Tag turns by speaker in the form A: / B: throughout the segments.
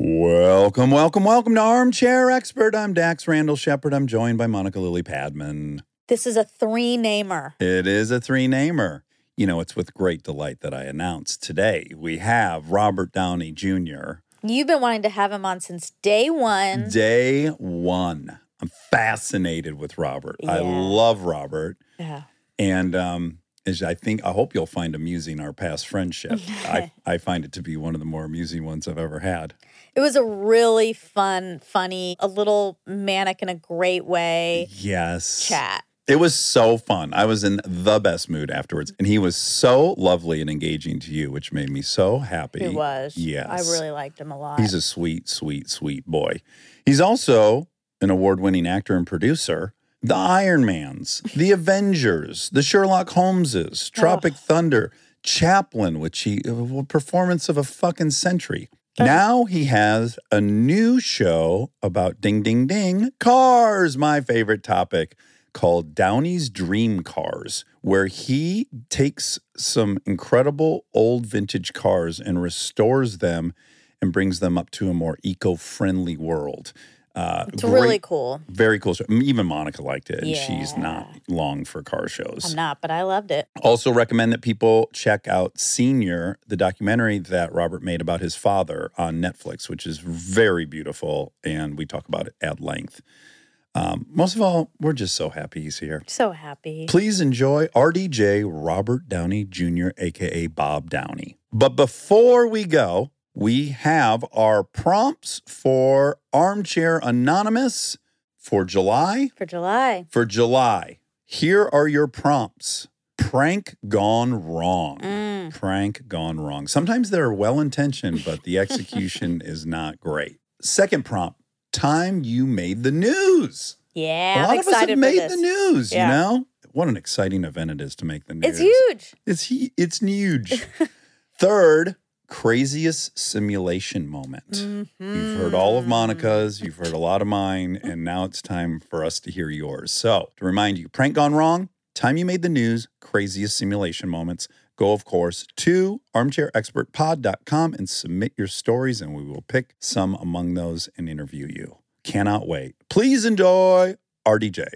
A: Welcome, welcome, welcome to Armchair Expert. I'm Dax Randall Shepard. I'm joined by Monica Lily Padman.
B: This is a three namer.
A: It is a three namer. You know, it's with great delight that I announce today we have Robert Downey Jr.
B: You've been wanting to have him on since day one.
A: Day one. I'm fascinated with Robert. I
B: Yeah.
A: love Robert.
B: yeah.
A: And um, as I think, I hope you'll find amusing our past friendship. I, I find it to be one of the more amusing ones I've ever had.
B: It was a really fun, funny, a little manic in a great way
A: Yes.
B: chat.
A: It was so fun. I was in the best mood afterwards. And he was so lovely and engaging to you, which made me so happy.
B: He was.
A: Yes.
B: I really liked him a lot.
A: He's a sweet, sweet, sweet boy. He's also an award winning actor and producer. The Iron Mans, The Avengers, The Sherlock Holmeses, Tropic Thunder, Chaplin, which he, a performance of a fucking century. Now he has a new show about ding, ding, ding cars, my favorite topic, called Downey's Dream Cars, where he takes some incredible old vintage cars and restores them and brings them up to a more eco-friendly world. Uh,
B: it's
A: great-
B: really cool.
A: very cool show. Even Monica liked it, and she's
B: Yeah.
A: not long for car
B: I'm
A: shows.
B: not, but I loved it.
A: Also, recommend that people check out Senior, the documentary that Robert made about his father on Netflix, which is very beautiful, and we talk about it at length. Um, most of all, we're just so happy he's here.
B: So happy.
A: Please enjoy RDJ Robert Downey Jr., aka Bob Downey. But before we go, we have our prompts for Armchair Anonymous for July.
B: For July.
A: For July, here are your prompts prank gone wrong.
B: Mm.
A: Prank gone wrong. Sometimes they're well intentioned, but the execution is not great. Second prompt time you made the news
B: Yeah.
A: a lot
B: I'm
A: of us
B: excited
A: have
B: for
A: made
B: this.
A: the news.
B: Yeah.
A: You know what an exciting event it is to make the news.
B: It's huge.
A: It's hu- it's huge. Third, craziest simulation moment.
B: Mm. Mm-hmm.
A: You've heard all of Monica's, you've heard a lot of mine, and now it's time for us to hear yours. So, to remind you, prank gone wrong, time you made the news, craziest simulation moments. Go, of course, to armchairexpertpod.com and submit your stories, and we will pick some among those and interview you. Cannot wait. Please enjoy RDJ.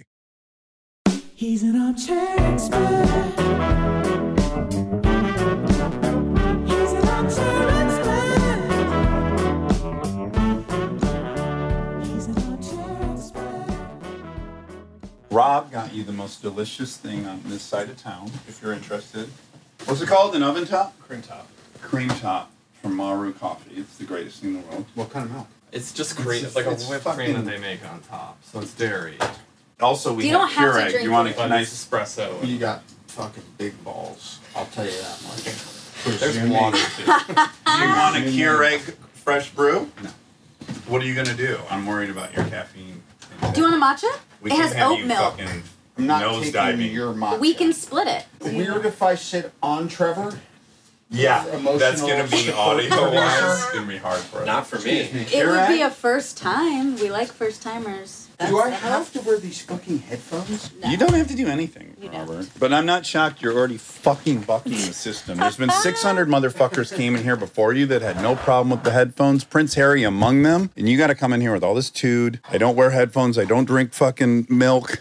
C: He's an armchair expert. He's an armchair expert. He's an armchair expert.
A: Rob got you the most delicious thing on this side of town, if you're interested. What's it called? An oven top? Cream top. Cream top from Maru Coffee. It's the greatest thing in the world.
D: What kind of milk?
E: It's just cream. It's, like a
A: it's
E: whipped
A: fucking-
E: cream that they make on top, so it's dairy.
A: Also, we
B: You
A: have
B: don't have to
A: Keurig.
B: drink
A: you want
B: it.
A: a
E: But
A: nice?
E: nice espresso.
D: You got fucking big balls. I'll tell you that much.
E: There's
D: Presuming-
E: water too.
A: You want a Keurig fresh brew? No. What are you gonna do? I'm worried about your caffeine.
B: Do you want a matcha?
A: We
B: it
A: can
B: has
A: have
B: oat
A: you
B: milk.
A: Fucking
D: I'm not
A: nose
D: taking
A: diving.
D: your matcha.
B: We can split it.
D: Weird if I sit on Trevor.
A: yeah,
D: emotional
A: that's gonna be
D: support
A: audio wise.
D: producer.
A: It's gonna be hard for us.
E: Not for me.
B: It would be
D: Keurig?
B: a first time. We like first timers.
D: Do I have to wear these fucking headphones?
A: You don't have to do anything,
B: You don't.
A: Robert. But I'm not shocked you're already fucking bucking the system. There's been 600 motherfuckers came in here before you that had no problem with the headphones, Prince Harry among them, and you got to come in here with all this tude. I don't wear headphones. I don't drink fucking milk.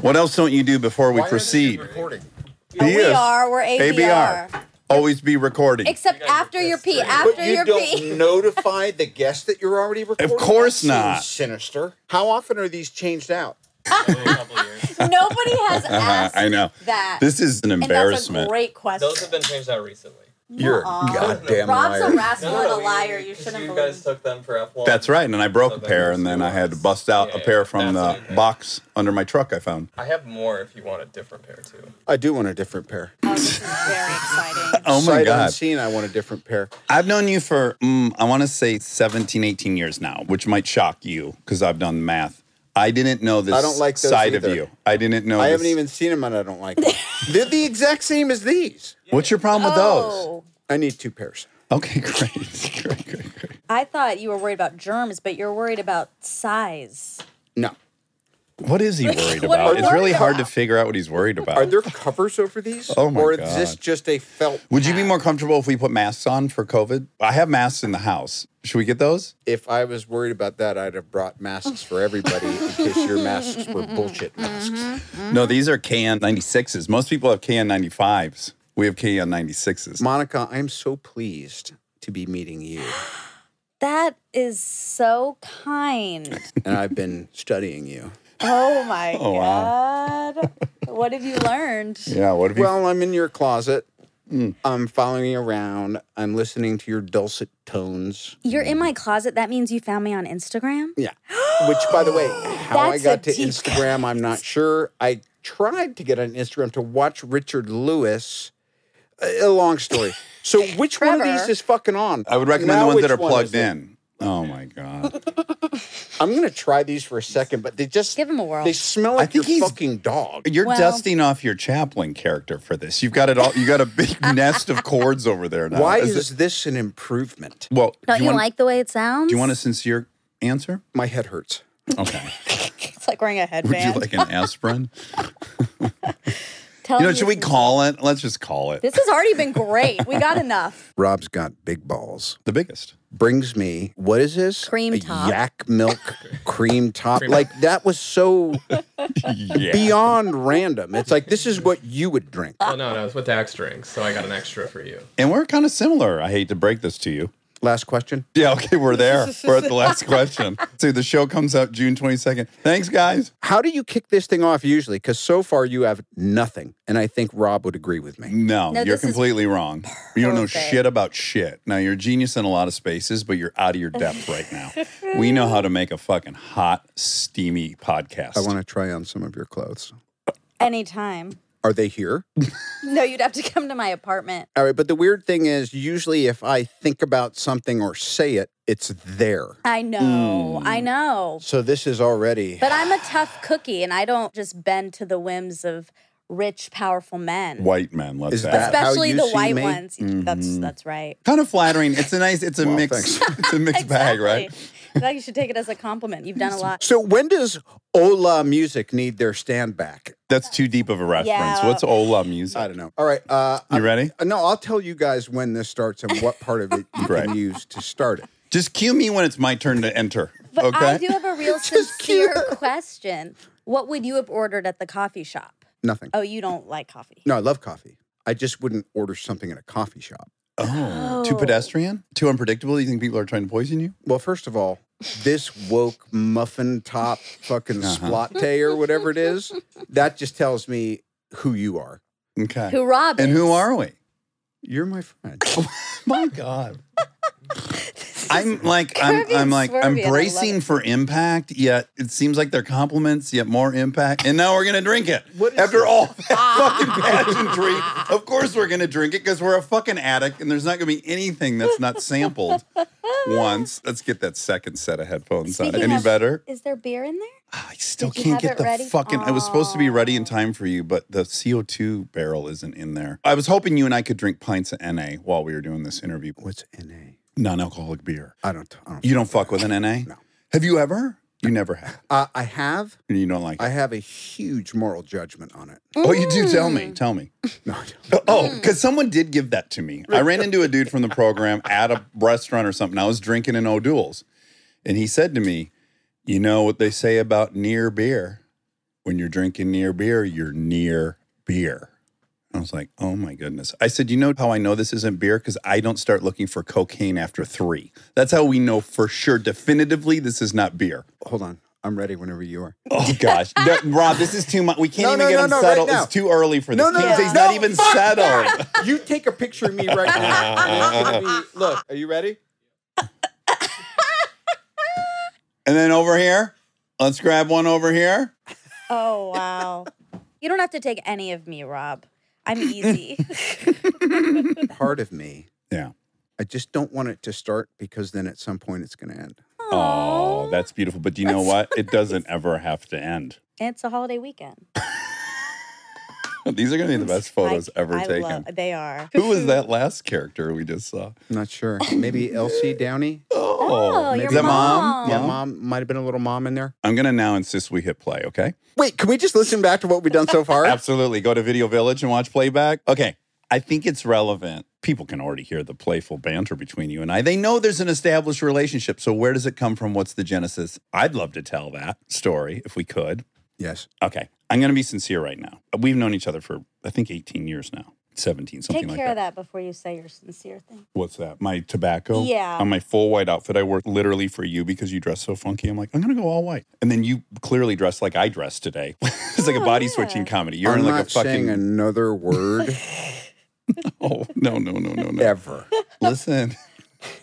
A: what else don't you do before we proceed? He
B: we
A: is.
B: are. We're ABR.
A: ABR. Always be recording.
B: Except after your pee. After
F: But you
B: your
F: don't
B: pee.
F: notify the guest that you're already recording.
A: course
F: That
A: not.
F: seems Sinister. How often are these changed out?
B: Nobody has
A: Uh,
B: asked
A: I know.
B: that.
A: This is an
B: and that's a
A: embarrassment.
B: great question.
G: Those have been changed out recently.
F: You're a
B: Nuh-uh.
F: goddamn
B: Rob's
F: liar.
B: a rascal and a
G: we-
B: liar. You
G: 'cause
B: shouldn't
G: You
B: believe.
G: guys took them for F1.
A: That's right. And I broke a pair, and then I had to bust out a pair from the box under my truck I found.
G: I have more if you want a different pair too.
F: I do want a different pair.
B: oh, this is very exciting.
A: Oh my
F: Sight
A: God.
F: unseen, I want a different pair.
A: I've known you for, mm, I want to say 17, 18 years now, which might shock you because I've done the math. I didn't know this
F: I don't like those
A: side of
F: either.
A: you. I didn't know
F: I
A: this-
F: haven't even seen them, and I don't like them. They're the exact same as these.
A: What's your problem with
B: Oh,
F: I need two pairs.
A: those? Okay, great. great, great, great.
B: I thought you were worried about germs, but you're worried about size.
F: No.
A: What is he worried
B: What are
A: about?
B: you
A: It's really
B: worried
A: hard to
B: about?
A: figure out what he's worried
F: Are
A: about.
F: there covers over these?
A: Oh my
F: Or is this
A: God.
F: just a felt?
A: Would you be
F: hat?
A: more comfortable if we put masks on for COVID? I have masks in the house. Should we get those?
F: If I was worried about that, I'd have brought masks for everybody in case your masks were bullshit
B: Mm-hmm.
F: masks.
A: No, these are KN 96s. Most people have KN 95s. We have KN 96s.
F: Monica, I'm so pleased to be meeting you,
B: That is so kind.
F: and I've been studying you.
B: Oh my
A: Oh,
B: god. What have you learned?
A: yeah, what if you
F: Well, I'm in your closet. I'm following you around. I'm listening to your dulcet tones.
B: You're in my closet. That means you found me on Instagram?
F: Yeah. Which, by the way, how I
B: That's
F: got to
B: a deep
F: Instagram, I'm not sure. I tried to get on Instagram to watch Richard Lewis. Uh, A a long story. So, which one of these
B: Trevor.
F: is fucking on?
A: I would recommend
F: Now
A: the ones that
F: which
A: are
F: one
A: plugged
F: is it?
A: in. Oh my god.
F: I'm gonna try these for a second, but they just
B: Give 'em a whirl.
F: They smell
A: I
F: like
A: think
F: your
A: he's-
F: fucking dog.
A: You're
B: Well-
A: dusting off your Chaplin character for this. You've got it all you got a big nest of cords over there now.
F: Why is,
A: Uh, it-
F: this an improvement?
A: well
B: Don't
A: do
B: you,
A: want,
B: like the way it sounds?
A: do you want a sincere answer?
F: My head hurts.
A: Okay.
B: It's like wearing a
A: Would you
B: headband.
A: like an aspirin?
B: Tell
A: you know,
B: me
A: should we
B: this-
A: call it? Let's just call it
B: This has already been great. We got enough.
F: Rob's got big balls.
A: the biggest.
F: Brings me what is this?
B: Cream
F: A
B: top.
F: Yak milk cream top. like that was so
A: Yeah.
F: beyond random. It's like this is what you would drink.
B: Uh,
G: Well, Oh, no, no, it's what Dax drinks, so I got an extra for you.
A: And we're kind of similar. I hate to break this to you.
F: Last question.
A: Yeah, okay, we're there. We're at the last question. So the show comes out June 22nd. Thanks, guys.
F: How do you kick this thing off usually? Because so far you have nothing, and I think Rob would agree with me.
A: No,
B: No,
A: you're
B: this is
A: completely wrong. You don't know
B: perfect.
A: shit about shit. Now, you're a genius in a lot of spaces, but you're out of your depth right now. we know how to make a fucking hot, steamy podcast.
F: I want to try on some of your clothes.
B: Anytime.
F: Are they here?
B: No, you'd have to come to my apartment.
F: All right, but the weird thing is, usually if I think about something or say it, it's there.
B: I know.
A: Hmm.
B: I know.
F: So this is already.
B: But I'm a tough cookie and I don't just bend to the whims of rich, powerful men.
A: white men. Let's
F: Is
A: add.
F: that- how
B: Especially
F: you
B: the
F: see
B: white
F: me?
B: ones.
A: Mm-hmm.
B: That's that's right.
A: kind of flattering. It's a nice, it's a
F: Well,
A: mix.
F: thanks.
A: It's a mixed bag, right?
B: I thought you should take it as a compliment. You've done a lot.
F: so when does Ola Music need their stand back?
A: That's too deep of a reference.
B: Yeah.
A: What's Ola music?
F: I don't know. All right, uh,
A: You
F: I'm-
A: ready?
F: uh, No, I'll tell you guys when this starts and what part of it you
A: Great.
F: can use to start it.
A: Just cue me when it's my turn to enter.
B: But
A: okay.
B: I do have a real
F: Just cute.
B: sincere question. What would you have ordered at the coffee shop?
F: Nothing.
B: Oh, you don't like coffee.
F: No, I love coffee. I just wouldn't order something in a coffee shop.
A: Oh, too pedestrian? Too unpredictable? You think people are trying to poison you?
F: Well, first of all, this woke muffin top fucking splatte or whatever it is, that just tells me who you are.
A: Okay.
B: Who Rob
A: and who
B: is.
A: are we?
F: You're my friend.
A: My God. I'm like I'm,
B: curvy
A: I'm
B: and
A: like
B: swervy,
A: I'm
B: and I love
A: bracing
B: it.
A: for impact, yet it seems like they're compliments, yet more impact. And now we're gonna drink it.
F: What is
A: After
F: this?
A: all
B: Ah.
A: that fucking pageantry, of course we're gonna drink it because we're a fucking addict, and there's not gonna be anything that's not sampled once. Let's get that second set of headphones on.
B: Speaking
A: Any
B: of-
A: better?
B: Is there beer in there?
A: I still
B: Did you have
A: can't get
B: it
A: the
B: ready?
A: fucking. I was supposed to be ready in time for you, but the CO2 barrel isn't in there. I was hoping you and I could drink pints of NA while we were doing this interview.
F: What's NA?
A: Non alcoholic beer.
F: I don't. I don't.
A: You don't fuck with an NA?
F: No.
A: Have you ever? You never have.
F: Uh, I have.
A: And you don't like it.
F: I have a huge moral judgment on it.
A: Oh, you do tell
B: Mm.
A: me. Tell me.
F: No, I don't.
A: Oh, because someone did give that to me. I ran into a dude from the program at a restaurant or something. I was drinking in O'Doul's. And he said to me, You know what they say about near beer? When you're drinking near beer, you're near beer. I was like, Oh my goodness. I said, You know how I know this isn't beer? Because I don't start looking for cocaine after three. That's how we know for sure, definitively, this is not beer.
F: Hold on. I'm ready whenever you are.
A: Oh gosh, No, Rob, this is too much. We can't even
F: No, no,
A: get
F: no,
A: him
F: no, right
A: settled.
F: now.
A: it's too early for this.
F: No, no,
A: He's-
F: no,
A: he's
F: no,
A: not even
F: fuck
A: settled.
F: You take a picture of me right now. It's gonna be- look, are you ready?
A: And then over here, let's grab one over here.
B: Oh wow. you don't have to take any of me, Rob. I'm easy.
F: Part of me,
A: Yeah.
F: I just don't want it to start because then at some point it's going to end.
A: Oh, that's beautiful. But do you know what? It doesn't ever have to end.
B: it's a holiday weekend.
A: These are going to be the best photos
B: I-
A: ever
B: I
A: taken.
B: love- they are.
A: Who was that last character we just saw?
F: I'm not sure. Maybe Elsie Downey.
A: Oh, Oh,
B: your
A: the
B: mom.
A: mom.
F: Yeah, mom might have been a little mom in there.
A: I'm going to now insist we hit play, okay?
F: Wait, can we just listen back to what we've done so far?
A: Absolutely. Go to Video Village and watch playback. Okay. I think it's relevant. People can already hear the playful banter between you and I. They know there's an established relationship. So, where does it come from? What's the genesis? I'd love to tell that story if we could.
F: yes.
A: Okay. I'm going to be sincere right now. We've known each other for, I think, 18 years now, 17, something
B: Take
A: like
B: care
A: that.
B: of that before you say your sincere thing.
A: What's that? My tobacco?
B: Yeah.
A: On my full white outfit, I worked literally for you because you dress so funky. I'm like, I'm going to go all white. And then you clearly dress like I dress today. it's like a
B: Oh,
A: body
B: yeah.
A: switching comedy. You're
F: I'm
A: in like
F: not
A: a fucking.
F: saying another word
A: oh, no, no, no, no, no.
F: ever.
A: Listen.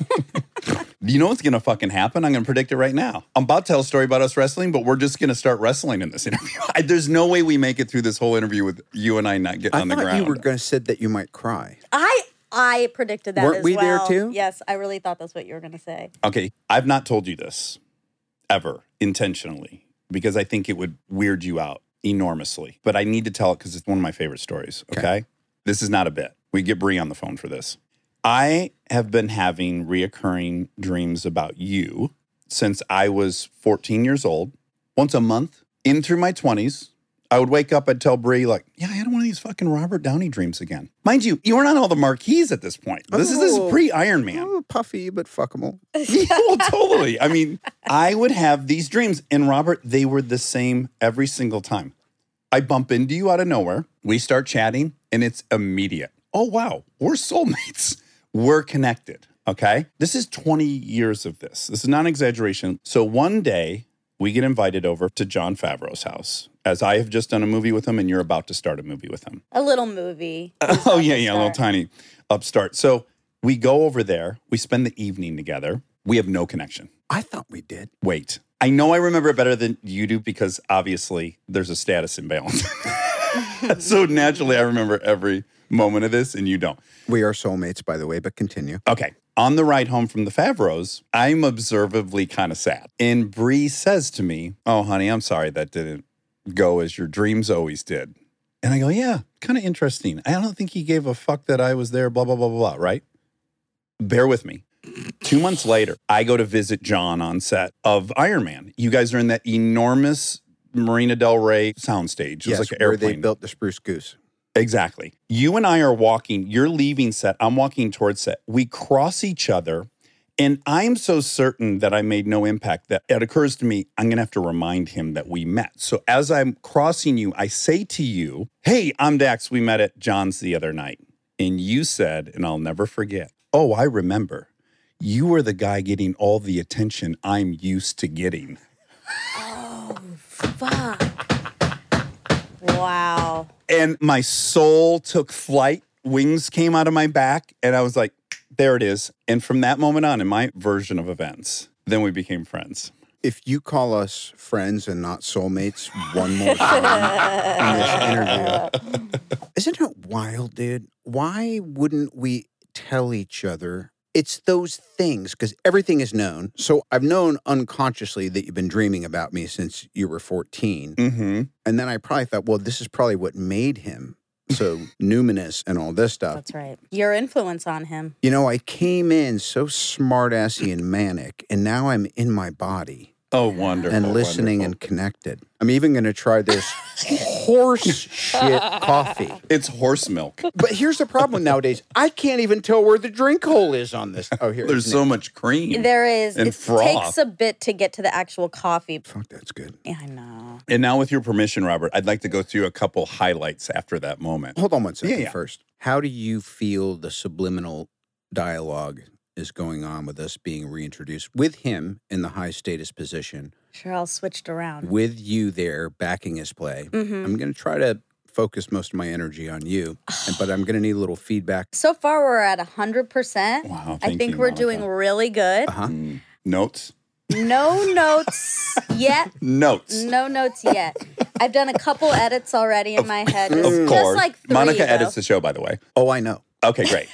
A: you know what's going to fucking happen? I'm going to predict it right now. I'm about to tell a story about us wrestling, but we're just going to start wrestling in this interview. I, there's no way we make it through this whole interview with you and I not getting
F: I
A: on the
F: thought
A: ground.
F: you were going to said that you might cry.
B: I I predicted that
F: Weren't
B: as
F: we there
B: well.
F: too?
B: Yes, I really thought that's what you were going to say.
A: Okay, I've not told you this ever intentionally because I think it would weird you out enormously. But I need to tell it because it's one of my favorite stories. Okay?
F: Okay.
A: this is not a bit. We get Bree on the phone for this. I have been having reoccurring dreams about you since I was 14 years old. Once a month, in through my 20s, I would wake up. I'd tell Bree like, "Yeah, I had one of these fucking Robert Downey dreams again." Mind you, you weren't on all the marquees at this point. This is this
F: Oh.
A: is pre Iron Man.
F: Oh, puffy but fuckable.
A: Yeah, well, totally. I mean, I would have these dreams, and Robert, they were the same every single time. I bump into you out of nowhere. We start chatting, and it's immediate. Oh, wow, we're soulmates. We're connected. Okay. This is 20 years of this. This is not an exaggeration. So one day, we get invited over to John Favreau's house, as I have just done a movie with him, and you're about to start a movie with him.
B: A little movie.
A: Oh yeah, yeah, a little
B: Upstart.
A: tiny upstart. So we go over there. We spend the evening together. We have no connection.
F: I thought we did.
A: Wait, I know I remember it better than you do because obviously there's a status imbalance. so naturally, I remember every moment of this, and you don't.
F: We are soulmates, by the way, but continue.
A: Okay. On the ride home from the Favreau's, I'm observably kind of sad. And Bree says to me, Oh, honey, I'm sorry that didn't go as your dreams always did. And I go, Yeah, kind of interesting. I don't think he gave a fuck that I was there, blah, blah, blah, blah, blah, right? Bear with me. Two months later, I go to visit John on set of Iron Man. You guys are in that enormous Marina Del Rey soundstage. It was like an
F: where
A: airplane.
F: they built the spruce goose.
A: Exactly. You and I are walking, you're leaving set, I'm walking towards set. We cross each other, and I'm so certain that I made no impact that it occurs to me, I'm going to have to remind him that we met. So as I'm crossing you, I say to you, Hey, I'm Dax. We met at John's the other night. And you said, and I'll never forget, Oh, I remember. You were the guy getting all the attention I'm used to getting.
B: Fuck. Wow.
A: and my soul took flight. Wings came out of my back, and I was like, there it is. And from that moment on, in my version of events, then we became friends.
F: If you call us friends and not soulmates one more time in this interview, isn't it wild, dude? Why wouldn't we tell each other? It's those things because everything is known. So I've known unconsciously that you've been dreaming about me since you were 14.
A: Mm-hmm.
F: And then I probably thought, well, this is probably what made him so numinous and all this stuff.
B: That's right. Your influence on him.
F: You know, I came in so smart assy and manic, and now I'm in my body
A: Oh, wonderful.
F: and listening and connected. I'm even going to try this horse shit coffee.
A: It's horse milk.
F: But here's the problem nowadays I can't even tell where the drink hole is on this. Oh, here.
A: There's so much cream.
B: There is.
A: And
B: it
A: froth.
B: takes a bit to get to the actual coffee.
F: Fuck, that's good.
B: Yeah, I know.
A: and now, with your permission, Robert, I'd like to go through a couple highlights after that moment.
F: Hold on one second
A: Yeah, yeah.
F: first. How do you feel the subliminal dialogue is going on with us being reintroduced with him in the high status position,
B: Sure, all switched around.
F: with you there backing his play?
B: hmm
F: I'm going to try to focus most of my energy on you, and- but I'm going to need a little feedback.
B: So far, we're at 100%.
A: Wow.
B: I
A: thank
B: think
A: you,
B: we're
A: Monica.
B: doing really good.
F: Uh-huh.
A: Mm. Notes?
B: No notes yet.
A: Notes.
B: No notes yet. I've done a couple edits already in my head. Just, just
A: Of course.
B: like three,
A: Monica
B: though.
A: edits the show, by the way.
F: Oh, I know.
A: Okay, great.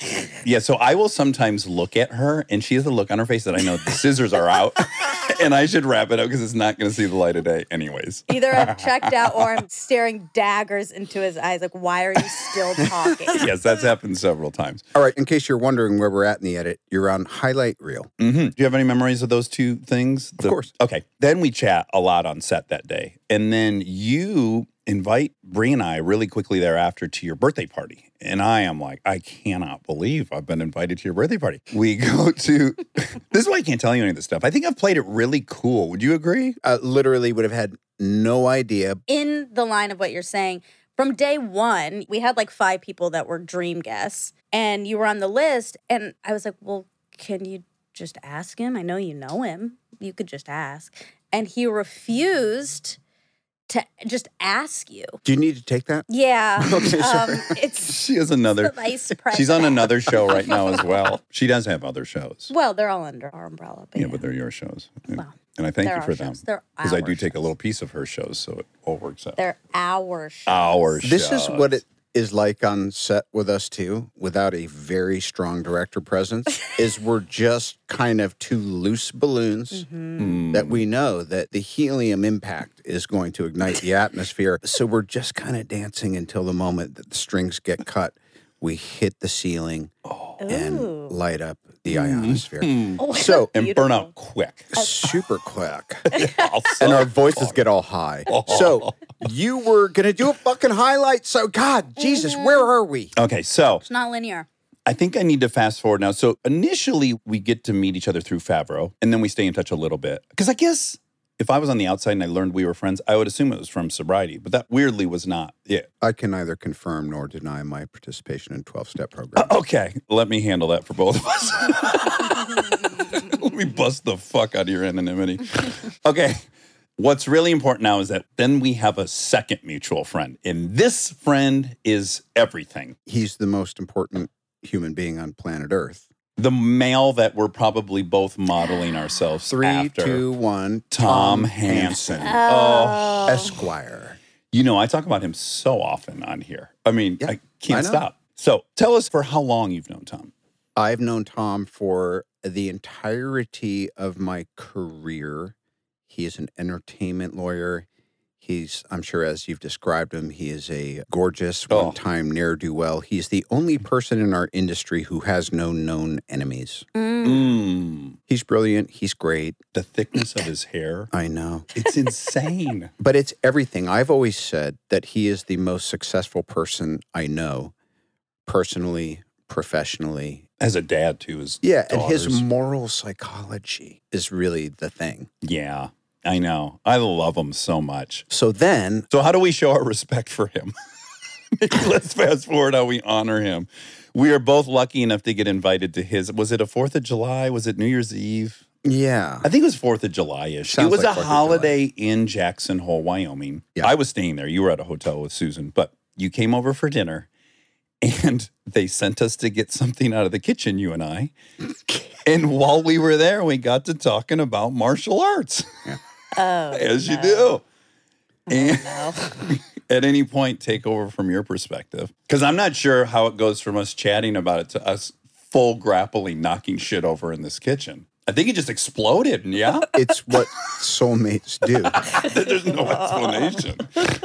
A: Yeah, so I will sometimes look at her and she has a look on her face that I know the scissors are out. and I should wrap it up because it's not going to see the light of day, anyways.
B: Either I'm checked out or I'm staring daggers into his eyes. Like, why are you still talking?
A: Yes, that's happened several times.
F: All right, in case you're wondering where we're at in the edit, you're on highlight reel.
A: hmm Do you have any memories of those two things? Of
F: course.
A: Okay. Then we chat a lot on set that day. And then you invite Bree and I really quickly thereafter to your birthday party. And I am like, I cannot believe I've been invited to your birthday party. We go to, this is why I can't tell you any of this stuff. I think I've played it really cool. Would you agree?
F: Uh, literally would have had no idea.
B: in the line of what you're saying, from day one, we had like five people that were dream guests, and you were on the list. And I was like, Well, can you just ask him? I know you know him. You could just ask. And he refused to just ask you.
F: Do you need to take that?
B: Yeah.
F: Okay,
B: um,
F: sorry.
B: it's
A: She has another,
B: the vice
A: she's on
B: president.
A: another show right now as well. She does have other shows.
B: Well, they're all under our umbrella. But
A: Yeah,
B: yeah,
A: but they're your shows. And,
B: Well,
A: and I thank
B: they're
A: you
B: our
A: for them.
B: shows. They're
A: Because I
B: our
A: do take a
B: shows.
A: little piece of her shows, so it all works out.
B: they're our show.
A: Our shows.
F: This is what it is like on set with us too, without a very strong director presence, is we're just kind of two loose balloons that we know that the helium impact is going to ignite the atmosphere. So we're just kind of dancing until the moment that the strings get cut. We hit the ceiling and light up the ionosphere.
B: Oh,
F: So-
A: and burn out quick.
F: Super quick.
A: Also-
F: and our voices get all high. So you were gonna do a fucking highlight. So God, Jesus, where are we?
A: okay, so
B: It's not linear.
A: I think I need to fast forward now. So initially, we get to meet each other through Favreau, and then we stay in touch a little bit. Because I guess if I was on the outside and I learned we were friends, I would assume it was from sobriety, but that weirdly was not. Yeah.
F: I can neither confirm nor deny my participation in twelve step program.
A: Okay, let me handle that for both of us. let me bust the fuck out of your anonymity. Okay. What's really important now is that then we have a second mutual friend, and this friend is everything.
F: He's the most important human being on planet Earth.
A: the male that we're probably both modeling ourselves
F: Three, two, one.
A: after. Tom Hansen.
B: Oh.
F: Esquire.
A: You know, I talk about him so often on here. I mean,
F: Yeah,
A: I can't
F: I know.
A: stop. So tell us for how long you've known Tom.
F: I've known Tom for the entirety of my career. He is an entertainment lawyer. He's, I'm sure, as you've described him, he is a gorgeous,
A: Oh. Mm-hmm.
F: one time ne'er do well. He's the only person in our industry who has no known enemies.
B: Mm.
A: Mm.
F: He's brilliant. He's great.
A: The thickness of his hair,
F: I know.
A: it's insane.
F: But it's everything. I've always said that he is the most successful person I know, personally, professionally,
A: As a dad, too, is
F: Yeah, and his
A: daughters.
F: moral psychology is really the thing.
A: yeah. I know. I love him so much.
F: So then,
A: So how do we show our respect for him? Let's fast forward how we honor him. We are both lucky enough to get invited to his. Was it a Fourth of July? Was it New Year's Eve?
F: yeah,
A: I think it was Fourth of July ish. It
F: Sounds
A: was
F: like
A: a
F: 4th of
A: holiday in Jackson Hole, Wyoming.
F: Yeah.
A: I was staying there. You were at a hotel with Susan, but you came over for dinner, and they sent us to get something out of the kitchen. You and I, and while we were there, we got to talking about martial arts,
B: Oh,
A: as you
B: no.
A: do. And
B: No.
A: at any point, take over from your perspective, because I'm not sure how it goes from us chatting about it to us full grappling, knocking shit over in this kitchen. I think it just exploded. Yeah.
F: it's what soulmates do.
A: There's no explanation.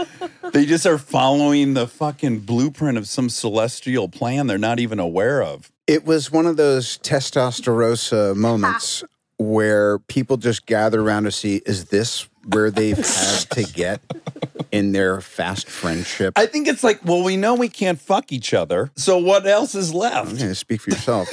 A: they just are following the fucking blueprint of some celestial plan they're not even aware of.
F: It was one of those testosterosa moments where people just gather around to see is this where they've had to get in their fast friendship?
A: I think it's like, well, we know we can't fuck each other, so what else is left?
F: Yeah, speak for yourself.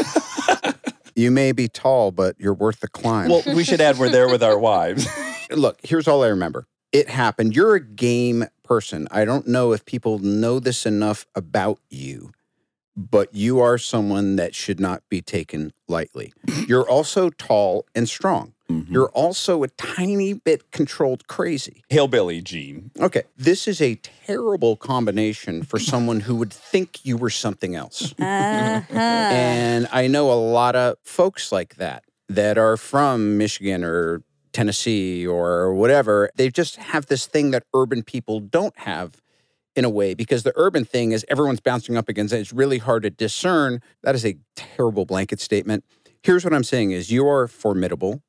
F: you may be tall, but you're worth the climb.
A: Well, we should add we're there with our wives.
F: look, here's all I remember. It happened. You're a game person. I don't know if people know this enough about you, but you are someone that should not be taken lightly. You're also tall and strong. You're also a tiny bit controlled crazy.
A: Hillbilly Gene.
F: Okay, this is a terrible combination for someone who would think you were something else.
H: Uh,
B: Uh-huh.
F: And I know a lot of folks like that that are from Michigan or Tennessee or whatever. They just have this thing that urban people don't have in a way because the urban thing is everyone's bouncing up against it. It's really hard to discern. That is a terrible blanket statement. Here's what I'm saying is you are formidable.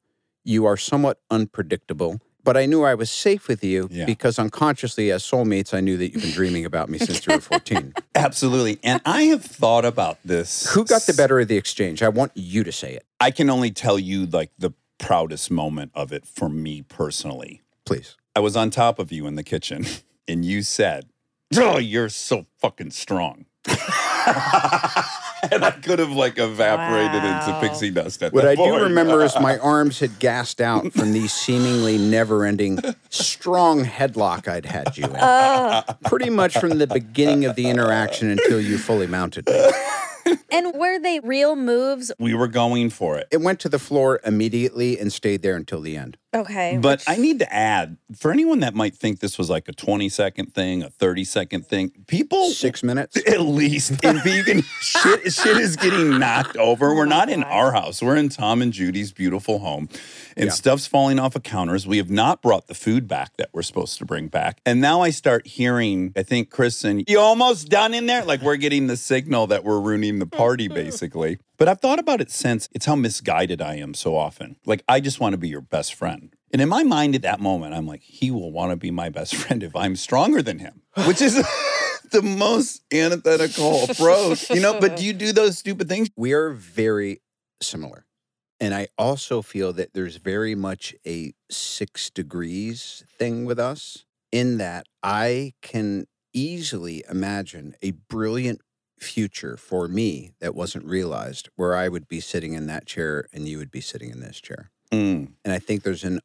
F: You are somewhat unpredictable, but I knew I was safe with you
A: Yeah.
F: because unconsciously, as soulmates, I knew that you've been dreaming about me since you were 14.
A: Absolutely. And I have thought about this.
F: Who got the better of the exchange? I want you to say it,
A: I can only tell you like the proudest moment of it for me personally.
F: please.
A: I was on top of you in the kitchen and you said, Oh, you're so fucking strong. and I could have like evaporated
B: Wow.
A: into pixie dust at
F: What
A: that
F: I do
A: point.
F: remember is my arms had gassed out from the seemingly never ending strong headlock I'd had you in. Pretty much from the beginning of the interaction until you fully mounted me.
B: And were they real moves?
A: we were going for it.
F: It went to the floor immediately and stayed there until the end.
B: Okay.
A: But I need to add for anyone that might think this was like a 20 second thing, a 30 second thing, people
F: Six minutes?
A: at least and you can shit, shit is getting knocked over we're not in our house we're in tom and judy's beautiful home and
F: Yeah.
A: stuff's falling off of counters we have not brought the food back that we're supposed to bring back and now i start hearing i think kristen you almost done in there like we're getting the signal that we're ruining the party basically but i've thought about it since it's how misguided i am so often like i just want to be your best friend and in my mind at that moment, I'm like, he will want to be my best friend if I'm stronger than him, which is the most antithetical approach, you know. But do you do those stupid things?
F: We are very similar. And I also feel that there's very much a six degrees thing with us, in that I can easily imagine a brilliant future for me that wasn't realized, where I would be sitting in that chair and you would be sitting in this chair.
A: Mm,
F: And I think there's an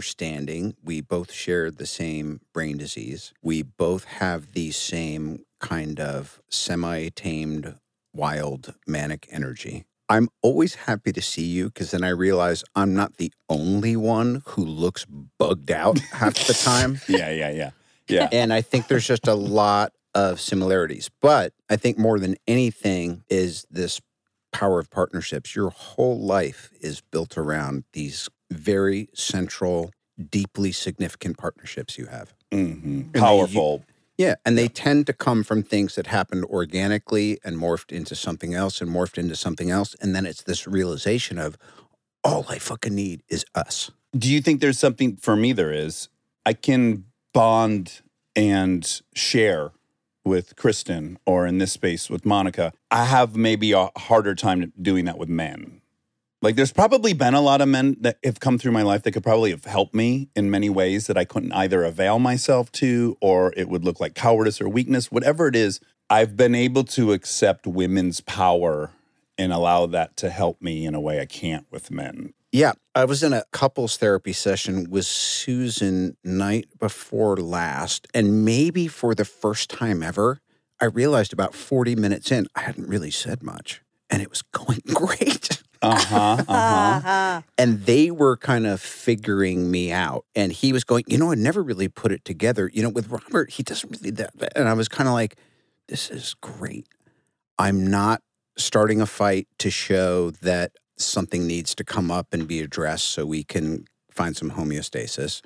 F: understanding. We both share the same brain disease. We both have the same kind of semi tamed, wild, manic energy. I'm always happy to see you because then I realize I'm not the only one who looks bugged out half the time.
A: yeah, yeah, yeah, yeah.
F: And I think there's just a lot of similarities. But I think more than anything is this power of partnerships. Your whole life is built around these very central, deeply significant partnerships you have.
A: hmm
F: they-
A: Powerful.
F: Yeah. And they tend to come from things that happened organically and morphed into something else and morphed into something else. And then it's this realization of all I fucking need is us.
A: Do you think there's something for me? There is. I can bond and share with Kristen, or in this space with Monica. I have maybe a harder time doing that with men. Like, there's probably been a lot of men that have come through my life that could probably have helped me in many ways that I couldn't either avail myself to, or it would look like cowardice or weakness, whatever it is. I've been able to accept women's power and allow that to help me in a way I can't with men.
F: Yeah, I was in a couples therapy session with Susan night before last, and maybe for the first time ever, I realized about 40 minutes in, I hadn't really said much, and it was going great.
A: Uh huh. Uh huh.
B: Uh-huh.
F: And they were kind of figuring me out. And he was going, You know, I never really put it together. You know, with Robert, he doesn't really that. that." And I was kind of like, This is great. I'm not starting a fight to show that something needs to come up and be addressed so we can find some homeostasis.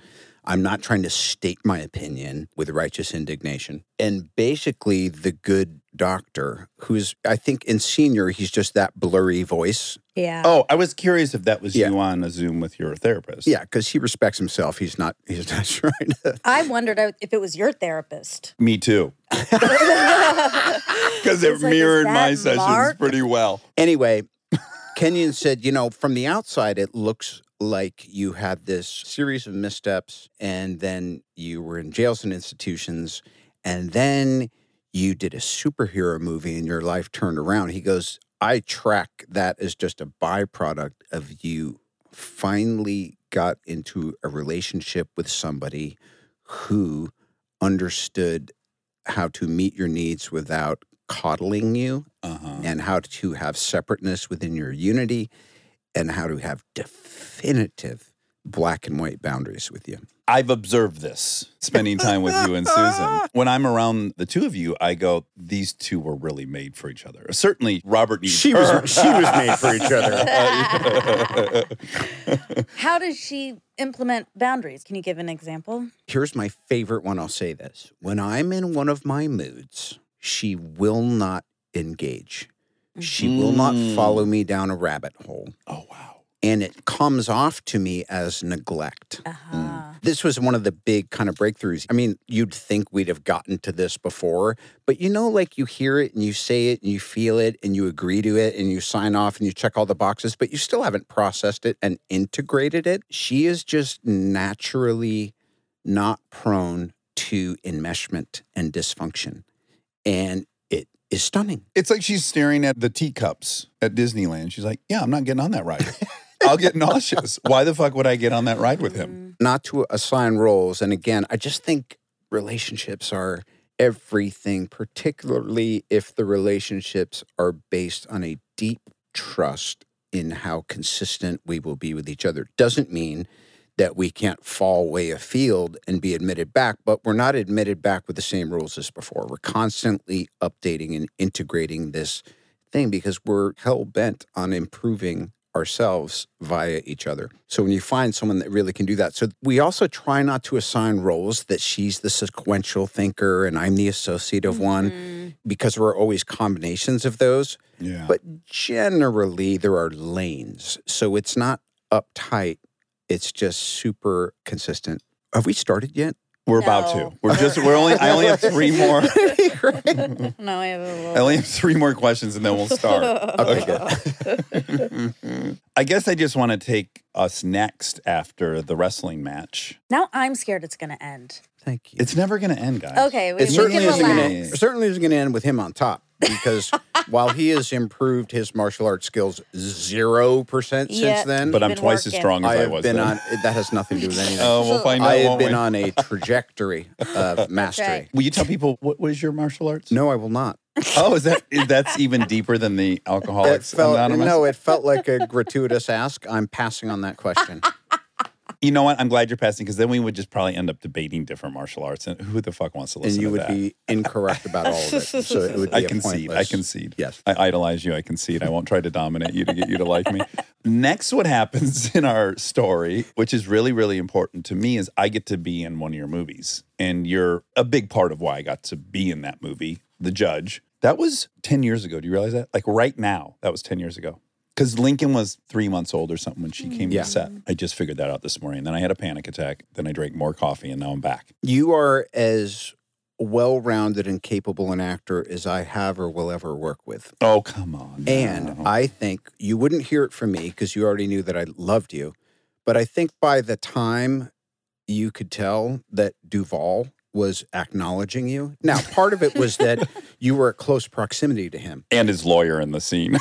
F: I'm not trying to state my opinion with righteous indignation. And basically, the good doctor, who's, I think, in senior, he's just that blurry voice.
B: Yeah.
A: Oh, I was curious if that was
F: Yeah.
A: you on a Zoom with your therapist.
F: Yeah, because he respects himself. He's not, he's not trying to.
B: I wondered if it was your therapist.
A: Me too. Because it
B: It's like, is
A: mirrored my
B: that
A: sessions
B: Mark?
A: pretty well.
F: Anyway, Kenyon said, you know, from the outside, it looks like you had this series of missteps, and then you were in jails and institutions, and then you did a superhero movie and your life turned around. He goes, I track that as just a byproduct of you finally got into a relationship with somebody who understood how to meet your needs without coddling you
A: Uh-huh.
F: and how to have separateness within your unity and how to have definitive black and white boundaries with you.
A: I've observed this spending time with you and Susan. When I'm around the two of you, I go, these two were really made for each other. Certainly, Robert needs
F: She
A: her.
F: was she was made for each other.
B: How does she implement boundaries? Can you give an example?
F: Here's my favorite one. I'll say this. When I'm in one of my moods, she will not engage. She will not
A: Mhm.
F: follow me down a rabbit hole.
A: oh, wow.
F: and it comes off to me as neglect.
B: Uh-huh.
F: This was one of the big kind of breakthroughs. I mean, you'd think we'd have gotten to this before, but you know, like you hear it and you say it and you feel it and you agree to it and you sign off and you check all the boxes, but you still haven't processed it and integrated it. She is just naturally not prone to enmeshment and dysfunction. And it is stunning.
A: It's like she's staring at the teacups at Disneyland. She's like, yeah, I'm not getting on that ride. I'll get nauseous. Why the fuck would I get on that ride with him?
F: not to assign roles. And again, I just think relationships are everything, particularly if the relationships are based on a deep trust in how consistent we will be with each other. Doesn't mean that we can't fall way afield and be admitted back, but we're not admitted back with the same rules as before. We're constantly updating and integrating this thing because we're hell bent on improving ourselves via each other. So when you find someone that really can do that. So we also try not to assign roles that she's the sequential thinker and I'm the associative
A: Mm.
B: Mm.
F: one because there are always combinations of those.
A: Yeah.
F: But generally, there are lanes. So it's not uptight, it's just super consistent. Have we started yet?
A: we're about
B: No.
A: to. We're just, we're only, I only have three more.
B: No, I have a little.
A: I only have three more questions and then we'll start.
F: Okay, good.
B: Oh,
A: I guess I just want to take us next after the wrestling match.
B: Now I'm scared it's going to end.
F: Thank you.
A: It's never going to end, guys.
B: Okay, we,
F: it
B: we can
F: certainly isn't gonna,
B: relax.
A: relax.
F: it certainly isn't going to end with him on top because while he has improved his martial arts skills 0% since
B: Yeah.
F: then,
A: But I'm
B: Been
A: twice as
B: working.
A: strong as
F: I
A: I,
F: have
A: was.
F: been
A: then.
F: on, that has nothing to do with anything.
A: Oh, we'll find out.
F: I have
A: won't
F: been
A: we?
F: on a trajectory of mastery.
B: right.
A: Will you tell people what was your martial arts?
F: No, I will not.
A: Oh, is that is that's even deeper than the
F: It
A: Alcoholics
F: felt,
A: Anonymous?
F: no, it felt like a gratuitous ask. I'm passing on that question.
A: You know what? I'm glad you're passing because then we would just probably end up debating different martial arts, and who the fuck wants to
F: and
A: listen?
F: you
A: to
F: would
A: that?
F: be incorrect about all of it. So it would be
A: I
F: a
A: concede. I
F: pointless-
A: concede.
F: Yes.
A: I idolize you. I concede. I won't try to dominate you to get you to like me. Next, what happens in our story, which is really, really important to me, is I get to be in one of your movies. And you're a big part of why I got to be in that movie, The Judge. That was 10 years ago. Do you realize that? Like right now, that was 10 years ago. Because Lincoln was three months old or something when she came
F: Yeah.
A: to set. I just figured that out this morning. Then I had a panic attack. Then I drank more coffee and now I'm back.
F: You are as well rounded and capable an actor as I have or will ever work with.
A: Oh, come on.
F: And
A: now.
F: I think you wouldn't hear it from me because you already knew that I loved you. But I think by the time you could tell that Duvall was acknowledging you. Now, part of it was that you were at close proximity to him.
A: and his lawyer in the scene.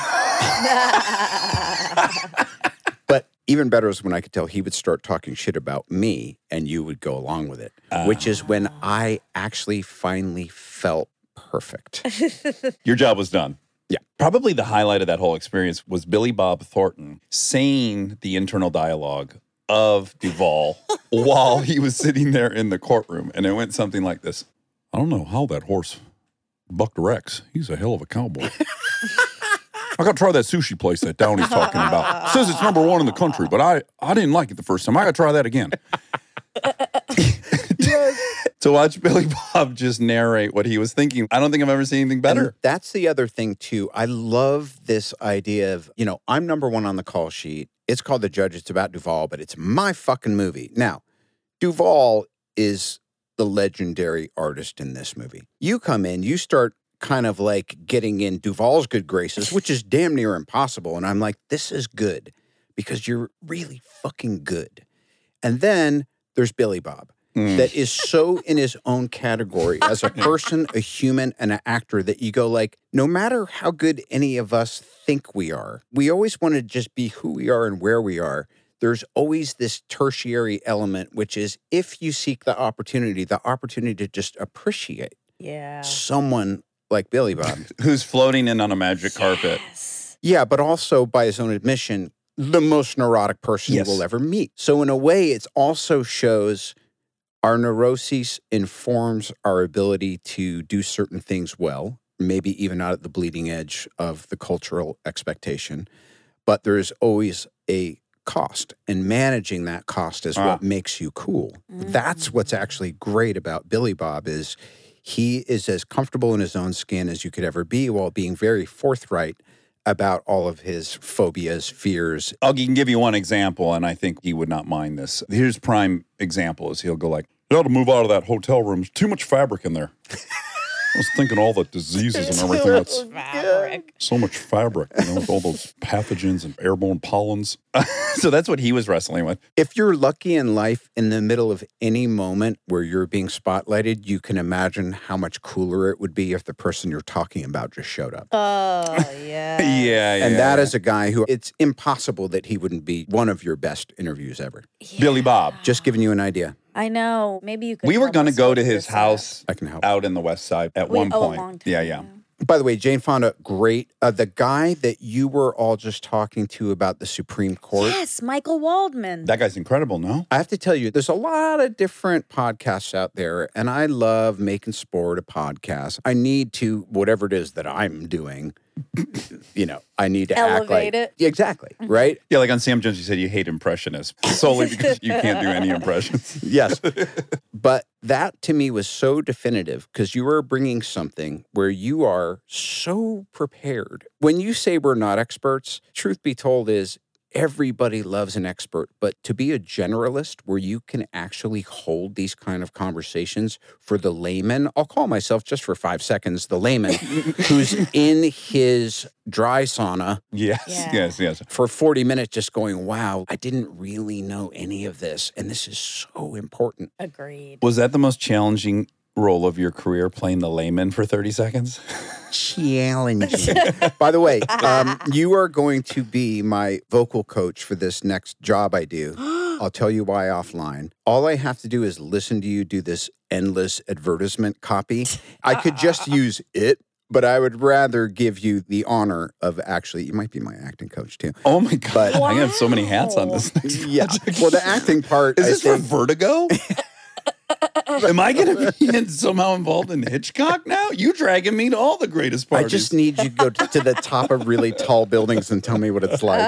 F: But even better is when I could tell he would start talking shit about me and you would go along with it, which is when I actually finally felt perfect.
A: Your job was done.
F: Yeah.
A: Probably the highlight of that whole experience was Billy Bob Thornton saying the internal dialogue of Duvall while he was sitting there in the courtroom. And it went something like this I don't know how that horse bucked Rex. He's a hell of a cowboy. I gotta try that sushi place that Downey's talking about. Says it's number one in the country, but I, I didn't like it the first time. I gotta try that again. to watch Billy Bob just narrate what he was thinking. I don't think I've ever seen anything
F: And
A: better.
F: that's the other thing too. I love this idea of, you know, I'm number one on the call sheet. It's called The Judge. It's about Duvall, but it's my fucking movie. Now, Duvall is the legendary artist in this movie. You come in, you start kind of like getting in Duvall's good graces, which is damn near impossible. And I'm like, this is good because you're really fucking good. And then there's Billy Bob
A: Mm.
F: that is so in his own category as a person, a human, and an actor that you go like, no matter how good any of us think we are, we always want to just be who we are and where we are. There's always this tertiary element, which is if you seek the opportunity, the opportunity to just appreciate
B: yeah.
F: someone like Billy Bob.
A: who's floating in on a magic carpet.
B: Yes.
F: Yeah, but also by his own admission, the most neurotic person
A: Yes.
F: you will ever meet. So in a way, it also shows our neuroses informs our ability to do certain things well, maybe even out at the bleeding edge of the cultural expectation. But there is always a cost, and managing that cost is
A: Ah.
F: what makes you cool. That's what's actually great about Billy Bob is he is as comfortable in his own skin as you could ever be while being very forthright about all of his phobias, fears.
A: I'll g- give you one example, and I think he would not mind this. Here's prime example is he'll go like, you ought to move out of that hotel room. There's too much fabric in there. I was thinking all the diseases and everything. That's
B: Maverick.
A: so much fabric, you know, with all those pathogens and airborne pollens. so that's what he was wrestling with.
F: If you're lucky in life, in the middle of any moment where you're being spotlighted, you can imagine how much cooler it would be if the person you're talking about just showed up.
B: Oh yeah.
A: Yeah, yeah.
F: and that is a guy who it's impossible that he wouldn't be one of your best interviews ever.
A: Billy Bob.
F: Just giving you an idea.
B: I know. Maybe you could.
A: We were
B: help
A: going to
B: us
A: go
B: with
A: to his
B: this, uh,
A: house
F: I can help.
A: out in the West Side at
B: we-
A: one
B: oh, a
A: point.
B: long time
A: yeah, yeah.
B: ago.
F: By the way, Jane Fonda, great. Uh, the guy that you were all just talking to about the Supreme Court.
B: Yes, Michael Waldman.
A: That guy's incredible, no?
F: I have to tell you, there's a lot of different podcasts out there, and I love making sport a podcast. I need to, whatever it is that I'm doing, you know, I need to act like
B: Elevate it.
F: Yeah, exactly, right?
A: Yeah, like on Sam Jones, you said you hate impressionists solely because you can't do any impressions.
F: Yes. but that to me was so definitive because you are bringing something where you are so prepared. When you say we're not experts, truth be told, is everybody loves an expert. But to be a generalist where you can actually hold these kind of conversations for the layman, I'll call myself just for five seconds the layman who's in his dry sauna
A: Yes,
B: Yeah.
A: yes, yes.
F: for 40 minutes just going, wow, I didn't really know any of this. And this is so important.
B: Agreed.
A: Was that the most challenging role of your career playing the layman for 30 seconds?
F: challenging. By the way, um, you are going to be my vocal coach for this next job I do. I'll tell you why offline. All I have to do is listen to you do this endless advertisement copy. I could just use it, but I would rather give you the honor of actually, you might be my acting coach too.
A: Oh my God.
F: But-
A: I have so many hats on
B: Wow.
A: this next
F: Yeah. Well, the acting part
A: Is
F: I
A: this for
F: think-
A: Vertigo? Am I going to be in- somehow involved in Hitchcock now? You dragging me to all the greatest
F: I
A: parties.
F: just need you to go to the top of really tall buildings and tell me what it's like.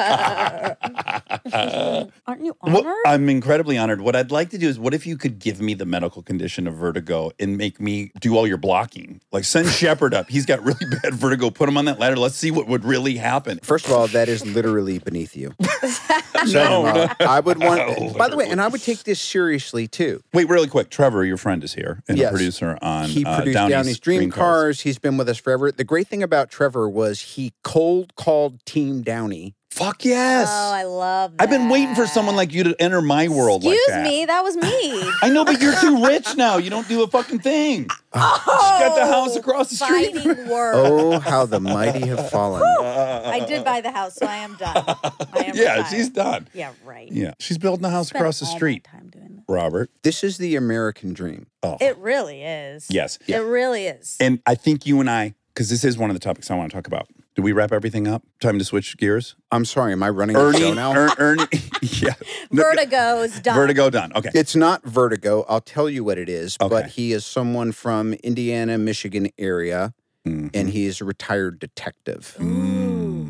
B: Aren't you
A: Uh, Well, uh,
B: honored?
A: I'm incredibly honored. What I'd like to do is, what if you could give me the medical condition of vertigo and make me do all your blocking? Like send Shepard up. He's got really bad vertigo. Put him on that ladder. Let's see what would really happen.
F: First of all, that is literally beneath you.
A: No, no.
F: I would want. By the way, and I would take this seriously too.
A: Wait, really quick. Trevor, your friend is here and
F: Yes.
A: a producer on
F: he
A: uh,
F: produced
A: Downey's,
F: Dream,
A: Dream
F: Cars. He's been with us forever. The great thing about Trevor was he cold called Team Downey.
A: Fuck yes.
B: Oh, I love. That.
A: I've been waiting for someone like you to enter my world
B: Excuse
A: like that.
B: me, that was me.
A: I know, but you're too rich now. You don't do a fucking thing.
B: oh,
A: got the house across the street.
B: Fighting words.
F: Oh, how the mighty have fallen.
B: I did buy the house, so I am done. I am
A: yeah,
B: retired.
A: she's done.
B: Yeah, right.
A: Yeah, she's building a house
B: Spent
A: across the
B: all my
A: street.
B: time doing that.
A: Robert.
F: This is the American dream.
A: Oh,
B: It really is.
A: yes.
B: It really is.
A: And I think you and I, because this is one of the topics I want to talk about. Did we wrap everything up? Time to switch gears.
F: I'm sorry, am I running the show
A: Ernie,
F: now?
A: er, Ernie, yeah. No,
B: Vertigo's done.
A: Vertigo done. Okay.
F: It's not Vertigo. I'll tell you what it is. But
A: Okay.
F: he is someone from Indiana, Michigan area,
A: Mm.
F: and
A: Mm-hmm.
F: he is a retired detective.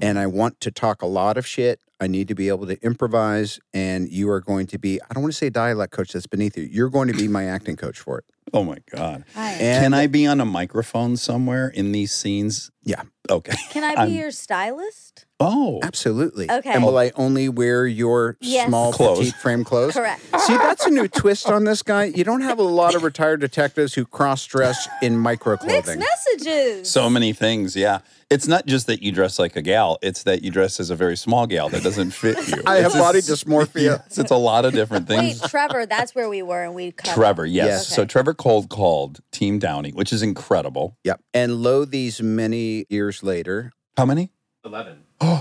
F: And I want to talk a lot of shit. I need to be able to improvise, and you are going to be, I don't want to say dialect coach, that's beneath you. You're going to be my acting coach for it.
A: Oh my God.
B: Hi.
F: And
A: Can I be on a microphone somewhere in these scenes?
F: Yeah.
A: Okay.
B: Can I be
A: I'm-
B: your stylist?
A: Oh.
F: Absolutely.
B: Okay.
F: And will I only wear your
B: Yes.
F: small
A: Clothes.
F: petite frame clothes?
B: Correct.
F: See, that's a new twist on this guy. You don't have a lot of retired detectives who cross dress in micro
B: Mixed
F: clothing.
B: messages.
A: So many things. Yeah. It's not just that you dress like a gal, it's that you dress as a very small gal that doesn't fit you.
F: I have
A: It's a-
F: body dysmorphia.
A: Yes, it's a lot of different
B: Wait,
A: things.
B: Trevor, that's where we were, and we covered.
A: Trevor, yes.
F: Yes.
A: So Trevor Cold called Team Downey, which is incredible.
F: Yep. And lo, these many years later,
A: How many?
E: 11.
A: You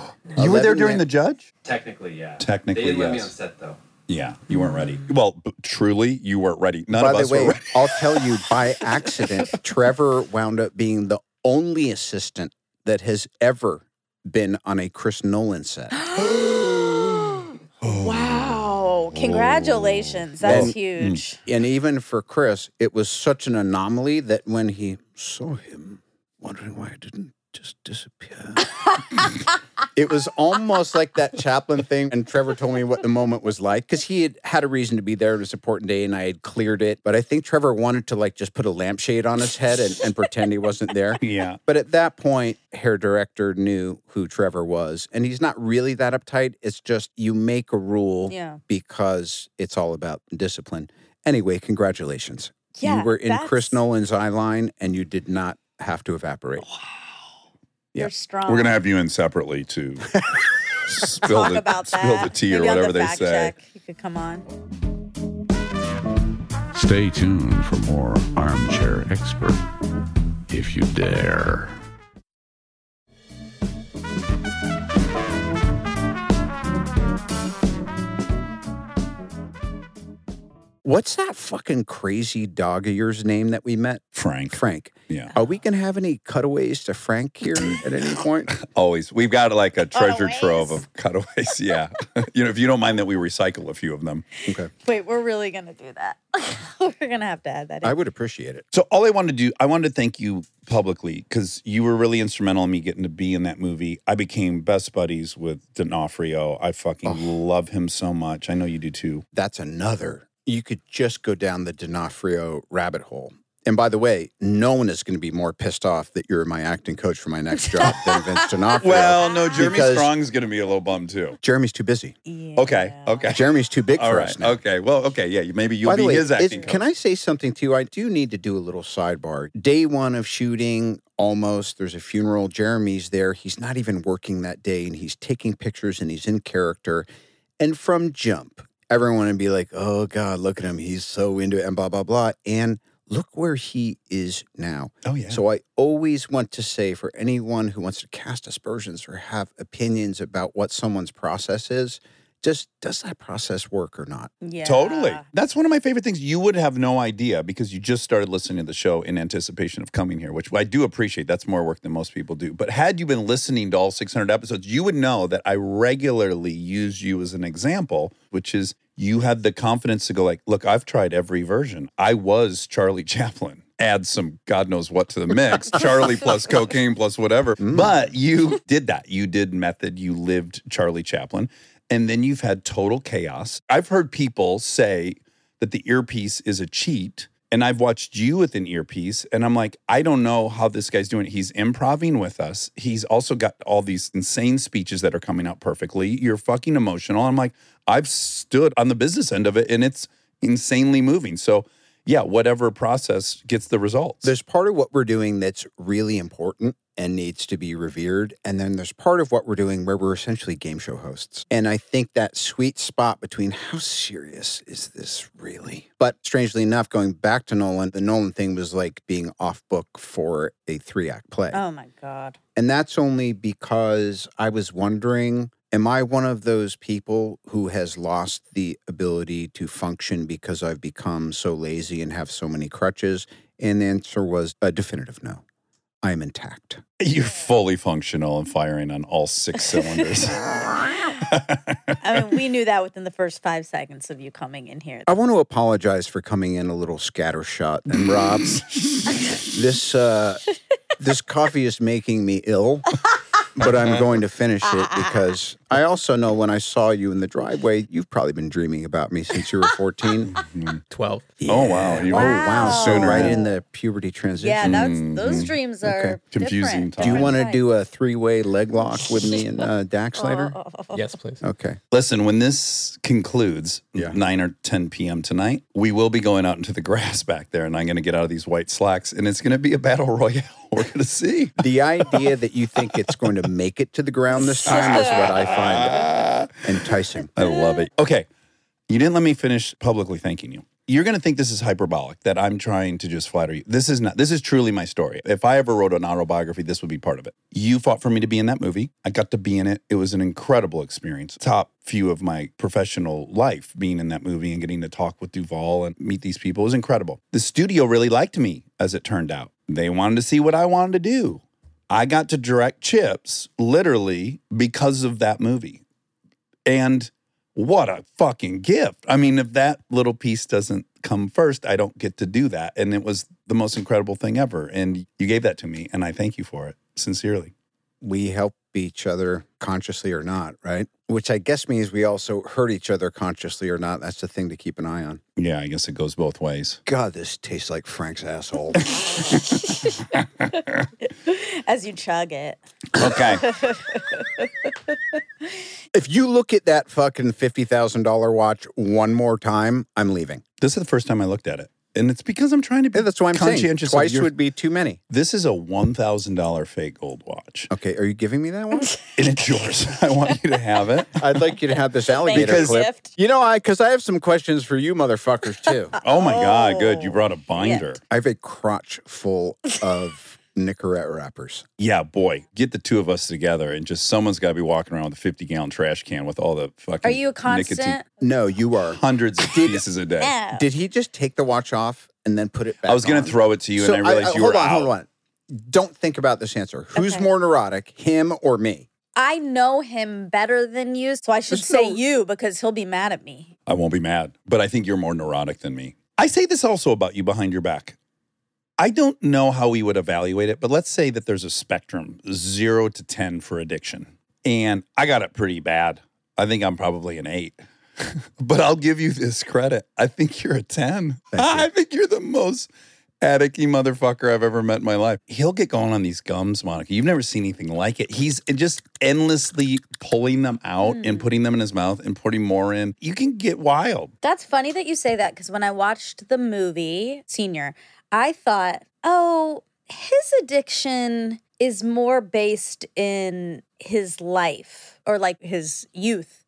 A: were there
F: 11
A: during
F: men.
A: the judge?
E: Technically, yeah.
A: Technically,
E: They didn't let me
A: yes.
E: on set, though.
A: Yeah, you weren't ready. Well, b- truly, you weren't ready. None of
F: by
A: us
F: the way,
A: were ready.
F: I'll tell you by accident, Trevor wound up being the only assistant that has ever been on a Chris Nolan set.
B: wow. Congratulations. That's
A: mm.
F: Well,
B: huge.
F: And even for Chris, it was such an anomaly that when he saw him, wondering why I didn't just disappear. it was almost like that Chaplin thing. And Trevor told me what the moment was like because he had had a reason to be there. It was an important day and I had cleared it. But I think Trevor wanted to like just put a lampshade on his head and, and pretend he wasn't there.
A: Yeah.
F: But at that point, hair director knew who Trevor was. And he's not really that uptight. It's just you make a rule
B: Yeah.
F: because it's all about discipline. Anyway, congratulations.
B: Yeah,
F: you were in
B: that's-
F: Chris Nolan's eye line and you did not have to evaporate.
B: You're
F: Yeah.
B: strong.
A: We're gonna have you in separately to spill
B: talk
A: the
B: about that.
A: spill the tea
B: Maybe
A: or
B: on
A: whatever
B: the
A: they
B: fact
A: say.
B: Check, you could come on.
I: Stay tuned for more Armchair Expert, if you dare.
F: What's that fucking crazy dog of yours name that we met?
A: Frank.
F: Frank.
A: Yeah.
F: Are we going to have any cutaways to Frank here at any point?
A: Always. We've got like a treasure
B: Cutaways.
A: trove of cutaways. Yeah. you know, if you don't mind that we recycle a few of them.
F: Okay.
B: Wait, we're really gonna do that. we're gonna have to add that in.
F: I would appreciate it.
A: So all I wanted to do, I wanted to thank you publicly because you were really instrumental in me getting to be in that movie. I became best buddies with D'Onofrio. I fucking love him so much. I know you do too.
F: That's another. You could just go down the D'Onofrio rabbit hole. And by the way, no one is going to be more pissed off that you're my acting coach for my next job than Vince D'Onofrio.
A: Well, no, Jeremy
F: Because-
A: Strong's gonna be a little bummed too.
F: Jeremy's too busy.
B: Yeah.
A: Okay. Okay.
F: Jeremy's too big
A: All
F: for
A: right.
F: us now.
A: Okay. Well, okay. Yeah. you- Maybe you'll
F: By the
A: be
F: way,
A: his
F: is-
A: acting.
F: can
A: coach.
F: I say something to you? I do need to do a little sidebar. Day one of shooting, almost, there's a funeral. Jeremy's there. He's not even working that day and he's taking pictures and he's in character. And from jump, everyone would be like, oh God, look at him. He's so into it and blah, blah, blah. And look where he is now.
A: Oh yeah.
F: So I always want to say for anyone who wants to cast aspersions or have opinions about what someone's process is, just does that process work or not?
B: Yeah.
A: Oh, Totally. That's one of my favorite things. You would have no idea because you just started listening to the show in anticipation of coming here, which I do appreciate. That's more work than most people do. But had you been listening to all 600 episodes, you would know that I regularly use you as an example, which is you had the confidence to go like, "Look, I've tried every version. I was Charlie Chaplin." Add some God knows what to the mix, Charlie plus cocaine plus whatever. But you did that. You did method. You lived Charlie Chaplin and then you've had total chaos. I've heard people say that the earpiece is a cheat, and I've watched you with an earpiece, and I'm like, I don't know how this guy's doing. it. He's improving with us. He's also got all these insane speeches that are coming out perfectly. You're fucking emotional. I'm like, I've stood on the business end of it, and it's insanely moving. So, yeah, whatever process gets the results.
F: There's part of what we're doing that's really important and needs to be revered. And then there's part of what we're doing where we're essentially game show hosts. And I think that sweet spot between how serious is this really? But strangely enough, going back to Nolan, the Nolan thing was like being off book for a three act play.
B: Oh my god.
F: And that's only because I was wondering am I one of those people who has lost the ability to function because I've become so lazy and have so many crutches? And the answer was a definitive no. I am intact.
A: You're fully functional and firing on all six cylinders.
B: I mean, we knew that within the first five seconds of you coming in here.
F: I want to apologize for coming in a little scattershot. And Rob, this uh, this coffee is making me ill, but I'm going to finish it because I also know when I saw you in the driveway, you've probably been dreaming about me since you were 14.
G: Twelve.
A: Oh, wow. You
F: oh
A: were
F: wow! So
A: sooner
F: right
A: than-
F: in the puberty transition.
B: Yeah, that's
A: Mhm.
B: those dreams are
F: Okay.
A: Confusing
B: different,
A: time.
F: do you
B: different
F: want to
B: type.
F: do a three-way leg lock with me and uh, Dax later?
B: Oh.
G: Yes, please.
A: Oh.
F: Okay.
A: Listen, when this concludes,
F: Yeah.
A: 9 or 10 p.m. tonight, we will be going out into the grass back there, and I'm going to get out of these white slacks, and it's going to be a battle royale. We're going to see.
F: The idea that you think it's going to make it to the ground this time is what I find
A: Ah,
F: enticing. Oh,
A: I love it. Okay. You didn't let me finish publicly thanking you. You're going to think this is hyperbolic, that I'm trying to just flatter you. This is not, this is truly my story. If I ever wrote an autobiography, this would be part of it. You fought for me to be in that movie. I got to be in it. It was an incredible experience. Top few of my professional life being in that movie and getting to talk with Duvall and meet these people It was incredible. The studio really liked me, as it turned out. They wanted to see what I wanted to do. I got to direct Chips literally because of that movie. And what a fucking gift. I mean, if that little piece doesn't come first, I don't get to do that. And it was the most incredible thing ever. And you gave that to me, and I thank you for it sincerely.
F: we help each other consciously or not, right? Which I guess means we also hurt each other consciously or not. That's the thing to keep an eye on.
A: Yeah, I guess it goes both ways.
F: God, this tastes like Frank's asshole.
B: as you chug it.
A: Okay.
F: if you look at that fucking $50,000 watch one more time, I'm leaving.
A: this is the first time I looked at it. And it's because I'm trying to be
F: Yeah, that's why I'm saying
A: conscientious. of
F: twice
A: your-
F: would be too many.
A: this is a $1,000 fake gold watch.
F: Okay, are you giving me that one?
A: And it's yours. I want you to have it.
F: I'd like you to have this alligator
A: Because-
F: clip.
B: gift.
F: You know, I because I have some questions for you, motherfuckers, too.
A: Oh my God, good. You brought a binder.
F: I have a crotch full of Nicorette wrappers.
A: Yeah, boy, get the two of us together and just someone's got to be walking around with a 50 gallon trash can with all the fucking.
B: Are you a constant?
A: Nicotine,
F: No, you are.
A: hundreds of pieces a day.
B: No.
F: Did he just take the watch off and then put it back?
A: I was going
F: on?
A: to throw it to you
F: So
A: and I realized you
F: hold
A: were
F: on,
A: out.
F: Hold on, Don't think about this answer. Who's
B: Okay.
F: more neurotic, him or me?
B: I know him better than you, so I should
F: There's
B: say
F: no-
B: you because he'll be mad at me.
A: I won't be mad, but I think you're more neurotic than me. I say this also about you behind your back. I don't know how we would evaluate it, but let's say that there's a spectrum, zero to 10 for addiction. And I got it pretty bad. I think I'm probably an eight, but I'll give you this credit. I think you're a 10. I think you're the most addicty motherfucker I've ever met in my life. He'll get going on these gums, Monica. You've never seen anything like it. He's just endlessly pulling them out and putting them in his mouth and putting more in. You can get wild.
B: That's funny that you say that because when I watched the movie Senior, I thought, oh, his addiction is more based in his life or like his youth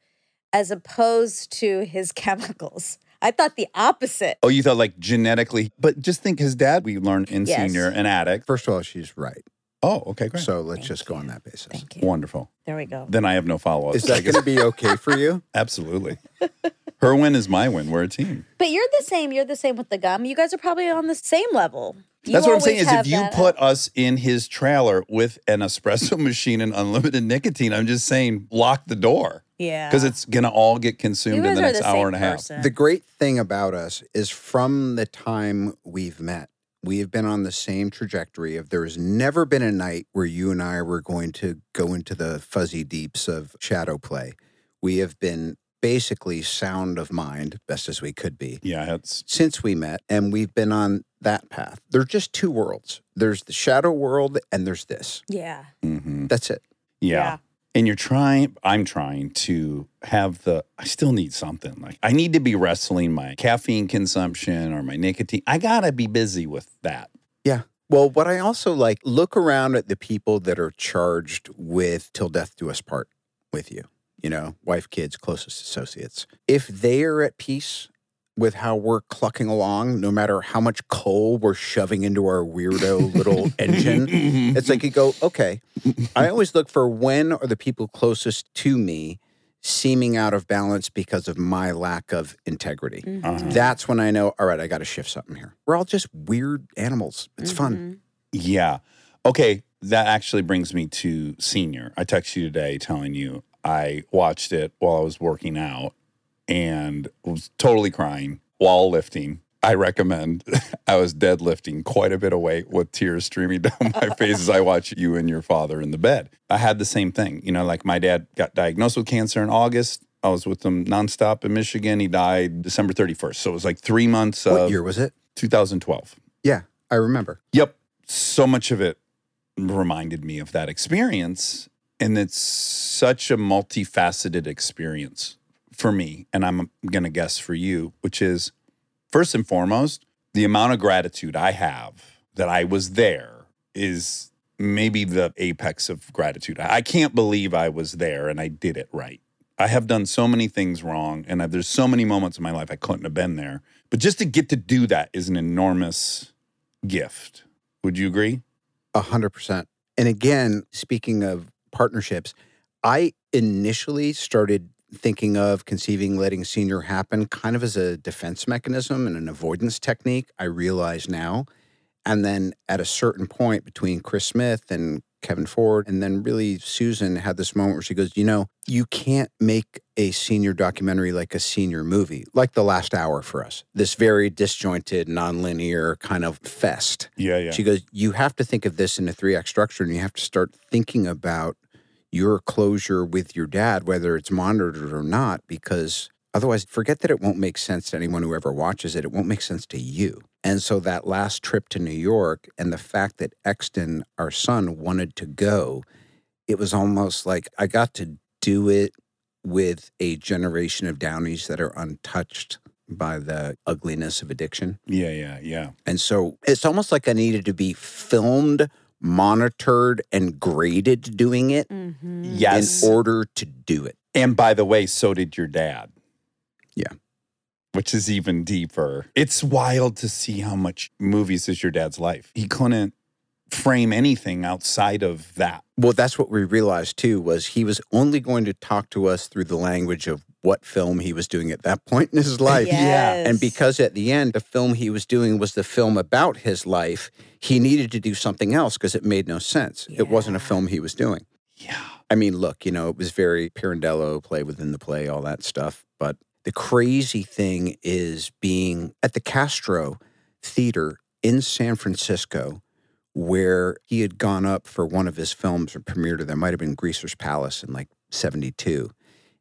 B: as opposed to his chemicals. I thought the opposite.
A: Oh, you thought like genetically, but just think his dad, we learned in
B: Yes.
A: senior, an addict.
F: First of all, she's right.
A: Oh, okay, great.
F: So let's
B: Thank
F: just go
B: you.
F: on that basis.
B: Thank you.
A: Wonderful.
B: There we go.
A: Then I have no follow up.
F: Is that going to be okay for you?
A: Absolutely. Her win is my win. We're a team.
B: But you're the same. You're the same with the gum. You guys are probably on the same level. You
A: That's what I'm
B: always
A: saying is if
B: have
A: you
B: that- uh,
A: put us in his trailer with an espresso machine and unlimited nicotine, I'm just saying lock the door
B: yeah,
A: because it's going to all get consumed in the next hour and a half.
F: The great thing about us is from the time we've met, we have been on the same trajectory of there has never been a night where you and I were going to go into the fuzzy deeps of shadow play. We have been basically sound of mind, best as we could be.
A: Yeah, it's
F: since we met and we've been on that path. There're just two worlds. There's the shadow world and there's this.
B: yeah.
A: mhm.
F: That's it.
A: yeah. And you're trying, I'm trying to have the, I still need something. Like, I need to be wrestling my caffeine consumption or my nicotine. I got to be busy with that.
F: Well, what I also like, look around at the people that are charged with till death do us part with you, you know, wife, kids, closest associates. If they are at peace with how we're clucking along, no matter how much coal we're shoving into our weirdo little engine, It's like you go, okay. I always look for when are the people closest to me seeming out of balance because of my lack of integrity.
A: Uh-huh.
F: That's when I know, all right, I got to shift something here. We're all just weird animals. It's
H: Mm-hmm.
F: fun.
A: Yeah. Okay. That actually brings me to senior. I text you today telling you I watched it while I was working out and was totally crying while lifting. I recommend I was deadlifting quite a bit of weight with tears streaming down my face as I watch you and your father in the bed. I had the same thing. You know, like my dad got diagnosed with cancer in August. I was with him nonstop in Michigan. He died December 31st. So it was like three months
F: what
A: of
F: year was it?
A: 2012.
F: Yeah, I remember.
A: Yep. So much of it reminded me of that experience. And it's such a multifaceted experience for me. And I'm going to guess for you, which is first and foremost, the amount of gratitude I have that I was there is maybe the apex of gratitude. I I can't believe I was there and I did it right. I have done so many things wrong, and I, there's so many moments in my life I couldn't have been there. But just to get to do that is an enormous gift. Would you agree?
F: A hundred percent. And again, speaking of partnerships, I initially started thinking of conceiving letting senior happen kind of as a defense mechanism and an avoidance technique. I realize now. And then at a certain point between Chris Smith and Kevin Ford. And then really, Susan had this moment where she goes, You know, you can't make a senior documentary like a senior movie, like The Last Hour for us, this very disjointed, nonlinear kind of fest.
A: Yeah, yeah.
F: She goes, You have to think of this in a three act structure and you have to start thinking about your closure with your dad, whether it's monitored or not, because otherwise, forget that it won't make sense to anyone who ever watches it. It won't make sense to you. And so that last trip to New York and the fact that Exton, our son, wanted to go, it was almost like I got to do it with a generation of Downies that are untouched by the ugliness of addiction.
A: yeah, yeah, yeah.
F: And so it's almost like I needed to be filmed, monitored, and graded doing
H: Mm.
F: it
B: Mm-hmm.
A: Yes.
F: in order to do it.
A: And by the way, so did your dad.
F: Yeah.
A: Which is even deeper. It's wild to see how much movies is your dad's life. He couldn't frame anything outside of that.
F: Well, that's what we realized too was he was only going to talk to us through the language of what film he was doing at that point in his life. And because at the end the film he was doing was the film about his life, he needed to do something else because it made no sense. It wasn't a
B: Yeah.
F: film he was doing.
A: Yeah.
F: I mean, look, you know, it was very Pirandello, play within the play, all that stuff. But the crazy thing is being at the Castro Theater in San Francisco, where he had gone up for one of his films or premiered it. That might have been Greaser's Palace in like 72.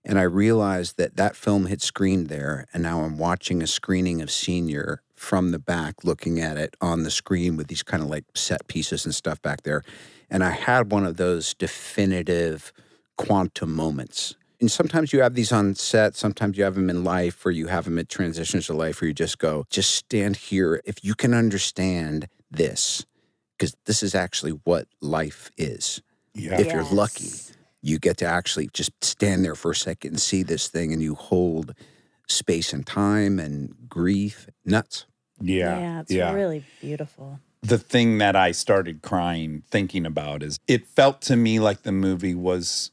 F: And I realized that that film had screened there. And now I'm watching a screening of Senior from the back, looking at it on the screen with these kind of like set pieces and stuff back there. And I had one of those definitive quantum moments. And sometimes you have these on set, sometimes you have them in life, or you have them at transitions of life, where you just go, just stand here. If you can understand this, because this is actually what life is.
A: Yeah.
F: If you're lucky, You get to actually just stand there for a second and see this thing, and you hold space and time and grief. Nuts.
A: Yeah.
B: yeah, it's really beautiful.
A: the thing that I started crying thinking about is it felt to me like the movie was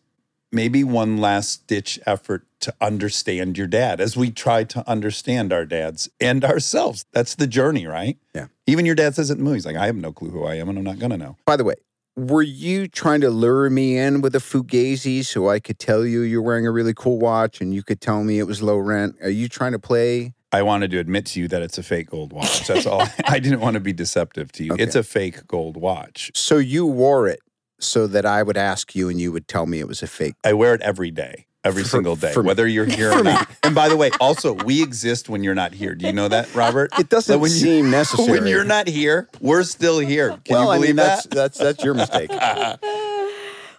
A: maybe one last ditch effort to understand your dad as we try to understand our dads and ourselves. That's the journey, right?
F: Yeah.
A: Even your dad says it in the movie. He's like, I have no clue who I am and I'm not going to know.
F: By the way, were you trying to lure me in with a fugazi so I could tell you you're wearing a really cool watch and you could tell me it was low rent? Are you trying to play?
A: I wanted to admit to you that it's a fake gold watch. That's all. I didn't want to be deceptive to you.
F: Okay.
A: It's a fake gold watch.
F: So you wore it so that I would ask you and you would tell me it was a fake.
A: I wear it every day, every
F: For-
A: single day,
F: for me.
A: whether you're here or not. And by the way, also, we exist when you're not here. Do you know that, Robert?
F: It doesn't
A: But when you-
F: seem necessary.
A: When you're not here, we're still here. Can
F: well,
A: you
F: I mean,
A: believe
F: that's,
A: that?
F: that's that's your mistake.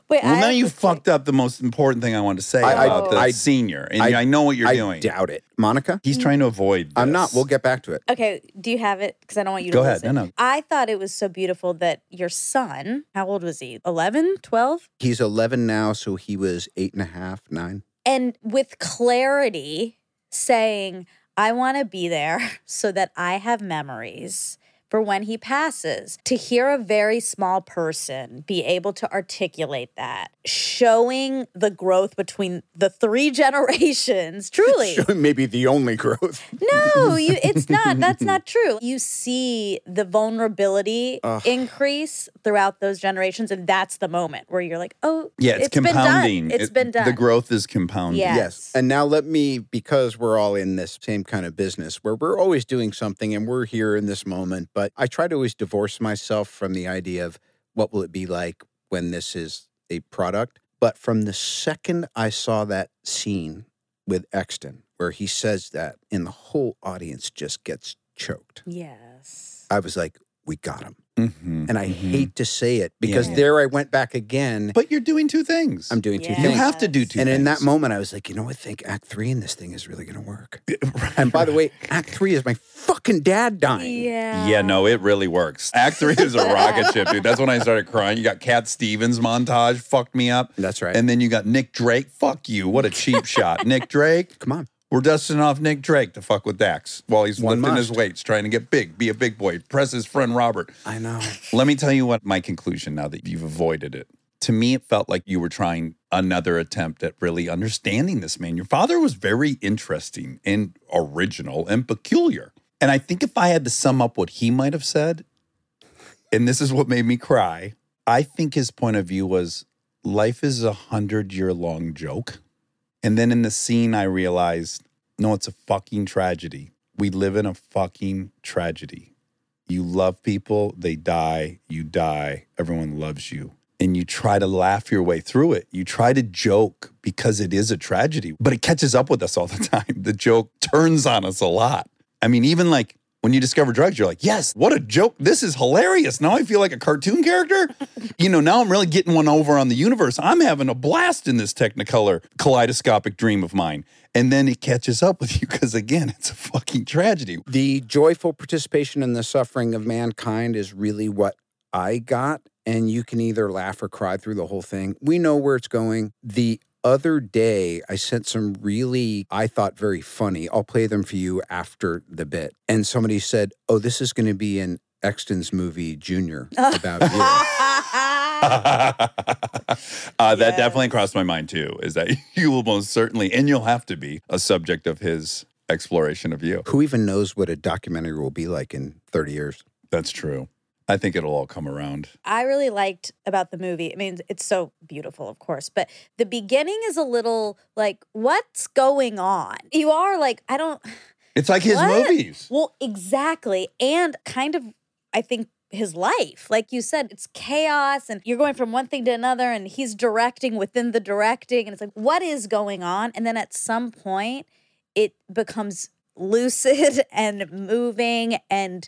B: Wait,
A: well,
B: I
A: now
B: have
A: you
B: to say-
A: fucked up the most important thing I wanted to say
F: I- I-
A: about the
F: I-
A: senior, and
F: I-
A: I, know what you're
F: I
A: doing.
F: doubt it, Monica.
A: He's trying to avoid.
F: I'm
A: this.
F: not. We'll get back to it.
B: Okay, do you have it? Because I don't want you to
A: Go ahead.
B: lose it.
A: No, no.
B: I thought it was so beautiful that your son, how old was he? 11, 12?
F: He's 11 now, so he was eight and a half, nine.
B: And with clarity saying, I want to be there so that I have memories for when he passes. To hear a very small person be able to articulate that, showing the growth between the three generations, truly.
F: Maybe the only growth.
B: No, you, it's not. That's not true. You see the vulnerability
F: Ugh.
B: increase throughout those generations, and that's the moment where you're like, "Oh,
A: Yeah, it's,
B: been done.
A: compounding.
B: It's
A: It-
B: been done."
A: The growth is compounding.
B: Yeah.
F: Yes.
B: Yes.
F: And now let me, because we're all in this same kind of business where we're always doing something and we're here in this moment, but I try to always divorce myself from the idea of what will it be like when this is a product. But from the second I saw that scene with Exton, where he says that and the whole audience just gets choked,
B: Yes.
F: I was like, we got him.
A: Mhm,
F: And I
A: mhm.
F: hate to say it because
A: Yeah.
F: there I went back again.
A: But you're doing two things.
F: I'm doing two
B: Yeah.
A: you
F: things.
A: have to do
B: Yes.
A: two.
F: and
A: things.
F: in that moment, I was like, you know, I think Act Three in this thing is really going to work. And by the way, Act Three is my fucking dad dying.
B: Yeah.
A: Yeah, no, it really works. Act three is a rocket ship, dude. That's when I started crying. You got Cat Stevens montage, fucked me up.
F: That's right.
A: And then you got Nick Drake. Fuck you. What a cheap shot. Nick Drake.
F: Come on.
A: We're dusting off Nick Drake to fuck with Dax while he's
F: One
A: lifting his
F: must.
A: weights, trying to get big, be a big boy, press his friend Robert.
F: I know.
A: Let me tell you what my conclusion now that you've avoided it. To me, it felt like you were trying another attempt at really understanding this man. Your father was very interesting and original and peculiar. And I think if I had to sum up what he might have said, and this is what made me cry, I think his point of view was life is a hundred year long joke. And then in the scene, I realized no, it's a fucking tragedy. We live in a fucking tragedy. You love people, they die, you die, everyone loves you. And you try to laugh your way through it. You try to joke because it is a tragedy, but it catches up with us all the time. The joke turns on us a lot. I mean, even like when you discover drugs, you're like, yes, what a joke. This is hilarious. Now I feel like a cartoon character. you know, now I'm really getting one over on the universe. I'm having a blast in this Technicolor kaleidoscopic dream of mine. And then it catches up with you because, again, it's a fucking tragedy.
F: the joyful participation in the suffering of mankind is really what I got. And you can either laugh or cry through the whole thing. We know where it's going. The other day, I sent some really, I thought very funny. I'll play them for you after the bit. And somebody said, Oh, this is going to be in Exton's movie Junior about you.
A: uh, that
B: Yes.
A: definitely crossed my mind too is that you will most certainly, and you'll have to be, a subject of his exploration of you.
F: Who even knows what a documentary will be like in 30 years?
A: That's true. I think it'll all come around.
B: I really liked about the movie. I mean, it's so beautiful, of course, but the beginning is a little like, what's going on? You are like, I don't.
A: It's like his
B: What?
A: movies.
B: Well, exactly. And kind of, I think, his life. Like you said, it's chaos and you're going from one thing to another, and he's directing within the directing. And it's like, what is going on? And then at some point, it becomes lucid and moving and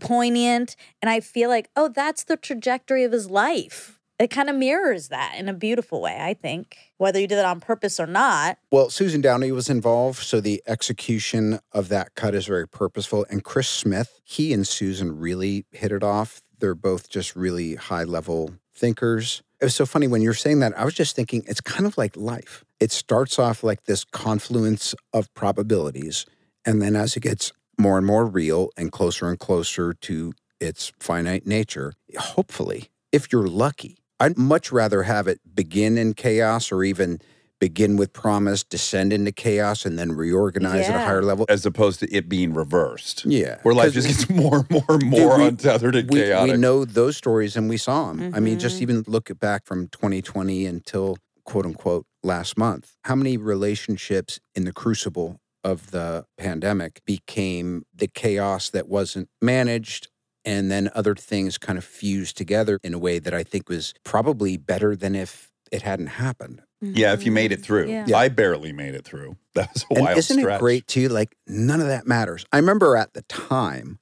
B: poignant. And I feel like, oh, that's the trajectory of his life. It kind of mirrors that in a beautiful way, I think, whether you did it on purpose or not.
F: Well, Susan Downey was involved, so the execution of that cut is very purposeful. And Chris Smith, he and Susan really hit it off. They're both just really high level thinkers. It was so funny when you were saying that, I was just thinking it's kind of like life. It starts off like this confluence of probabilities. And then as it gets more and more real and closer and closer to its finite nature, hopefully, if you're lucky, I'd much rather have it begin in chaos or even begin with promise, descend into chaos, and then reorganize at a
B: Yeah.
F: higher level.
A: As opposed to it being reversed.
F: Yeah.
A: where life
F: 'Cause
A: just gets more and more and more
F: Dude, we-
A: untethered and
F: we,
A: chaotic.
F: we know those stories and we saw them. I mean, just even look at back from 2020 until quote unquote last month. How many relationships in the crucible of the pandemic became the chaos that wasn't managed? And then other things kind of fused together in a way that I think was probably better than if it hadn't happened.
A: yeah, if you made
F: Mm-hmm.
A: it through.
B: Yeah.
A: I barely made it through. That was a
F: And
A: wild
F: isn't
A: stretch.
F: it great too? Like none of that matters. I remember at the time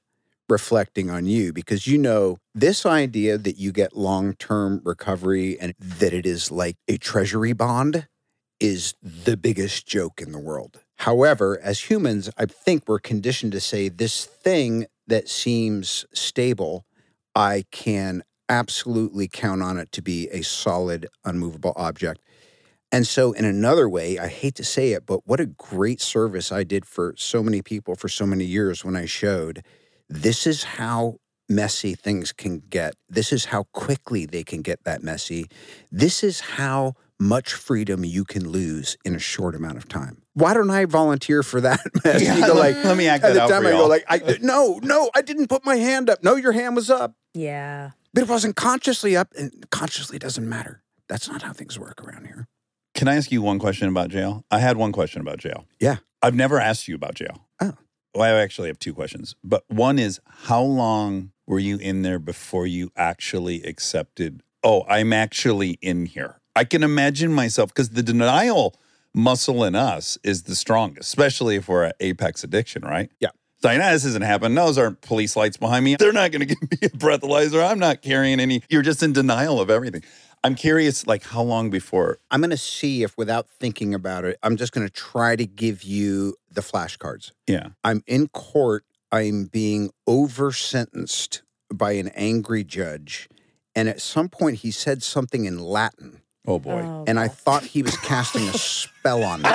F: reflecting on you because you know this idea that you get long-term recovery and that it is like a treasury bond is the biggest joke in the world. However, as humans, I think we're conditioned to say this thing that seems stable, I can absolutely count on it to be a solid, unmovable object. And so, in another way, I hate to say it, but what a great service I did for so many people for so many years when I showed this is how messy things can get. This is how quickly they can get that messy. This is how much freedom you can lose in a short amount of time. Why don't I volunteer for that? mess?
A: Yeah,
F: You go
A: let-
F: like,
A: let me act
F: at
A: that
F: the
A: out
F: time
A: for
F: I go
A: y'all.
F: like, I, no, no, I didn't put my hand up. No, your hand was up,
B: Yeah.
F: but it wasn't consciously up, and consciously doesn't matter. That's not how things work around here.
A: Can I ask you one question about jail? I had one question about jail.
F: Yeah.
A: I've never asked you about jail.
F: Oh.
A: Well, I actually have two questions. But one is how long were you in there before you actually accepted, oh, I'm actually in here? I can imagine myself because the denial muscle in us is the strongest, especially if we're at apex addiction, right?
F: Yeah.
A: It's like, nah, this isn't happening. Those aren't police lights behind me. They're not going to give me a breathalyzer. I'm not carrying any. You're just in denial of everything. I'm curious, like, how long before
F: I'm going to see if, without thinking about it, I'm just going to try to give you the flashcards.
A: Yeah.
F: I'm in court. I'm being over sentenced by an angry judge. And at some point, he said something in Latin.
A: Oh boy.
F: And I thought he was casting a spell on me.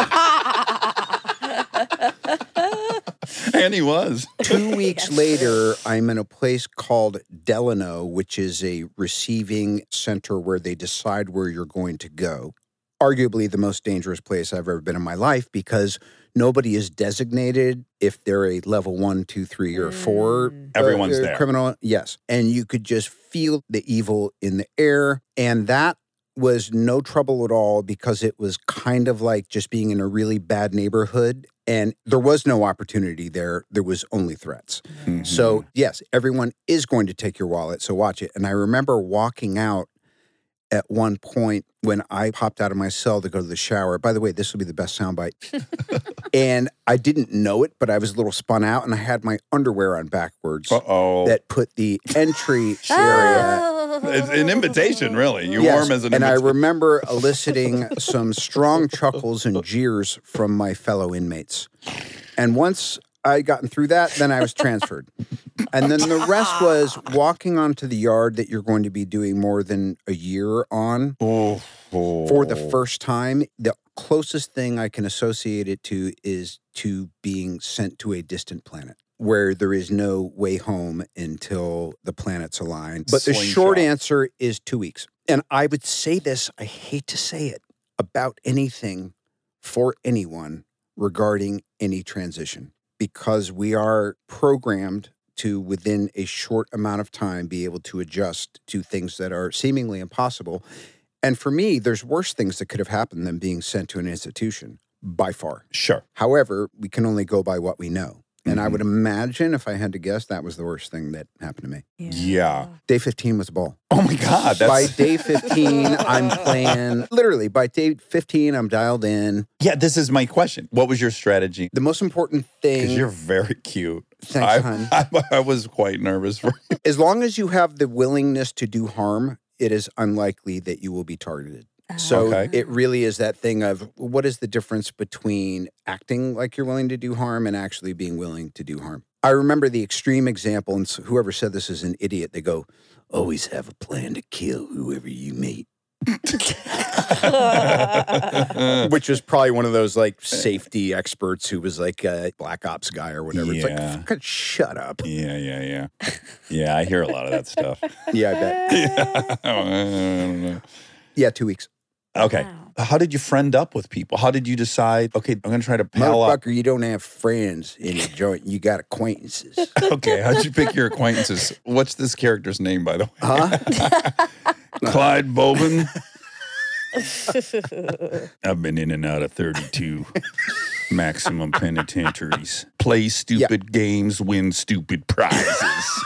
A: And he was.
F: Two weeks later, I'm in a place called Delano, which is a receiving center where they decide where you're going to go. Arguably the most dangerous place I've ever been in my life because nobody is designated if they're a level one, two, three, or four.
B: Mm.
F: uh,
A: Everyone's
F: uh,
A: there.
F: Criminal, yes. And you could just feel the evil in the air. And that was no trouble at all because it was kind of like just being in a really bad neighborhood. And there was no opportunity there. There was only threats.
A: Mhm.
F: So, yes, everyone is going to take your wallet. So, watch it. And I remember walking out at one point when I popped out of my cell to go to the shower. By the way, this will be the best soundbite. and I didn't know it, but I was a little spun out and I had my underwear on backwards
A: Uh-oh.
F: that put the entry area.
B: Oh.
A: it's an invitation, really. You
F: Yes,
A: warm as an
F: and I
A: invitation.
F: remember eliciting some strong chuckles and jeers from my fellow inmates. And once I'd gotten through that, then I was transferred. And then the rest was walking onto the yard that you're going to be doing more than a year on
A: Oh, oh.
F: for the first time. The closest thing I can associate it to is to being sent to a distant planet where there is no way home until the planets align. But the short
A: Slingshot.
F: answer is two weeks. And I would say this, I hate to say it, about anything for anyone regarding any transition because we are programmed to within a short amount of time be able to adjust to things that are seemingly impossible and for me there's worse things that could have happened than being sent to an institution by far
A: Sure.
F: however we can only go by what we know and i
A: Mhm.
F: would imagine if i had to guess that was the worst thing that happened to me
A: Yeah.
F: day 15 was a ball
A: Oh my God. That's
F: by day 15 i'm playing Uh, literally by day 15 i'm dialed in
A: yeah. This is my question. What was your strategy?
F: the most important
A: Because you're
F: thing
A: very cute.
F: Thanks,
A: I-
F: hon.
A: I, I was quite nervous for you.
F: as long as you have the willingness to do harm, it is unlikely that you will be targeted. So
A: Okay.
F: it really is that thing of what is the difference between acting like you're willing to do harm and actually being willing to do harm? I remember the extreme example, and s- whoever said this is an idiot. They go, always have a plan to kill whoever you meet, which was probably one of those like safety experts who was like a black ops guy or whatever.
A: Yeah.
F: It's like, "Fucking shut up.
A: yeah, yeah, yeah. Yeah, I hear a lot of that stuff.
F: Yeah, I bet.
A: Yeah. I don't know.
F: Yeah, two weeks.
A: Okay.
B: Wow.
A: How did you friend up with people? How did you decide, okay, I'm going to try to pal up?
F: Motherfucker, you don't have friends in the joint. You got acquaintances.
A: Okay. How'd you pick your acquaintances? What's this character's name, by the way?
F: Huh?
A: Clyde Bobin. I've been in and out of 32 maximum penitentiaries. Play stupid games, win stupid prizes.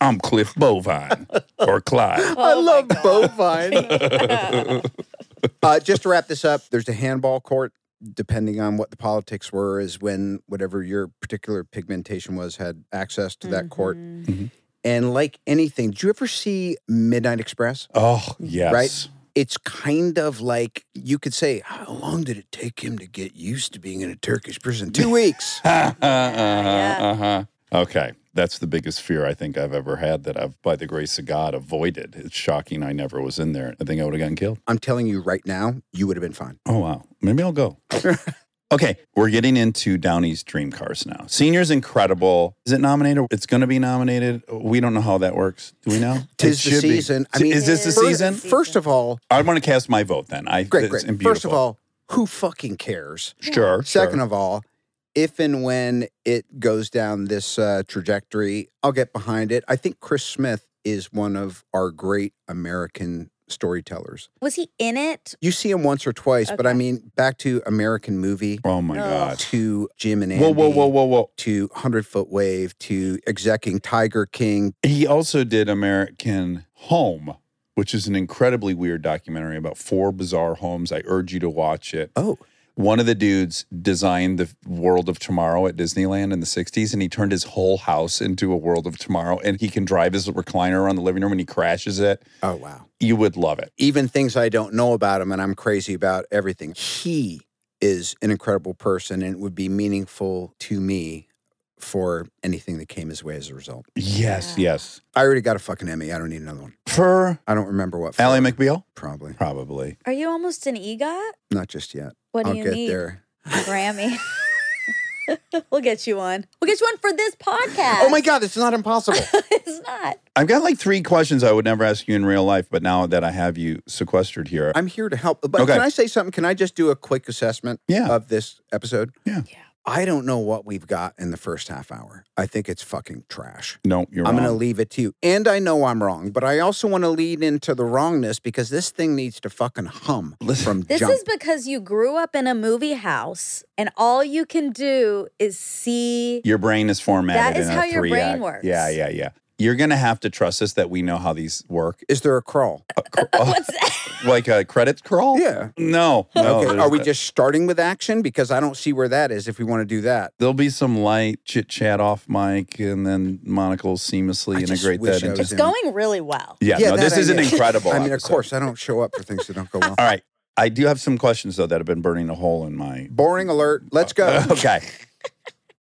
A: I'm Cliff Bovine or Clyde.
F: I love bovine. uh, just to wrap this up, there's a handball court. Depending on what the politics were, is when whatever your particular pigmentation was had access to that court.
H: Mm-hmm.
A: Mhm.
F: And like anything, do you ever see Midnight Express?
A: Oh, yes.
F: It's kind of like you could say, How long did it take him to get used to being in a Turkish prison? Two weeks.
A: uh-huh,
B: Yeah, yeah.
A: uh-huh. Okay. That's the biggest fear I think I've ever had that I've, by the grace of God, avoided. It's shocking I never was in there. I think I would have gotten killed.
F: I'm telling you right now, you would have been fine.
A: Oh, wow. Maybe I'll go. okay. We're getting into Downey's dream cars now. Senior's incredible. Is it nominated? It's going to be nominated. We don't know how that works. Do we know?
F: Tis
A: It
F: the
A: should be.
F: season. I
A: Ti-
F: mean,
A: is this the
B: Tis the
A: season?
B: season.
F: First of all,
A: I want to cast my vote then. I,
F: great,
A: it's
F: great.
A: beautiful.
F: First of all, who fucking cares?
A: sure.
F: Second of all, if and when it goes down this uh, trajectory, I'll get behind it. I think Chris Smith is one of our great American storytellers.
B: Was he in it?
F: You see him once or twice, but I
B: Okay.
F: mean, back to American Movie,
A: oh, my
B: Oh.
A: God.
F: to Jim and Andy,
A: Whoa, whoa, whoa, whoa, whoa.
F: to Hundred Foot Wave, to execing Tiger King.
A: He also did American Home, which is an incredibly weird documentary about four bizarre homes. I urge you to watch it.
F: Oh,
A: One of the dudes designed the world of tomorrow at Disneyland in the 60s, and he turned his whole house into a world of tomorrow. And he can drive his recliner around the living room and he crashes it.
F: oh, wow.
A: You would love it.
F: even things I don't know about him and I'm crazy about everything. He is an incredible person and it would be meaningful to me for anything that came his way as a result.
A: Yes, yes.
F: I already got a fucking Emmy. I don't need another one.
A: For
F: I don't remember what.
A: Ally
F: for.
A: McBeal?
F: Probably.
A: Probably.
B: Are you almost an EGOT?
F: Not just yet.
B: What do
F: I'll
B: you
F: get
B: need?
F: there.
B: Grammy. We'll get you one. We'll get you one for this podcast.
F: Oh my God, it's not impossible.
B: it's not.
A: I've got like three questions I would never ask you in real life, but now that I have you sequestered here,
F: I'm here to help. But
A: Okay.
F: can I say something? Can I just do a quick assessment
A: Yeah.
F: of this episode?
A: Yeah.
B: Yeah.
F: I don't know what we've got in the first half hour. I think it's fucking trash.
A: no, you're
F: I'm
A: wrong.
F: going to leave it to you. And I know I'm wrong, but I also want to lead into the wrongness because this thing needs to fucking hum
A: Listen.
F: from
B: This
F: jump.
B: is because you grew up in a movie house and all you can do is see.
A: your brain is formatted.
B: That is
A: in a
B: how your brain
A: three-act-
B: works.
A: Yeah, yeah, yeah. You're gonna have to trust us that we know how these work,
F: Is there a crawl?
B: What's that?
A: like a credit crawl.
F: Yeah.
A: No. no
F: okay.
A: there's
F: Are we
A: that.
F: just starting with action? Because I don't see where that is if we want to do that.
A: There'll be some light chit chat off mic, and then Monica will seamlessly
F: I just
A: integrate
F: wish
A: that
F: I
A: into.
F: was
B: It's going really well.
A: yeah, no,
F: that
A: this
F: I
A: is an
F: knew.
A: incredible.
F: I mean, of
A: episode.
F: course, I don't show up for things that don't go well.
A: All right, I do have some questions though that have been burning a hole in my.
F: Boring alert. Let's go.
A: okay.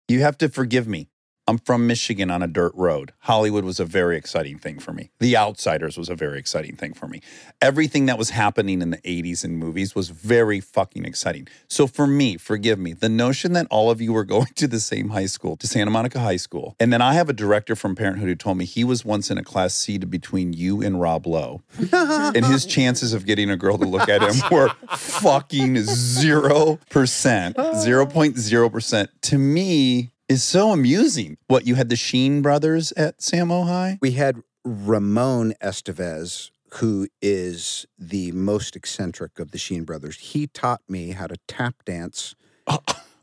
A: You have to forgive me. I'm from Michigan on a dirt road. Hollywood was a very exciting thing for me. The Outsiders was a very exciting thing for me. Everything that was happening in the 80s in movies was very fucking exciting. So for me, forgive me, the notion that all of you were going to the same high school, to Santa Monica High School, and then I have a director from Parenthood who told me he was once in a class seated between you and Rob Lowe and his chances of getting a girl to look at him were fucking zero percent, zero point zero percent. To me, is so amusing. What you had the Sheen brothers at Samo High?
F: we had Ramon Estevez, who is the most eccentric of the Sheen brothers. He taught me how to tap dance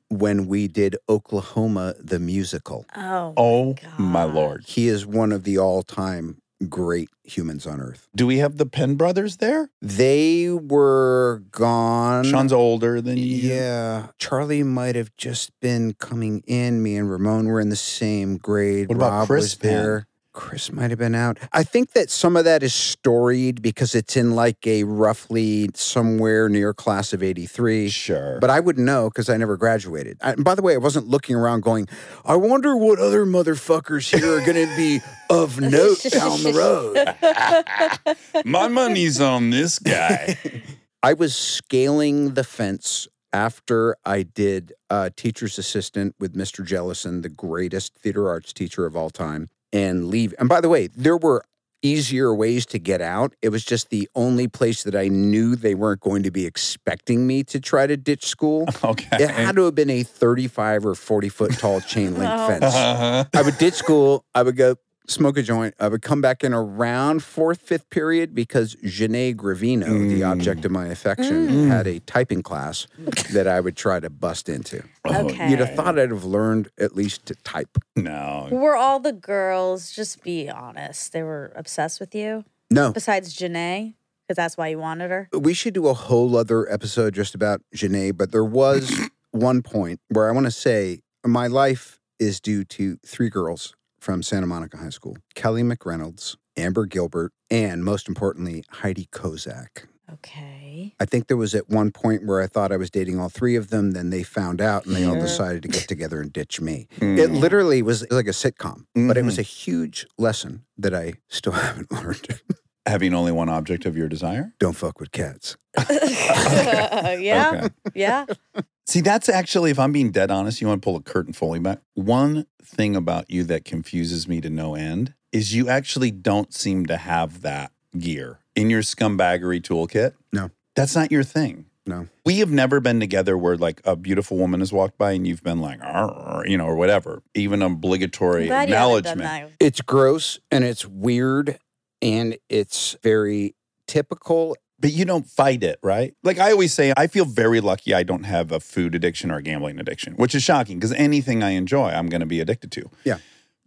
F: when we did Oklahoma the musical.
B: Oh.
A: Oh
B: God.
A: my lord!
F: He is one of the all-time great humans on earth.
A: Do we have the Penn brothers there?
F: They were gone.
A: Sean's older than you.
F: Um, yeah, Charlie might have just been coming in. Me and Ramon were in the same grade.
A: What about
F: Rob
A: Chris
F: was
A: Penn?
F: there. Chris might have been out. I think that some of that is storied because it's in like a roughly somewhere near class of 83.
A: Sure.
F: But I wouldn't know because I never graduated. I, and by the way, I wasn't looking around going, I wonder what other motherfuckers here are going to be of note down the road.
A: my money's on this guy.
F: I was scaling the fence after I did uh, teacher's assistant with Mr. Jellison, the greatest theater arts teacher of all time, and leave. And by the way, there were easier ways to get out. It was just the only place that I knew they weren't going to be expecting me to try to ditch school.
A: Okay.
F: It had to have been a 35 or 40 foot tall chain link fence.
A: Uh-huh.
F: I would ditch school. I would go smoke a joint. I would come back in around fourth, fifth period because Janae Gravino, the
A: Mm.
F: object of my affection,
A: Mm.
F: had a typing class that I would try to bust into.
A: Oh,
B: Okay.
F: You'd have thought I'd have learned at least to type.
A: No.
B: Were all the girls, just be honest, they were obsessed with you?
F: No.
B: Besides Janae, because that's why you wanted her?
F: We should do a whole other episode just about Janae, but there was one point where I want to say my life is due to three girls from Santa Monica High School Kelly McReynolds, Amber Gilbert, and most importantly, Heidi Kozak.
B: Okay.
F: I think there was at one point where I thought I was dating all three of them. Then they found out and they all
B: Sure.
F: decided to get together and ditch me.
A: Mm.
F: It literally was like a sitcom, but it
A: Mhm.
F: was a huge lesson that I still haven't learned.
A: Having only one object of your desire.
F: Don't fuck with cats.
B: yeah.
A: Okay.
B: Yeah.
A: See, that's actually, if I'm being dead honest, you want to pull a curtain fully back. One thing about you that confuses me to no end is you actually don't seem to have that gear in your scumbaggery toolkit.
F: No.
A: That's not your thing.
F: No.
A: We have never been together where like a beautiful woman has walked by and you've been like, "Arr," you know, or whatever, even obligatory
B: Glad you haven't done
A: acknowledgement.
B: that.
F: It's gross and it's weird and it's very typical.
A: but you don't fight it, right? Like I always say, I feel very lucky I don't have a food addiction or a gambling addiction, which is shocking because anything I enjoy, I'm going to be addicted to.
F: Yeah.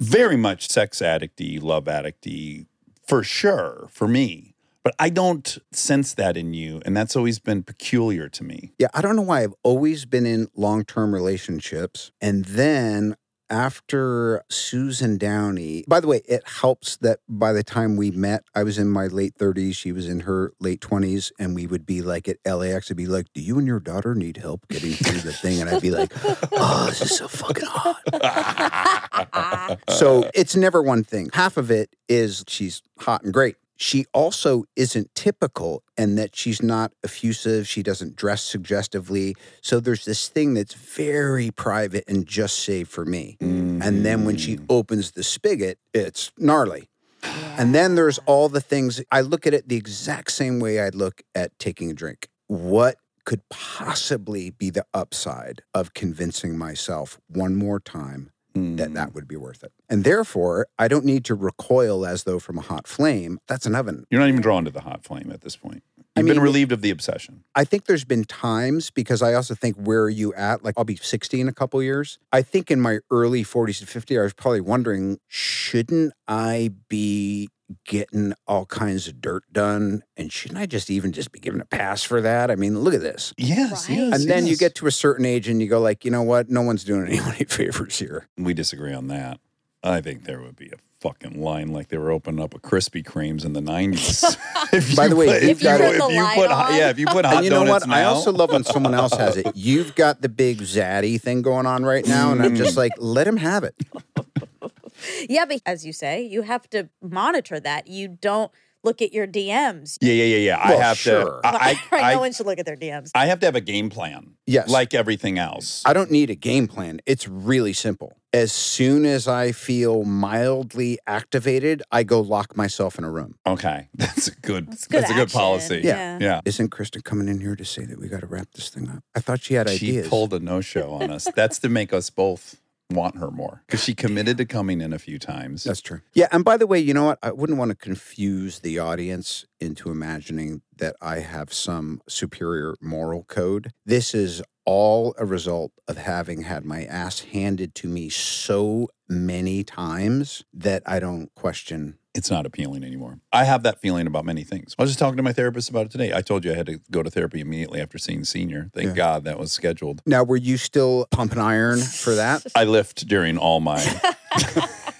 A: Very much sex addicty, love addicty, for sure, for me. But I don't sense that in you. And that's always been peculiar to me.
F: Yeah, I don't know why I've always been in long term relationships. And then after Susan Downey, by the way, it helps that by the time we met, I was in my late 30s, she was in her late 20s, and we would be like at LAX and be like, Do you and your daughter need help getting through the thing? And I'd be like, Oh, this is so fucking hot.
A: Uh.
F: So it's never one thing. Half of it is she's hot and great. she also isn't typical and that she's not effusive. She doesn't dress suggestively. So there's this thing that's very private and just saved for me.
A: Mm-hmm.
F: And then when
A: Mm.
F: she opens the spigot, it's gnarly. And then there's all the things I look at it the exact same way I'd look at taking a drink. What could possibly be the upside of convincing myself one more time
A: Mm-hmm.
F: that that would be worth it? And therefore, I don't need to recoil as though from a hot flame. That's an oven.
A: You're not even drawn to the hot flame at this point. You've
F: I
A: been
F: mean-
A: relieved of the obsession.
F: I think there's been times because I also think where are you at? Like I'll be 60 in a couple years. I think in my early 40s and 50, I was probably wondering, shouldn't I be getting all kinds of dirt done? And shouldn't I just even just be given a pass for that? I mean, look at this.
A: Yes,
B: Right.
A: yes.
F: And then you
A: yes.
F: get to a certain age and you go like, you know what? No one's doing anyone any favors here.
A: We disagree on that. I think there would be a fucking line like they were opening up a Krispy Kremes in the 90s. If
F: By
A: you
F: the way,
A: put-
F: you've got
A: put-
F: it.
B: If you put the
A: put
B: light
A: hot-
B: on.
A: yeah, if you put hot
F: And you know
A: donuts
F: what? I
A: now-
F: also love when someone else has it. You've got the big zaddy thing going on right now, and I'm
A: Mm.
F: just like, let him have it.
B: Yeah, but as you say, you have to monitor that. You don't look at your DMs.
A: yeah, yeah, yeah, yeah.
F: Well,
A: I have to.
F: sure.
A: I, I,
B: right,
A: I,
B: no one should look at their DMs.
A: I have to have a game plan.
F: Yes.
A: like everything else.
F: I don't need a game plan. It's really simple. As soon as I feel mildly activated, I go lock myself in a room.
A: okay, that's a good. That's,
B: That's good
A: a good
B: action.
A: policy.
B: Yeah.
A: yeah.
F: Isn't Kristen coming in here to say that we got to wrap this thing up? I thought she had
A: she
F: ideas.
A: pulled a no-show on us. That's to make us both want her more because she committed to coming in a few times.
F: That's true. Yeah. And by the way, you know what? I wouldn't want to confuse the audience into imagining that I have some superior moral code. This is all a result of having had my ass handed to me so many times that I don't question
A: it's not appealing anymore. I have that feeling about many things. I was just talking to my therapist about it today. I told you I had to go to therapy immediately after seeing Senior. Thank
F: Yeah.
A: God that was scheduled.
F: Now, were you still pumping iron for that?
A: I lift during all my,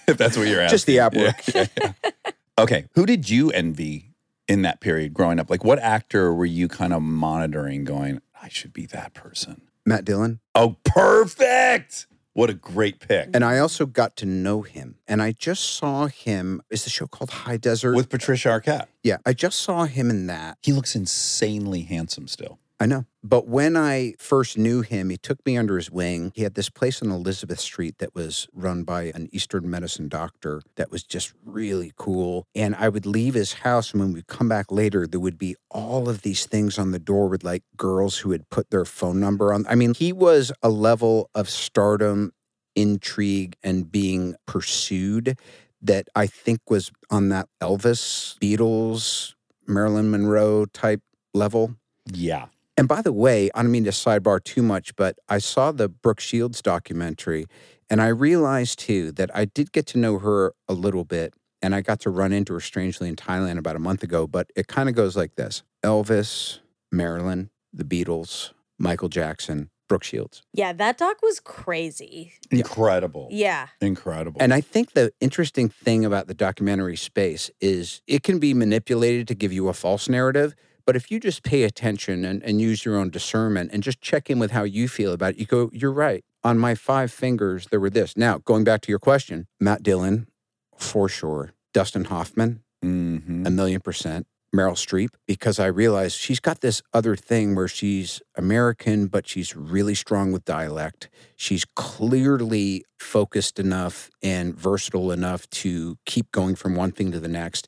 A: if that's what you're asking.
F: Just the app work.
A: Yeah, yeah, yeah. okay. Who did you envy in that period growing up? Like, what actor were you kind of monitoring going, I should be that person?
F: Matt Dillon.
A: Oh, perfect. What a great pick.
F: And I also got to know him. And I just saw him. Is the show called High Desert?
A: With Patricia Arquette.
F: yeah, I just saw him in that.
A: He looks insanely handsome still.
F: I know. But when I first knew him, he took me under his wing. He had this place on Elizabeth Street that was run by an Eastern medicine doctor that was just really cool. And I would leave his house, and when we'd come back later, there would be all of these things on the door with like girls who had put their phone number on. I mean, he was a level of stardom, intrigue, and being pursued that I think was on that Elvis, Beatles, Marilyn Monroe type level.
A: Yeah.
F: And by the way, I don't mean to sidebar too much, but I saw the Brooke Shields documentary and I realized too that I did get to know her a little bit. And I got to run into her strangely in Thailand about a month ago, but it kind of goes like this Elvis, Marilyn, the Beatles, Michael Jackson, Brooke Shields.
B: Yeah, that doc was crazy.
A: Incredible.
B: Yeah.
A: Incredible.
F: And I think the interesting thing about the documentary space is it can be manipulated to give you a false narrative. But if you just pay attention and, and use your own discernment and just check in with how you feel about it, you go, you're right. On my five fingers, there were this. Now, going back to your question, Matt Dillon, for sure. Dustin Hoffman,
A: Mhm.
F: a million percent. Meryl Streep, because I realized she's got this other thing where she's American, but she's really strong with dialect. She's clearly focused enough and versatile enough to keep going from one thing to the next.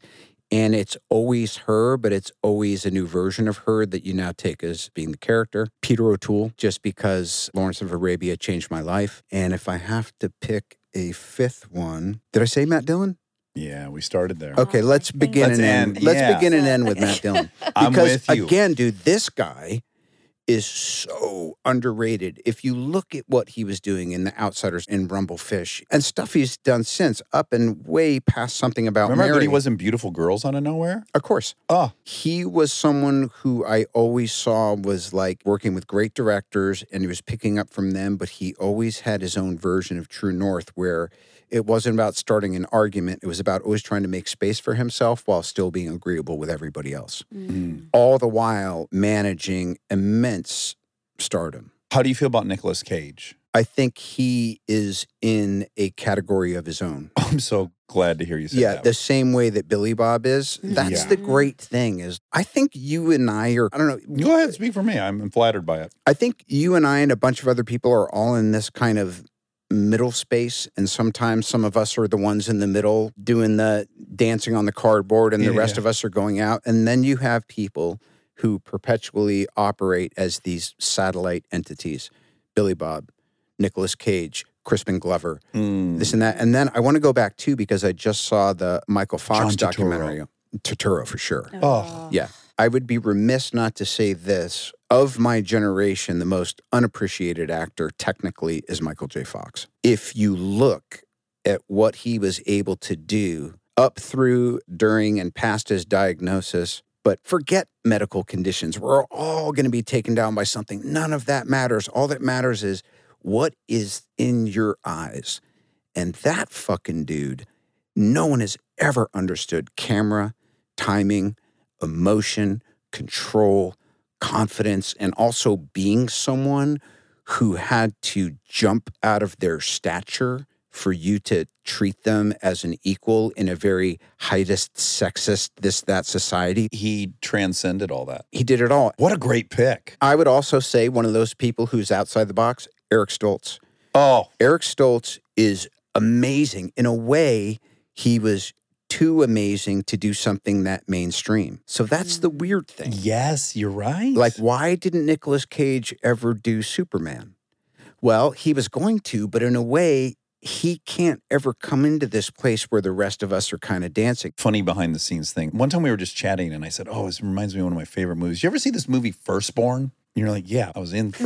F: And it's always her, but it's always a new version of her that you now take as being the character. Peter O'Toole, just because Lawrence of Arabia changed my life. And if I have to pick a fifth one, did I say Matt Dillon?
A: Yeah, we started there.
F: Okay,
B: Oh,
F: let's
B: I think-
F: begin
A: Let's
F: and end.
A: end,
F: Let's
A: yeah.
F: begin and end with Matt Dillon.
A: I'm
F: Because
A: with you.
F: again, dude, this guy is so underrated. If you look at what he was doing in The Outsiders and Rumblefish and stuff he's done since, up and way past something about
A: Remember, but
F: Mary.
A: he wasn't beautiful girls out of nowhere.
F: of course,
A: Oh,
F: he was someone who I always saw was like working with great directors and he was picking up from them, but he always had his own version of True North where it wasn't about starting an argument. It was about always trying to make space for himself while still being agreeable with everybody else,
A: Mm.
F: all the while managing immense stardom.
A: how do you feel about Nicolas Cage?
F: I think he is in a category of his own.
A: I'm so glad to hear you say
F: yeah,
A: that.
F: the same way that Billy Bob is. That's
A: Yeah.
F: the great thing is I think you and I are I don't know
A: Go ahead, speak for me. I'm flattered by it.
F: I think you and I and a bunch of other people are all in this kind of middle space. And sometimes some of us are the ones in the middle doing the dancing on the cardboard, and the
A: Yeah,
F: rest
A: yeah.
F: of us are going out. And then you have people who perpetually operate as these satellite entities Billy Bob, Nicolas Cage, Crispin Glover,
A: Mm. Hmm.
F: this and that. And then I want to go back too, because I just saw the Michael Fox
A: John Turturro.
F: documentary, Totoro for sure.
A: Oh.
F: Yeah. I would be remiss not to say this. Of my generation, the most unappreciated actor technically is Michael J. Fox. If you look at what he was able to do up through, during, and past his diagnosis, but forget medical conditions. We're all going to be taken down by something. None of that matters. All that matters is what is in your eyes. And that fucking dude, no one has ever understood camera, timing, emotion, control, confidence, and also being someone who had to jump out of their stature for you to treat them as an equal in a very heightist, sexist, this, that society.
A: He transcended all that.
F: He did it all.
A: What a great pick.
F: I would also say one of those people who's outside the box, Eric Stoltz.
A: Oh,
F: Eric Stoltz is amazing. In a way, he was too amazing to do something that mainstream. So that's the weird thing.
A: yes, you're right.
F: Like, why didn't Nicolas Cage ever do Superman? Well, he was going to, but in a way, he can't ever come into this place where the rest of us are kind of dancing.
A: funny behind the scenes thing. One time we were just chatting and I said, Oh, this reminds me of one of my favorite movies. You ever see this movie Firstborn? And you're like, Yeah, I was in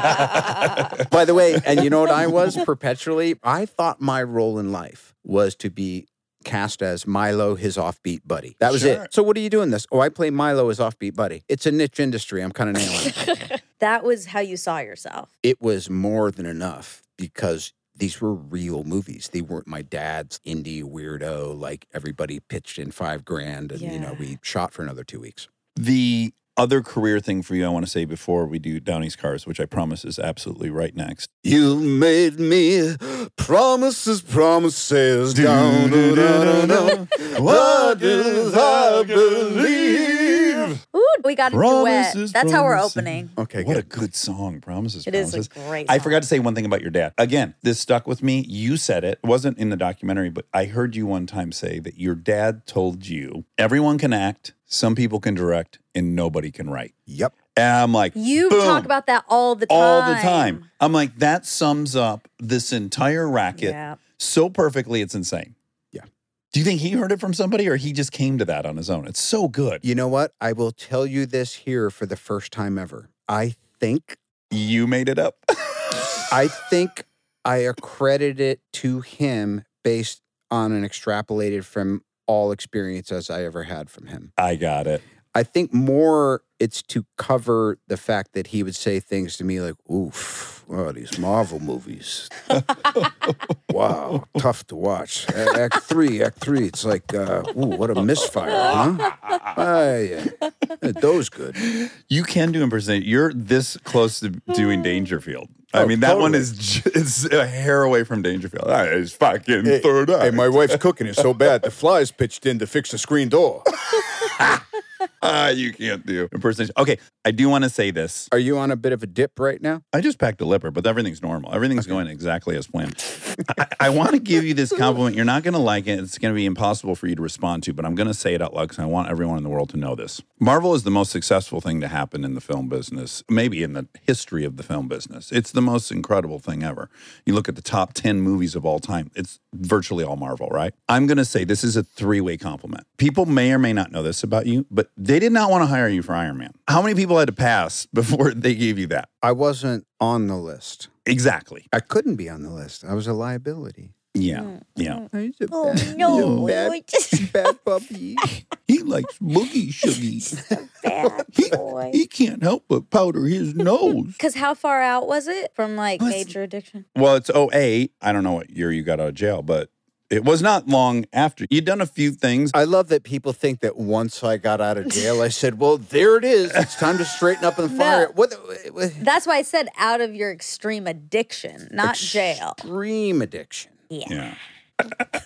A: Firstborn.
F: By the way, and you know what I was perpetually? I thought my role in life was to be cast as Milo, his offbeat buddy. That was
A: Sure.
F: it. So what are you doing this? Oh, I play Milo as offbeat buddy. It's a niche industry. I'm kind of nailing it.
B: That was how you saw yourself.
F: it was more than enough because these were real movies. They weren't my dad's indie weirdo, like everybody pitched in five grand and, you know,
B: Yeah.
F: we shot for another two weeks.
A: the other career thing for you, I want to say before we do Downey's Cars, which I promise is absolutely right next.
F: You made me promises, promises.
A: Dun-dun-dun-dun.
F: What do I believe?
B: Ooh, we got a
A: Promises,
B: duet. That's how we're
A: promises.
B: opening.
F: Okay,
A: what
F: good.
A: a good song, Promises.
B: It is
A: promises.
B: a great.
A: I
B: song.
A: forgot to say one thing about your dad. Again, this stuck with me. You said it. It wasn't in the documentary, but I heard you one time say that your dad told you everyone can act, some people can direct, and nobody can write.
F: yep.
A: And I'm like,
B: You
A: boom,
B: talk about that all the time.
A: all the time. I'm like, that sums up this entire racket
B: Yeah.
A: so perfectly, it's insane.
F: Yeah.
A: Do you think he heard it from somebody or he just came to that on his own? It's so good.
F: You know what? I will tell you this here for the first time ever. I think,
A: You made it up.
F: I think I accredit it to him based on an extrapolated from all experiences I ever had from him.
A: I got it.
F: I think more it's to cover the fact that he would say things to me like, oof, wow, these Marvel movies. wow, tough to watch. A- Act three, act three. It's like, uh, ooh, what a misfire, huh? Ah, yeah. Those good.
A: You can do impersonation. You're this close to doing Dangerfield. I
F: Oh,
A: mean, that one
F: totally.
A: is j- it's a hair away from Dangerfield. That is fucking third eye.
F: wife's cooking is so bad, the flies pitched in to fix the screen door.
A: Ah, you can't do impersonation. Okay, I do want to say this.
F: Are you on a bit of a dip right now?
A: I just packed a lipper, but everything's normal. Everything's going exactly as planned. I, I want to give you this compliment. You're not going to like it. It's going to be impossible for you to respond to, but I'm going to say it out loud because I want everyone in the world to know this. Marvel is the most successful thing to happen in the film business, maybe in the history of the film business. It's the most incredible thing ever. You look at the top 10 movies of all time, it's virtually all Marvel, right? I'm going to say this is a three way compliment. People may or may not know this about you, but they did not want to hire you for Iron Man. How many people had to pass before they gave you that?
F: I wasn't on the list.
A: Exactly.
F: I couldn't be on the list. I was a liability.
A: Yeah.
B: Mm,
A: Yeah.
F: I used to
B: Oh
F: bad-
B: no!
F: bad-
B: It's just
F: bad puppy.
A: He likes boogie sugie.
B: bad boy.
A: can't help but powder his nose.
B: Because how far out was it from like
A: Was-
B: major addiction?
A: Well, it's 08. I don't know what year you got out of jail, but It was not long after. You'd done a few things.
F: I love that people think that once I got out of jail, I said, "Well, there it is. It's time to straighten up and fire it." What? what- what-
B: That's why I said out of your extreme addiction, not jail.
F: Extreme addiction.
A: Yeah.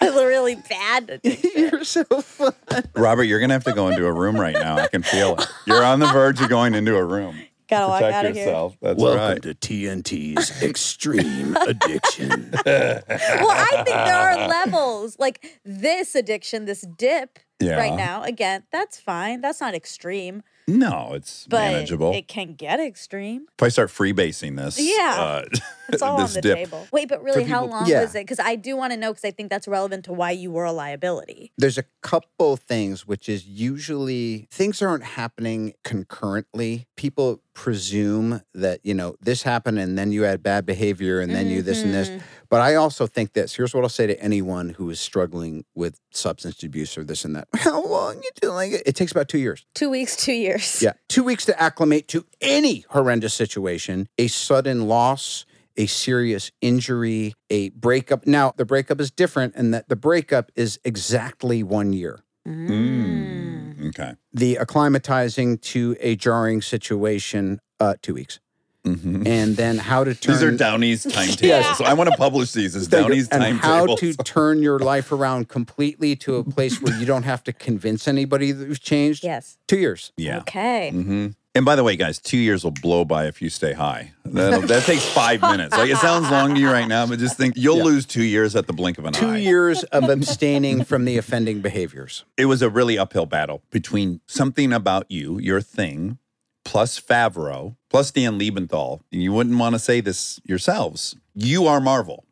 B: really bad addiction.
F: You're so fun.
A: Robert, you're going to have to go into a room right now. I can feel it. You're on the verge of going into a room.
B: Oh, Gotta walk
A: Protect
B: out of here.
A: yourself. That's right.
F: to TNT's Extreme Addiction.
B: well, I think there are levels like this addiction, this dip
A: Yeah.
B: right now. Again, that's fine. That's not extreme,
A: No, it's
B: but
A: manageable.
B: it can get extreme.
A: if I start freebasing this,
B: Yeah.
A: uh,
B: It's all on
A: this
B: the
A: dip.
B: table. Wait, but really, how long
F: Yeah.
B: was it? Because I do want to know because I think that's relevant to why you were a liability.
F: There's a couple things, which is usually things aren't happening concurrently. People presume that, you know, this happened and then you had bad behavior and then you this and this.
B: Mhm.
F: But I also think this here's what I'll say to anyone who is struggling with substance abuse or this and that. How long you doing it? It takes about two years.
B: Two weeks, two years.
F: Yeah. Two weeks to acclimate to any horrendous situation, a sudden loss, a serious injury, a breakup. Now, the breakup is different in that the breakup is exactly one year.
B: Mm.
A: Mm, okay.
F: The acclimatizing to a jarring situation, uh, two weeks.
A: hmm
F: And then how to turn.
A: These are Downey's timetables. So I want to publish these as
F: Thank you.
A: Downey's
F: and how
A: timetables.
F: to turn your life around completely to a place where you don't have to convince anybody that you've changed.
B: Yes.
F: Two years.
A: yeah.
B: Okay.
A: hmm And by the way, guys, two years will blow by if you stay high. That'll, that takes five minutes. Like it sounds long to you right now, but just think you'll
F: Yeah.
A: lose two years at the blink of an
F: Two
A: eye.
F: years of abstaining from the offending behaviors.
A: it was a really uphill battle between something about you, your thing, plus Favreau, plus Dan Liebenthal. And you wouldn't want to say this yourselves. You are Marvel.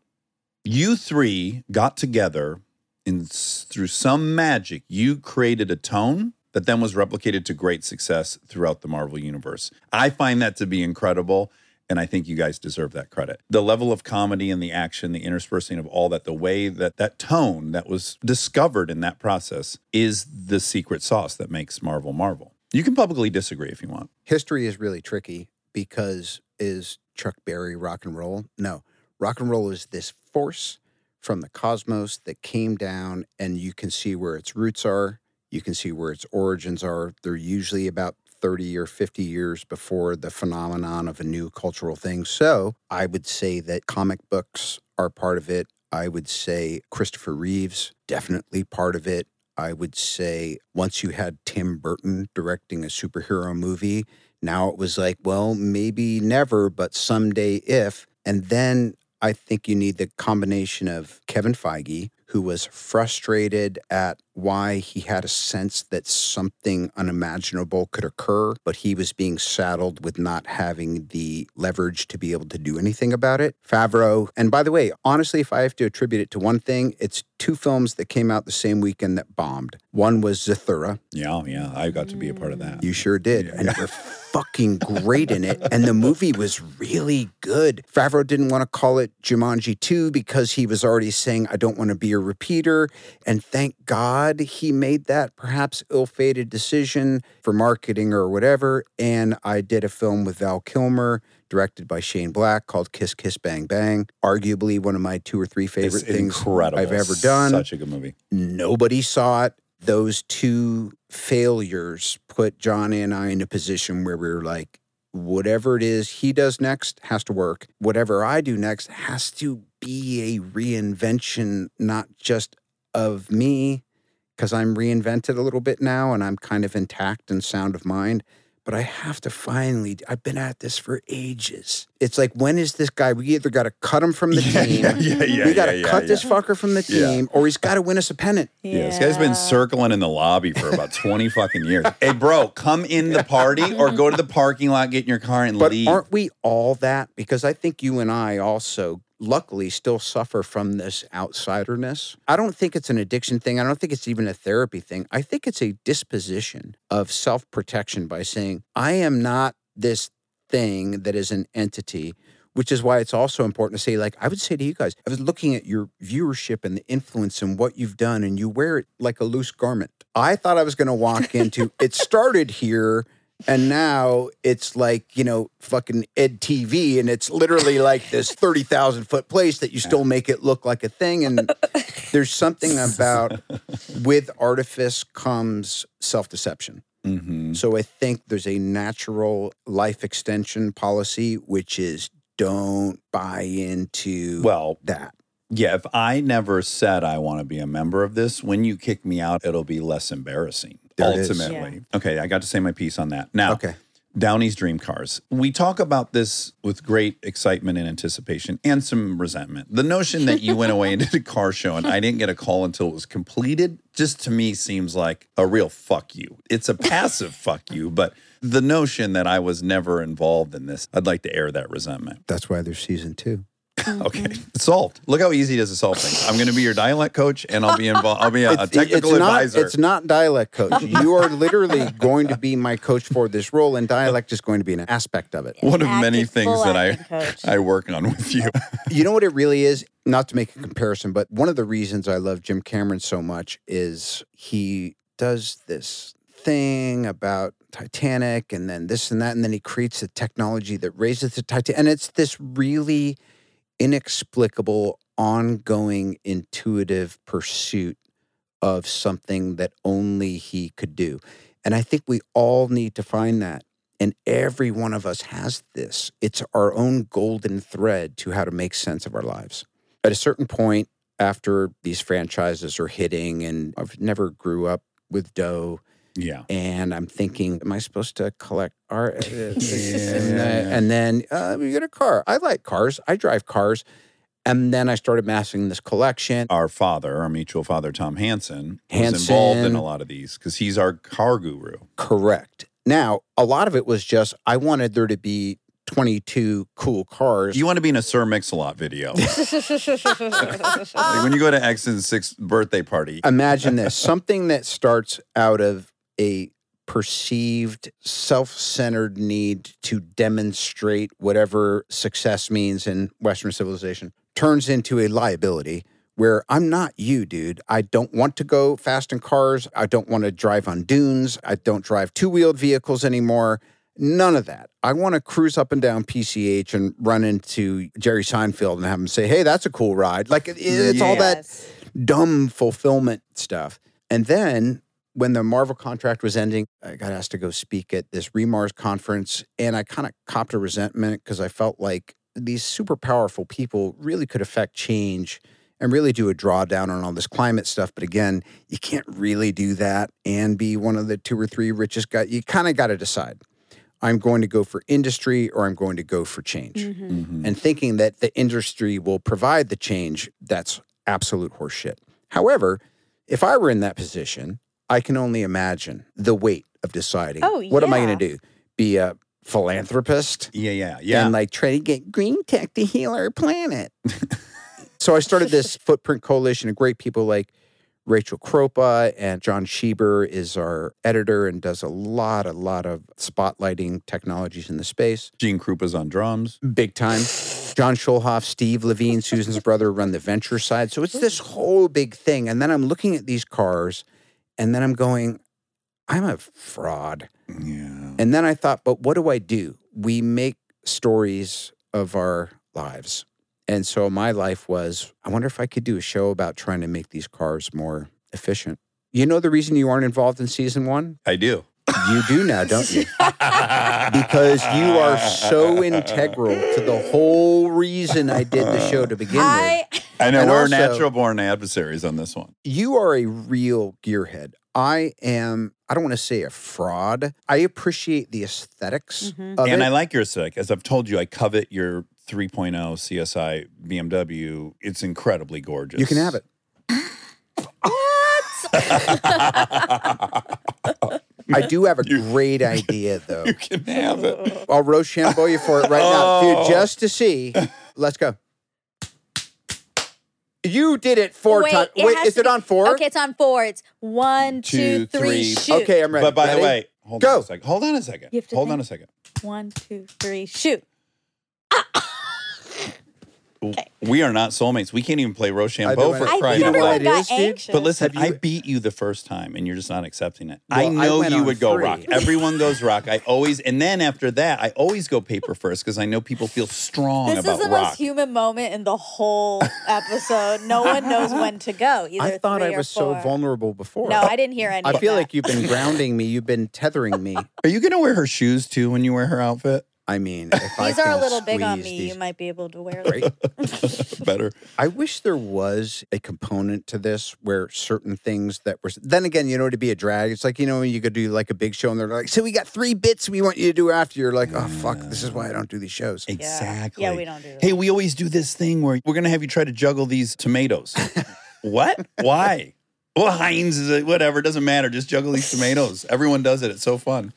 A: You three got together and s- through some magic, you created a tone that then was replicated to great success throughout the Marvel universe. I find that to be incredible. And I think you guys deserve that credit. The level of comedy and the action, the interspersing of all that, the way that that tone that was discovered in that process is the secret sauce that makes Marvel Marvel. You can publicly disagree if you want.
F: history is really tricky because is Chuck Berry rock and roll? No, rock and roll is this force from the cosmos that came down, and you can see where its roots are. You can see where its origins are. They're usually about 30 or 50 years before the phenomenon of a new cultural thing. So I would say that comic books are part of it. I would say Christopher Reeves, definitely part of it. I would say once you had Tim Burton directing a superhero movie, now it was like, well, maybe never, but someday if. And then I think you need the combination of Kevin Feige, who was frustrated at why he had a sense that something unimaginable could occur, but he was being saddled with not having the leverage to be able to do anything about it. Favreau, and by the way, honestly, if I have to attribute it to one thing, it's two films that came out the same weekend that bombed. One was Zathura,
A: Yeah, oh, yeah. I got to be a part of that.
F: you sure did. And you're fucking great in it. And the movie was really good. Favreau didn't want to call it Jumanji 2 because he was already saying, I don't want to be a repeater. And thank God he made that perhaps ill fated decision for marketing or whatever. And I did a film with Val Kilmer. Directed by Shane Black, called Kiss Kiss Bang Bang, arguably one of my two or three favorite
A: It's
F: things
A: incredible.
F: I've ever done.
A: Such a good movie.
F: Nobody saw it. Those two failures put Johnny and I in a position where we were like, whatever it is he does next has to work. Whatever I do next has to be a reinvention, not just of me, because I'm reinvented a little bit now and I'm kind of intact and sound of mind. But I have to finally, I've been at this for ages. It's like, when is this guy? We either got to cut him from the team
A: yeah, yeah.
F: we got to
A: yeah, yeah,
F: cut
A: yeah.
F: this fucker from the
A: Yeah.
F: team, or he's got to win us a pennant.
A: Yeah, this guy's been circling in the lobby for about 20 fucking years. Hey, bro, come in the party or go to the parking lot, get in your car, and
F: But
A: leave.
F: aren't we all that? Because I think you and I also, luckily, still suffer from this outsiderness. I don't think it's an addiction thing. I don't think it's even a therapy thing. I think it's a disposition of self protection by saying, I am not this thing that is an entity. Which is why it's also important to say, like, I would say to you guys, I was looking at your viewership and the influence and what you've done, and you wear it like a loose garment. I thought I was going to walk into it started here. And now it's like, you know, fucking Ed TV, and it's literally like this 30,000 foot place that you still make it look like a thing. And There's something about with artifice comes self deception.
A: hmm
F: So I think there's a natural life extension policy, which is don't buy into
A: Well,
F: that.
A: yeah, if I never said I want to be a member of this, when you kick me out, it'll be less embarrassing.
F: There it is.
A: ultimately. Okay, I got to say my piece on that. Now,
F: Okay.
A: Downey's dream cars. We talk about this with great excitement and anticipation and some resentment. The notion that you went away and did a car show and I didn't get a call until it was completed just to me seems like a real fuck you. It's a passive fuck you, but the notion that I was never involved in this, I'd like to air that resentment.
F: That's why there's season two. Oh,
A: Okay, it's solved. Look how easy it is to solve things. I'm going to be your dialect coach, and I'll be involved. I'll be a, a
F: It's- it's
A: technical
F: not-
A: advisor.
F: it's not dialect coach. You are literally going to be my coach for this role, and dialect is going to be an aspect of it.
A: One of many
B: Active,
A: things
B: full
A: that I
B: acting coach.
A: I work on with you.
F: You know what it really is? Not to make a comparison, but one of the reasons I love Jim Cameron so much is he does this thing about Titanic and then this and that, and then he creates the technology that raises the Titanic. And it's this really inexplicable, ongoing, intuitive pursuit of something that only he could do. And I think we all need to find that. And every one of us has this. It's our own golden thread to how to make sense of our lives. At a certain point, after these franchises are hitting, and I've never grew up with dough,
A: yeah.
F: and I'm thinking, am I supposed to collect art? and, then-
A: Yeah.
F: and then uh, you get a car. I like cars. I drive cars. And then I started amassing this collection.
A: our father, our mutual father, Tom Hansen,
F: Hansen.
A: was involved in a lot of these because he's our car guru.
F: Correct. Now, a lot of it was just I wanted there to be 22 cool cars.
A: You want to be in a Sir Mix-a-Lot video.
F: Uh.
A: Like, when you go to X's sixth birthday party,
F: Uh, Imagine this something that starts out of a perceived self centered need to demonstrate whatever success means in Western civilization turns into a liability where I'm not you, dude. I don't want to go fast in cars. I don't want to drive on dunes. I don't drive two wheeled vehicles anymore. None of that. I want to cruise up and down PCH and run into Jerry Seinfeld and have him say, hey, that's a cool ride. Like, it- it's all that
B: Yes.
F: dumb fulfillment stuff. And then when the Marvel contract was ending, I got asked to go speak at this Remars conference, and I kind of copped a resentment because I felt like these super powerful people really could affect change and really do a drawdown on all this climate stuff. But again, you can't really do that and be one of the two or three richest guys. You kind of got to decide. I'm going to go for industry or I'm going to go for change
H: Mm-hmm.
B: Mm-hmm.
A: Mhm.
F: and thinking that the industry will provide the change, that's absolute horseshit. However, if I were in that position, I can only imagine the weight of deciding
B: Oh,
F: what am I
B: yeah.
F: going to do? Be a philanthropist
A: yeah, yeah, yeah.
F: and like try to get green tech to heal our planet. so I started this footprint coalition of great people like Rachel Kropa and John Schieber is our editor and does a lot, a lot of spotlighting technologies in the space
A: Gene Krupa's on drums.
F: big time. John Schulhoff, Steve Levine, Susan's brother run the venture side. So it's this whole big thing. And then I'm looking at these cars and then I'm going, I'm a fraud.
A: Yeah.
F: And then I thought, but what do I do? We make stories of our lives. And so my life was, I wonder if I could do a show about trying to make these cars more efficient. You know the reason you aren't involved in season one?
A: I do.
F: You do now, don't you? because you are so integral to the whole reason I did the show to begin with.
B: I
A: I know
F: And
A: we're
F: also-
A: natural born adversaries on this one.
F: You are a real gearhead. I am, I don't want to say a fraud. I appreciate the esthetics
B: Mhm.
F: of
A: and
F: it.
A: I like your aesthetic. As I've told you, I covet your 3.0 CSI BMW. It's incredibly gorgeous.
F: you can have it. I do have a great idea, though.
A: You can have it.
F: I'll Rochambeau you for it right now,
A: Oh.
F: dude, just to see. Let's go. You did it four
B: Wait,
F: times.
B: it
F: Wait,
B: has
F: is
B: to
F: it
B: be-
F: on four?
B: Okay, it's on four. It's one, two,
A: Two, three.
B: three, shoot.
F: Okay, er I'm ready.
A: But by
F: Ready?
A: the way, hold on
F: Go.
A: a second. Hold on a second.
B: You have to
A: Hold
B: think.
A: on a second.
B: One, two, three, shoot.
A: we are not soulmates. We can't even play
F: I know
A: Rochambeau
F: I-
A: for
F: I
H: I
A: crying
H: think
A: out
F: know
H: everyone
F: what
A: loud.
F: it
H: got
F: is, dude?
H: anxious.
A: But listen,
F: Have
A: I
F: you-
A: beat you the first time, and you're just not accepting it.
F: Well,
A: I
F: I
A: know
F: went
A: you
F: on
A: would go
F: free.
A: rock. Everyone goes rock. I always, and then after that, I always go paper first because I know people feel strong
H: this
A: about
H: is the
A: rock.
H: most human moment in the whole episode. No one knows when to go. Either
F: I thought
H: three
F: I
H: or
F: was so
H: four.
F: vulnerable before.
H: No, I didn't hear any.
F: I
H: of
F: feel
H: that.
F: like you've been grounding me. You've been tethering me.
A: Are you gonna wear her shoes too when you wear her outfit?
F: I mean, if I
H: These are a
F: can
H: little big on
F: squeeze
H: me.
F: these-
H: You might be able to wear them.
F: Right?
A: Better.
F: I wish there was a component to this where certain things that were. Then again, you know, to be a drag, it's like you know you could do like a big show and they're like, "So we got three bits we want you to do after." You're like, "Oh fuck, this is
H: Mm.
F: why I don't do these shows."
H: Yeah.
A: Exactly.
H: Yeah, we don't do that.
A: Hey, we always do this thing where we're gonna have you try to juggle these tomatoes. what? Why? Well, Heinz is a, whatever. Doesn't matter. Just juggle these tomatoes. Everyone does it. It's so fun.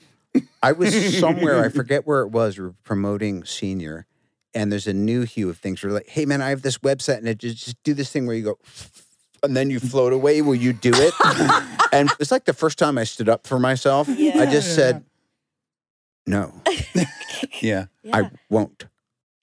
F: I was somewhere, I forget where it was, we were promoting senior, and there's a new hue of things. We're like, hey man, I have this website, and it just, just do this thing where you go, and then you float away. Will you do it? and it's like the first time I stood up for myself. I just said, no,
A: Yeah.
H: Yeah.
F: I won't.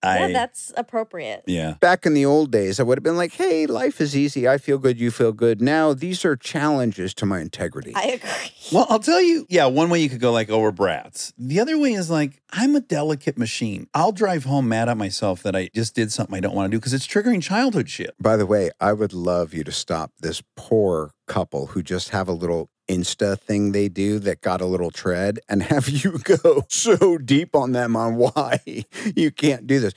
A: I.
H: yeah, that's appropriate.
A: yeah.
F: Back in the old days, I would have been like, hey, life is easy. I feel good. You feel good. Now, these are challenges to my integrity.
H: I agree.
A: Well, I'll tell you, yeah, one way you could go like, oh, we're brats. The other way is like, I'm a delicate machine. I'll drive home mad at myself that I just did something I don't want to do because it's triggering childhood shit.
F: By the way, I would love you to stop this poor couple who just have a little Insta thing they do that got a little tread and have you go so deep on them on why you can't do this.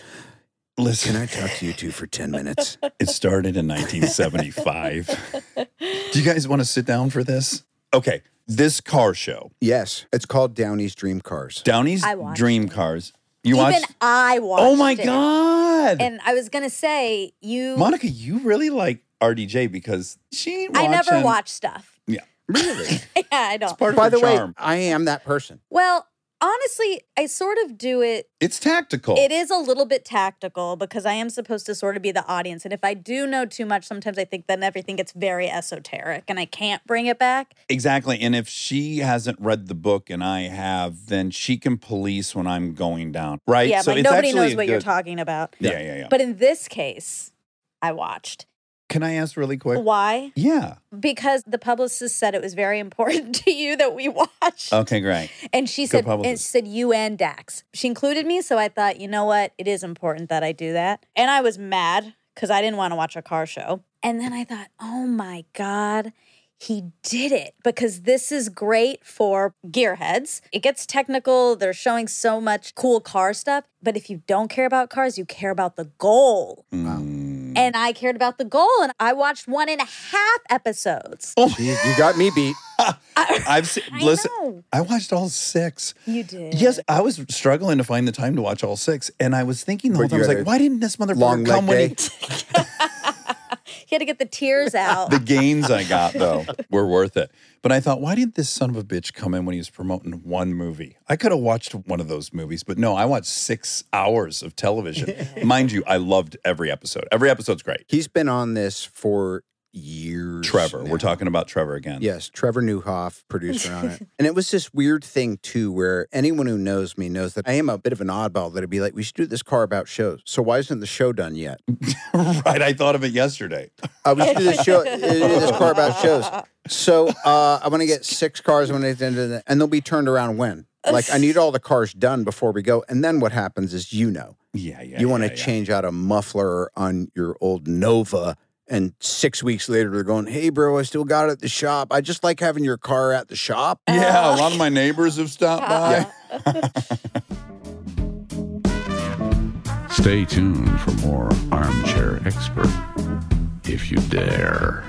F: Can
A: Listen,
F: I talk to you two for 10 minutes?
A: it started in 1975. do you guys want to sit down for this? Okay, this car show,
F: Yes. It's called Downey's Dream Cars.
A: Downey's
H: I watched
A: Dream
H: it.
A: Cars. You
H: Even
A: watched?
H: I watched.
A: Oh my
H: it.
A: God.
H: And I was gonna say you.
A: Monica, you really like RDJ because she ain't
H: I never
A: watching-
H: watch stuff.
A: Yeah.
F: Really?
H: yeah, I don't.
A: Part of
F: By
A: her
F: the
A: charm.
F: way, I am that person.
H: Well, honestly, I sort of do it
A: it's tactical.
H: It is a little bit tactical because I am supposed to sort of be the audience. And if I do know too much, sometimes I think then everything gets very esoteric and I can't bring it back.
A: Exactly. And if she hasn't read the book and I have, then she can police when I'm going down. Right?
H: yeah, like nobody
A: actually
H: knows
A: a
H: what you're
A: good-
H: talking about.
A: Yeah, yeah, yeah.
H: But in this case, I watched.
A: can I ask really quick?
H: Why?
A: Yeah.
H: Because the publicist said it was very important to you that we watched.
A: Okay, great.
H: and she said, and she
A: publicist.
H: said, you and Dax. She included me, so I thought, you know what? It is important that I do that. And I was mad because I didn't want to watch a car show. And then I thought, oh my God, he did it because this is great for gearheads. It gets technical. They're showing so much cool car stuff. But if you don't care about cars, you care about the goal.
A: Mm.
H: And I cared about the goal, and I watched one and a half episodes.
A: Oh.
F: You, you got me beat.
A: I've seen,
H: I
A: listen,
H: know.
A: I watched all six.
H: You did.
A: Yes, I was struggling to find the time to watch all six. And I was thinking the whole
F: But
A: time, I
F: you
A: was
F: had
A: like,
F: a
A: why didn't this motherfucker
F: Long
A: come
F: leg
A: when
F: day.
A: he.
H: You had to get the tears out.
A: The gains I got, though, were worth it. But I thought, why didn't this son of a bitch come in when he was promoting one movie? I could have watched one of those movies, but no, I watched six hours of television. Mind you, I loved every episode. Every episode's great.
F: He's been on this for years.
A: Trevor,
F: now.
A: we're talking about Trevor again.
F: Yes, Trevor Newhoff, producer on it. And it was this weird thing too, where anyone who knows me knows that I am a bit of an oddball that'd be like, we should do this car about shows. So why isn't the show done yet?
A: right. I thought of it yesterday.
F: Uh, we should do this show, uh, do this car about shows. So uh, I want to get six cars. I want to, and they'll be turned around when. Like I need all the cars done before we go. And then what happens is, you know,
A: Yeah, yeah.
F: you want to
A: yeah, yeah.
F: change out a muffler on your old Nova. And six weeks later, they're going, Hey, bro, I still got it at the shop. I just like having your car at the shop.
A: Yeah, a lot of my neighbors have stopped by.
I: Stay tuned for more Armchair Expert, if you dare.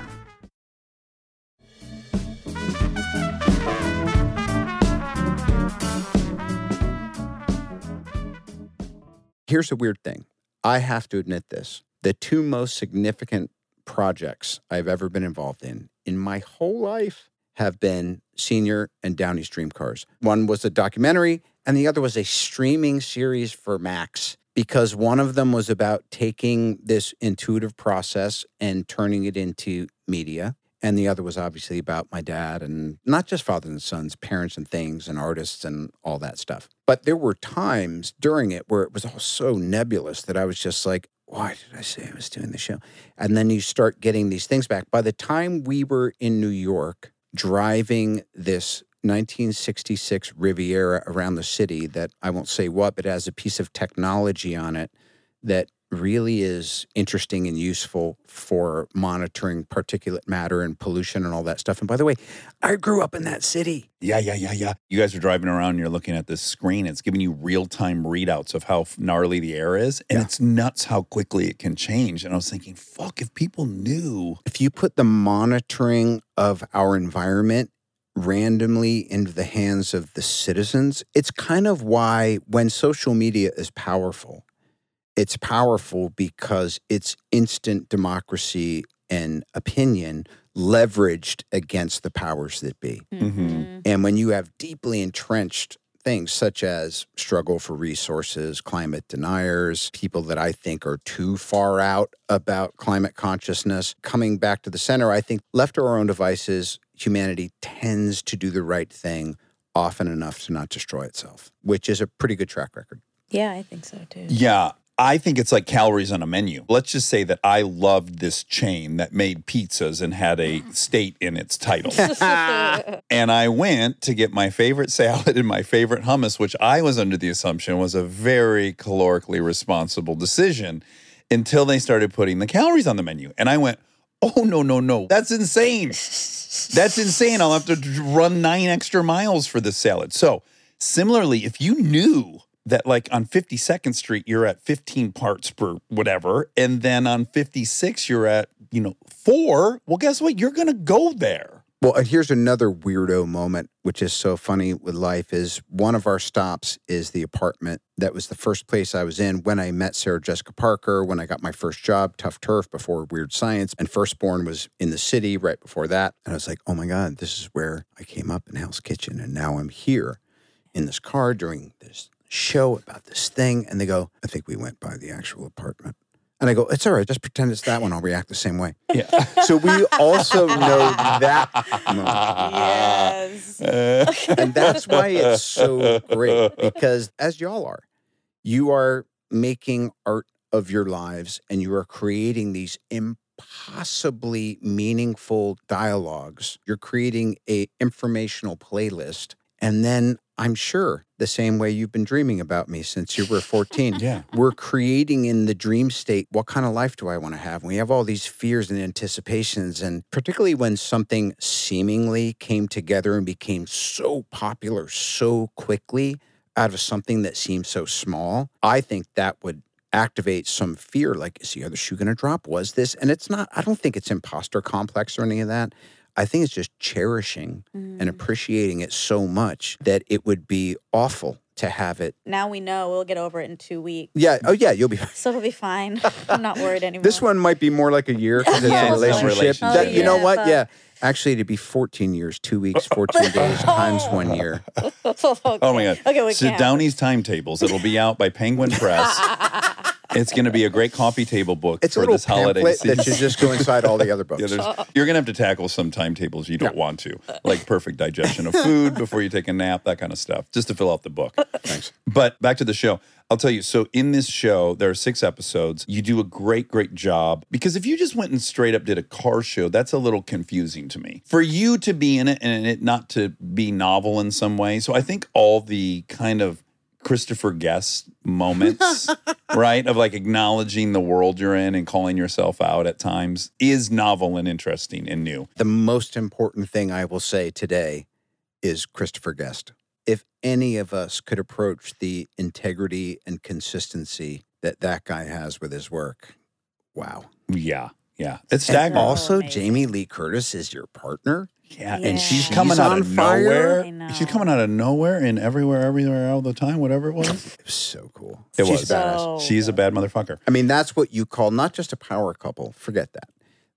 F: here's a weird thing. I have to admit this. The two most significant projects I've ever been involved in in my whole life have been Senior and Downey Stream Cars. One was a documentary, and the other was a streaming series for Max because one of them was about taking this intuitive process and turning it into media. And the other was obviously about my dad and not just fathers and sons, parents and things and artists and all that stuff. But there were times during it where it was all so nebulous that I was just like, why did I say I was doing the show? And then you start getting these things back. By the time we were in New York driving this 1966 Riviera around the city, that I won't say what, but has a piece of technology on it that really is interesting and useful for monitoring particulate matter and pollution and all that stuff. And by the way, I grew up in that city.
A: Yeah, yeah, yeah, yeah. You guys are driving around and you're looking at this screen. It's giving you real time readouts of how gnarly the air is. And
F: Yeah.
A: it's nuts how quickly it can change. And I was thinking, fuck, if people knew.
F: if you put the monitoring of our environment randomly into the hands of the citizens, it's kind of why when social media is powerful, it's powerful because it's instant democracy and opinion leveraged against the powers that be.
A: Mhm.
F: And when you have deeply entrenched things such as struggle for resources, climate deniers, people that I think are too far out about climate consciousness, coming back to the center, I think left to our own devices, humanity tends to do the right thing often enough to not destroy itself, which is a pretty good track record.
B: Yeah, I think so too.
A: Yeah. I think it's like calories on a menu. Let's just say that I loved this chain that made pizzas and had a state in its title.
F: Ah.
A: and I went to get my favorite salad and my favorite hummus, which I was under the assumption was a very calorically responsible decision until they started putting the calories on the menu. And I went, oh, no, no, no. That's insane. That's insane. I'll have to d- run nine extra miles for this salad. So, similarly, if you knew that, like on 52nd Street, you're at 15 parts per whatever, and then on 56, you're at, you know, four, well, guess what? You're going to go there.
F: Well, and here's another weirdo moment, which is so funny with life, is one of our stops is the apartment that was the first place I was in when I met Sarah Jessica Parker, when I got my first job, Tough Turf, before Weird Science, and Firstborn was in the city right before that. And I was like, oh my God, this is where I came up in Hell's Kitchen, and now I'm here in this car during this show about this thing. And they go, I think we went by the actual apartment. And I go, it's all right, just pretend it's that one. I'll react the same way.
A: Yeah.
F: So we also know that moment.
B: yes.
F: And that's why it's so great because, as y'all are, you are making art of your lives and you are creating these impossibly meaningful dialogues. You're creating a informational playlist. And then I'm sure the same way you've been dreaming about me since you were 14
A: Yeah.
F: we're creating in the dream state what kind of life do I want to have? And we have all these fears and anticipations. And particularly when something seemingly came together and became so popular so quickly out of something that seemed so small, I think that would activate some fear like, is the other shoe going to drop? Was this? And it's not, I don't think it's imposter complex or any of that. I think it's just cherishing and appreciating it so much that it would be awful to have it.
B: Now we know we'll get over it in two weeks.
F: Yeah. Oh, yeah. You'll be
B: So it'll be fine. I'm not worried anymore.
F: This one might be more like a year because it's
A: Yeah, it's
F: a
A: not
F: relationship.
A: relationship. Oh,
F: That- you know
B: Yeah,
F: what?
B: but-
F: yeah. Actually, it'd be 14 years, two weeks, 14 days, times one year.
A: Oh my God.
B: Okay, we
A: So
B: can't.
A: Downey's timetables. It'll be out by Penguin Press. it's going to be a great coffee table book
F: It's
A: for
F: a little
A: this holiday
F: pamphlet
A: season.
F: that should just go inside all the other
A: Yeah,
F: books.
A: there's, you're gonna have to tackle some timetables you don't want to, like perfect digestion of food before you take a nap, that kind of stuff, just to fill out the book. Thanks. But back to the show. I'll tell you. So in this show, there are six episodes. You do a great, great job because if you just went and straight up did a car show, that's a little confusing to me. For you to be in it and it not to be novel in some way. So I think all the kind of Christopher Guest moments, right? Of like acknowledging the world you're in and calling yourself out at times is novel and interesting and new.
F: The most important thing I will say today is Christopher Guest. If any of us could approach the integrity and consistency that that guy has with his work, wow.
A: Yeah. Yeah. It's
F: And
A: staggering.
F: also,
B: amazing.
F: Jamie Lee Curtis is your partner.
A: yeah.
B: Yeah.
A: And she's
B: She's
A: coming out
F: on
A: of
F: fire.
B: I know.
A: nowhere. She's coming out of nowhere and everywhere, everywhere, all the time, whatever it was.
F: It was so cool.
A: It
F: She's
A: was.
F: badass.
B: So
A: She's a bad motherfucker.
F: I mean, that's what you call not just a power couple. Forget that.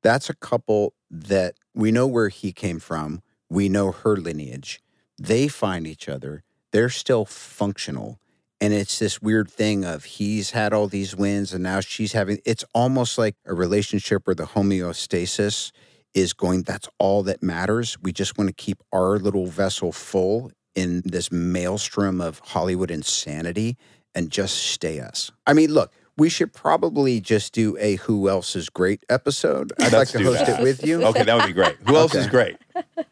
F: That's a couple that we know where he came from. We know her lineage. They find each other. They're still functional. And it's this weird thing of he's had all these wins and now she's having it's almost like a relationship where the homeostasis is going, that's all that matters. We just want to keep our little vessel full in this maelstrom of Hollywood insanity and just stay us. I mean, look, We should probably just do a Who Else is Great episode. I'd
A: Let's
F: like to
A: do
F: host
A: that.
F: it with you.
A: Okay, that would be great. Who else is
F: Okay.
A: great?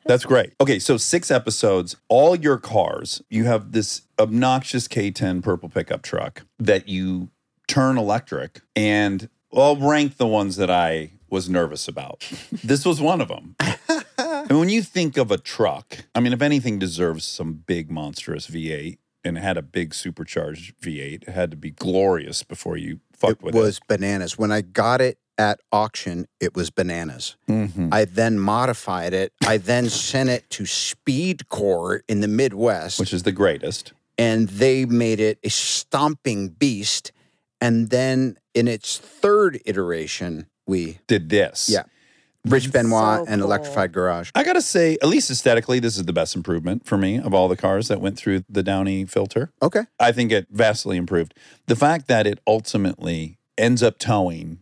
A: That's great. Okay, so six episodes, all your cars. You have this obnoxious K10 purple pickup truck that you turn electric, and I'll rank the ones that I was nervous about. this was one of them. And when you think of a truck, I mean, if anything deserves some big monstrous V8, and it had a big supercharged V8, it had to be glorious before you fucked
F: It
A: with
F: was bananas. When I got it at auction, it was bananas.
A: it. Mhm.
F: I then modified it. I then sent it to Speed Corps in the Midwest,
A: Which is the greatest.
F: and they made it a stomping beast. And then in its third iteration, we
A: Did this.
F: Yeah. Rich Benoit
B: So
F: and
B: cool.
F: Electrified Garage.
A: I gotta say, at least aesthetically, this is the best improvement for me of all the cars that went through the Downey filter.
F: Okay.
A: I think it vastly improved. The fact that it ultimately ends up towing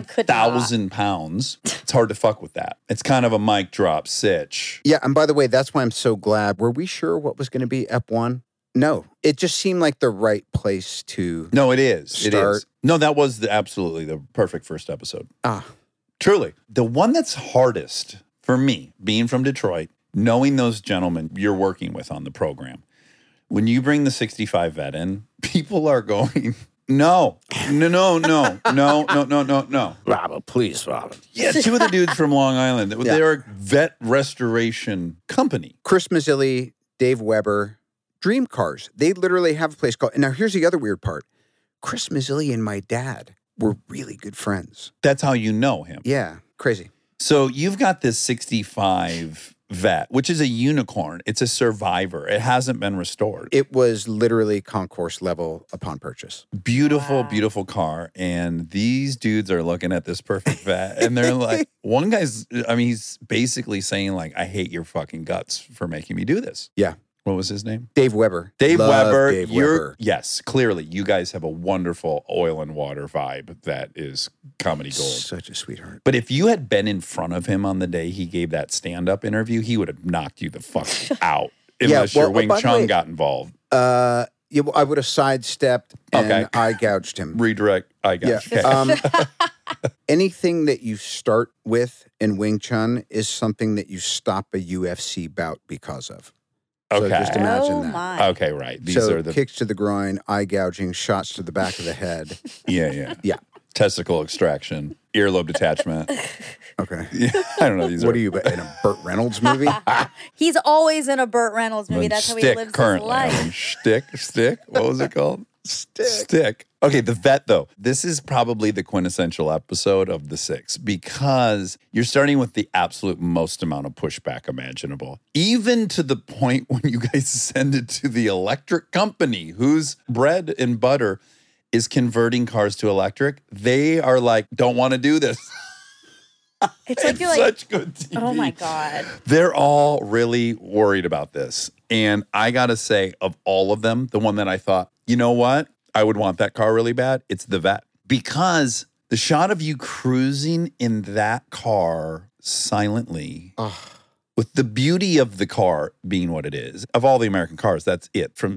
A: 200,000 pounds, it's hard to fuck with that. It's kind of a mic drop sitch.
F: Yeah, and by the way, that's why I'm so glad. Were we sure what was going to be Ep One? No, it just seemed like the right place to.
A: No, it is. It is.
F: Start.
A: No, that was the, absolutely the perfect first episode.
F: Ah,
A: Truly. The one that's hardest for me, being from Detroit, knowing those gentlemen you're working with on the program, when you bring the 65 vet in, people are going, no, no, no, no, no, no, no, no, no.
F: Robert, please, Robert.
A: Yeah, two of the dudes from Long Island, they-
F: Yeah.
A: they're a vet restoration company.
F: Chris Mazzilli, Dave Weber, Dream Cars. They literally have a place called. And now here's the other weird part: Chris Mazzilli and my dad were really good friends.
A: That's how you know him.
F: Yeah, crazy.
A: So you've got this 65 vet, which is a unicorn. It's a survivor. It hasn't been restored.
F: It was literally concourse level upon purchase.
A: beautiful, beautiful car. And these dudes are looking at this perfect vet and they're like, one guy's, I mean, he's basically saying, like, I hate your fucking guts for making me do this.
F: Yeah.
A: What was his name?
F: Dave Weber.
A: Dave
F: Love
A: Weber.
F: Dave
A: you're,
F: Weber.
A: Yes, clearly. You guys have a wonderful oil and water vibe that is comedy gold.
F: Such a sweetheart.
A: But if you had been in front of him on the day he gave that stand up interview, he would have knocked you the fuck out unless
F: well,
A: your Wing
F: by the
A: Chun
F: way-
A: got involved.
F: Uh, yeah, well, I would have sidestepped and
A: Okay.
F: I gouged him.
A: Redirect. I got you. Okay.
F: Um, anything that you start with in Wing Chun is something that you stop a UFC bout because of. So
A: Okay.
F: just imagine
B: oh
F: that.
B: my.
A: okay, right. These
F: so
A: are the
F: kicks to the groin, eye gouging, shots to the back of the head.
A: Yeah, yeah.
F: Yeah.
A: Testicle extraction, earlobe detachment.
F: Okay.
A: Yeah, I don't know. These
F: What
A: are,
F: are you but in a Burt Reynolds movie? Oh.
B: He's always in a Burt Reynolds movie.
A: on
B: That's how he
A: stick
B: lives his
A: currently.
B: life.
F: Oh,
A: on Stick, stick. What was it called? stick. Stick. Okay, the vet though. This is probably the quintessential episode of the six because you're starting with the absolute most amount of pushback imaginable, even to the point when you guys send it to the electric company whose bread and butter is converting cars to electric. They are like, don't want to do this.
B: It's like you're like,
A: Such good TV.
B: oh my god.
A: They're all really worried about this. And I got to say, of all of them, the one that I thought, you know what? I would want that car really bad. It's the vet. Because the shot of you cruising in that car silently
F: Ugh.
A: with the beauty of the car being what it is, of all the American cars, that's it. From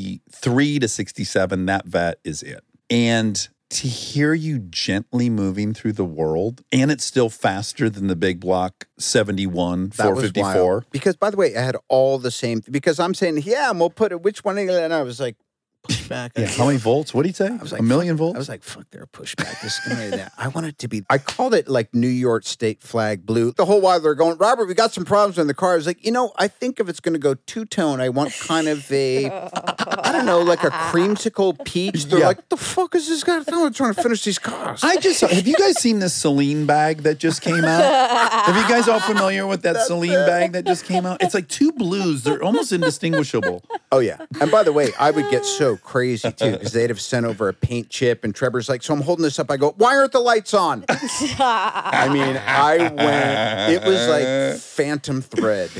A: 63 to 67, that vet is it. And to hear you gently moving through the world, and it's still faster than the big block 71,
F: That was
A: 454.
F: wild. Because by the way, I had all the same. Because I'm saying, yeah, we'll put it. Which one? And I was like, push back.
A: Yeah, how many volts? What do you say?
F: was like,
A: a million volts?
F: I was like, fuck their pushback. This is gonna be that. I want it to be I called it like New York state flag blue. The whole while they're going, Robert, we got some problems in the car. I was like, you know, I think if it's gonna go two tone, I want kind of a I don't know, like a creamsicle peach. They're
A: Yeah.
F: like, the fuck is this guy? I'm trying to finish these cars.
A: I just have you guys seen this Celine bag that just came out? Have you guys all familiar with that Celine bag that just came out? It's like two blues. They're almost indistinguishable.
F: Oh yeah. And by the way, I would get so crazy too, because they'd have sent over a paint chip and Trevor's like, so I'm holding this up. I go, why aren't the lights on? I mean, I went it was like phantom thread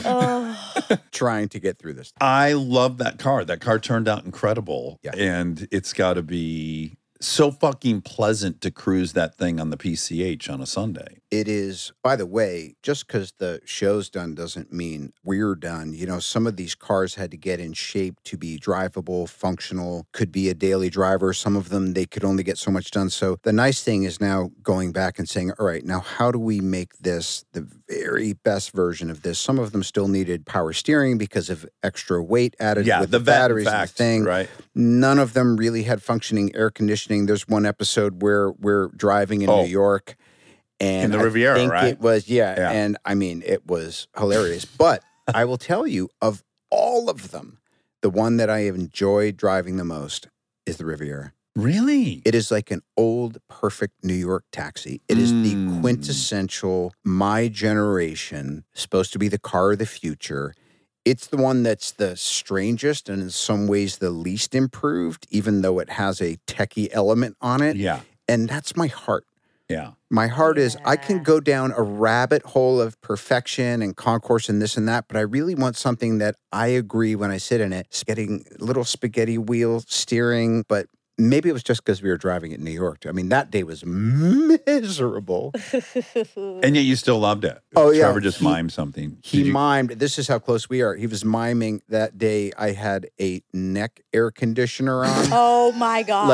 F: trying to get through this.
A: I love that car. That car turned out incredible.
F: Yeah.
A: And it's got to be so fucking pleasant to cruise that thing on the PCH on a Sunday.
F: It is, by the way, just because the show's done doesn't mean we're done. You know, some of these cars had to get in shape to be drivable, functional, could be a daily driver. Some of them, they could only get so much done. So the nice thing is now going back and saying, all right, now how do we make this the very best version of this? Some of them still needed power steering because of extra weight added
A: Yeah,
F: with
A: the
F: the,
A: vet
F: batteries and
A: fact,
F: the thing.
A: right?
F: None of them really had functioning air conditioning. There's one episode where we're driving in
A: Oh.
F: New York and
A: the
F: I
A: Riviera,
F: think
A: right?
F: It was yeah,
A: Yeah.
F: and I mean it was hilarious. but I will tell you, of all of them, the one that I have enjoyed driving the most is the Riviera.
A: Really?
F: It is like an old, perfect New York taxi. It is
A: Mm.
F: the quintessential my generation, supposed to be the car of the future. It's the one that's the strangest and in some ways the least improved, even though it has a techie element on it.
A: yeah,
F: And that's my heart.
A: yeah.
F: My heart is I
B: Yeah.
F: can go down a rabbit hole of perfection and concourse and this and that, but I really want something that I agree when I sit in it. It's getting little spaghetti wheel steering, but maybe it was just because we were driving it in New York. I mean, that day was miserable.
A: And yet you still loved it.
F: Oh, yeah.
A: Trevor just
F: He-
A: mimed something.
F: He
A: Did you-
F: mimed, this is how close we are. He was miming that day I had a neck air conditioner on.
B: oh my god.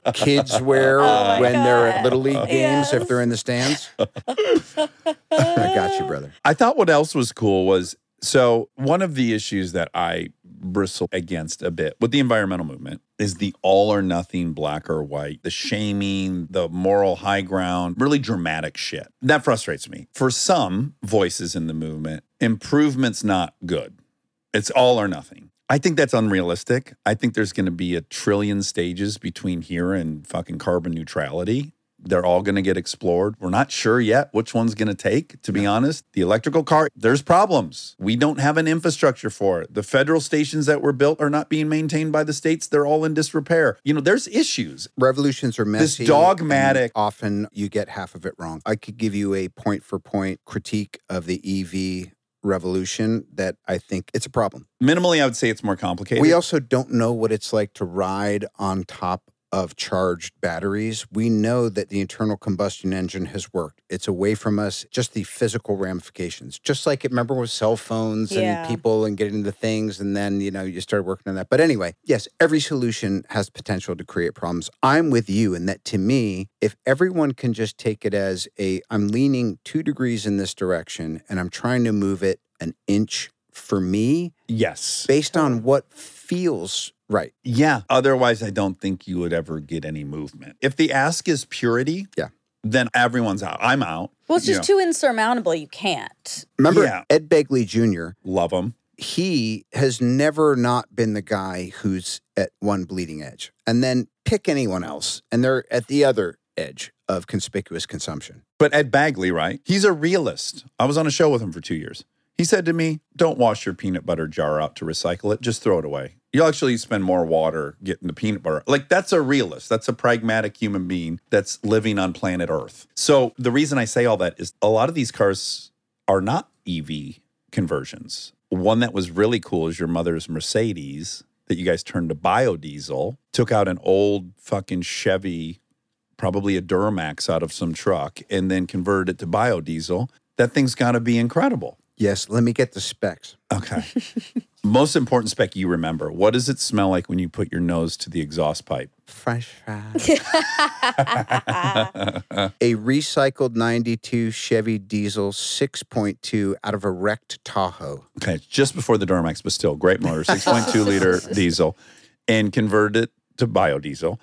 F: Like kids wear
B: Oh my
F: when they're at
B: God.
F: little league games
B: Yes.
F: if they're in the stands. I got you, brother.
A: I thought what else was cool was so one of the issues that I bristle against a bit with the environmental movement is the all or nothing black or white, the shaming, the moral high ground, really dramatic shit. That frustrates me. For some voices in the movement, improvement's not good. It's all or nothing. I think that's unrealistic. I think there's going to be a trillion stages between here and fucking carbon neutrality. They're all going to get explored. We're not sure yet which one's going to take, to be honest. The electrical car, there's problems. We don't have an infrastructure for it. The federal stations that were built are not being maintained by the states. They're all in disrepair. You know, there's issues.
F: revolutions are messy.
A: dogmatic-
F: and Often you get half of it wrong. I could give you a point for point critique of the EV revolution that I think it's a problem.
A: Minimally, I would say it's more complicated.
F: We also don't know what it's like to ride on top of charged batteries. We know that the internal combustion engine has worked. It's away from us, just the physical ramifications. Just like it remember with cell phones
B: Yeah.
F: and people and getting into things and then, you know, you started working on that. But anyway, yes, every solution has potential to create problems. I'm with you in that to me, if everyone can just take it as a I'm leaning 2 degrees in this direction and I'm trying to move it an inch for me,
A: yes.
F: based on what feels right.
A: Yeah. Otherwise, I don't think you would ever get any movement. If the ask is purity,
F: Yeah.
A: then everyone's out. I'm out.
B: well, it's just
A: Yeah.
B: too insurmountable. You can't.
F: Remember
A: Yeah.
F: Ed Begley Jr.
A: Love them.
F: He has never not been the guy who's at one bleeding edge, and then pick anyone else, and they're at the other edge of conspicuous consumption.
A: But Ed Bagley, right? He's a realist. I was on a show with him for two years. He said to me, Don't wash your peanut butter jar out to recycle it, just throw it away. You'll actually spend more water getting the peanut butter. Like, that's a realist. That's a pragmatic human being that's living on planet Earth. So, the reason I say all that is a lot of these cars are not EV conversions. One that was really cool is your mother's Mercedes that you guys turned to biodiesel, took out an old fucking Chevy probably a Duramax out of some truck and then converted it to biodiesel, that thing's got to be incredible.
F: Yes, let me get the specs.
A: Okay. Most important spec you remember. What does it smell like when you put your nose to the exhaust pipe?
F: Fresh fries. a recycled 92 Chevy diesel 6.2 out of a wrecked Tahoe.
A: Okay, it's just before the Duramax, but still great motor, 6.2 liter diesel, and converted it to biodiesel.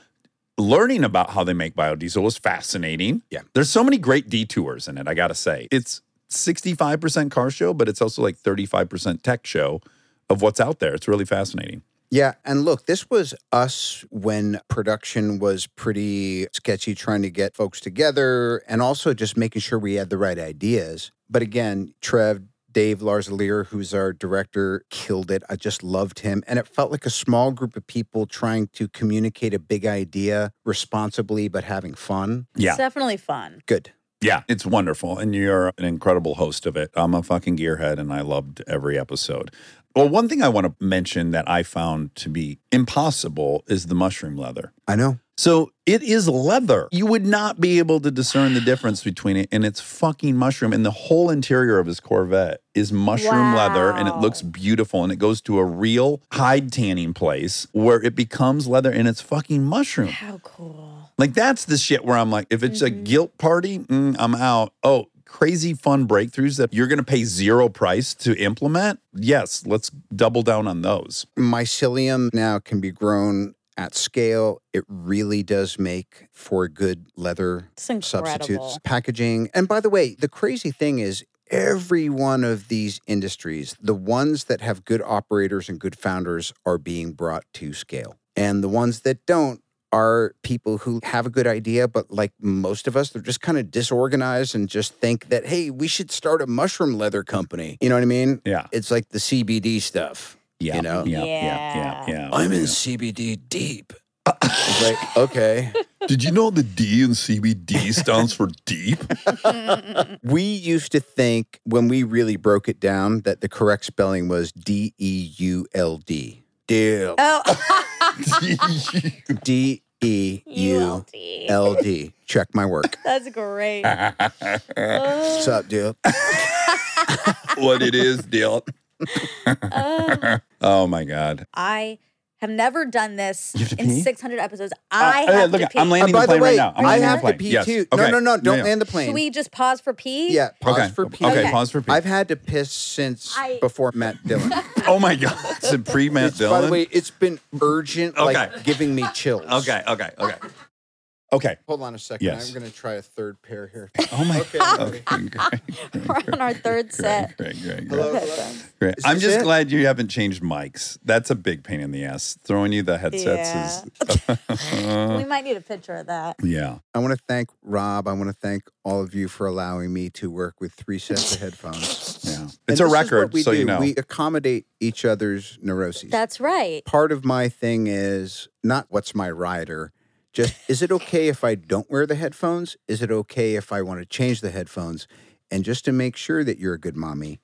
A: Learning about how they make biodiesel was fascinating.
F: Yeah.
A: There's so many great detours in it, I gotta say. It's 65% car show, but it's also like 35% tech show of what's out there. It's really fascinating.
F: Yeah. And look, this was us when production was pretty sketchy, trying to get folks together and also just making sure we had the right ideas. But again, Trev, Dave Larzalier, who's our director, killed it. I just loved him. And it felt like a small group of people trying to communicate a big idea responsibly, but having fun.
A: Yeah.
B: It's definitely fun.
F: Good.
A: Yeah, it's wonderful. And you're an incredible host of it. I'm a fucking gearhead and I loved every episode. Well, one thing I want to mention that I found to be impossible is the mushroom leather.
F: I know.
A: So it is leather. You would not be able to discern the difference between it and its fucking mushroom. And the whole interior of his Corvette is mushroom leather and it
B: Wow.
A: looks beautiful. And it goes to a real hide tanning place where it becomes leather and it's fucking mushroom.
B: How cool.
A: Like that's the shit where I'm like, if it's a guilt party, mm, I'm out. Oh, crazy fun breakthroughs that you're going to pay zero price to implement. Yes, let's double down on those.
F: Mycelium now can be grown at scale. It really does make for good leather
B: It's incredible.
F: substitutes, packaging. And by the way, the crazy thing is, every one of these industries, the ones that have good operators and good founders are being brought to scale. And the ones that don't are people who have a good idea, but like most of us, they're just kind of disorganized and just think that, hey, we should start a mushroom leather company. You know what I mean?
A: Yeah.
F: It's like the CBD stuff.
A: Yeah.
F: You know?
A: Yeah. Yeah. Yeah. Oh, yeah.
F: I'm in CBD deep. It's like, okay.
A: Did you know the D in CBD stands for deep?
F: We used to think when we really broke it down that the correct spelling was D E U L D.
H: Uh,
F: Deal.
B: Oh,
F: D E U
H: E
B: ULT.
F: L D. Check my work.
B: That's great.
F: What's up, dude?
A: what it is, deal.
B: Uh,
A: Oh my God.
B: I have never done this
A: You have to
B: in
A: pee?
B: 600 episodes.
A: Uh,
B: I
A: hey,
B: have
A: look,
B: to pee.
A: I'm
F: And
A: landing the
F: by the
A: plane
F: way,
A: right now. I'm
F: I
A: landing
F: have
A: the plane.
F: to pee
A: Yes.
F: too.
A: Okay.
F: No, no, no. Don't
A: Yeah, yeah.
F: land the plane.
B: Should we just pause for pee?
F: yeah, pause
A: Okay.
F: for pee.
A: Okay.
B: Okay.
A: Pause for pee.
F: I've had to piss since
B: I-
F: before Matt Dillon.
A: oh my God. It's a pre Matt Dillon.
F: By the way, it's been urgent,
A: Okay.
F: like giving me chills.
A: okay. Okay. Okay. Okay.
F: Hold on a second.
A: Yes.
F: I'm going to try a third pair here.
A: Oh my
F: Okay.
A: Okay.
B: We're on our third set.
A: Great, great, great,
F: Hello.
A: great.
F: hello.
A: great.
F: Is
A: I'm
F: this
A: just
F: it?
A: glad you haven't changed mics. That's a big pain in the ass. Throwing you the headsets
B: We
A: is.
B: might need a picture of that.
A: yeah.
F: I want to thank Rob. I want to thank all of you for allowing me to work with three sets of headphones.
A: Yeah.
F: And
A: It's a
F: this is what
A: record,
F: we
A: so you
F: do.
A: know.
F: We accommodate each other's neuroses.
B: That's right.
F: Part of my thing is not what's my rider, just is it okay if I don't wear the headphones? Is it okay if I want to change the headphones? And just to make sure that you're a good mommy,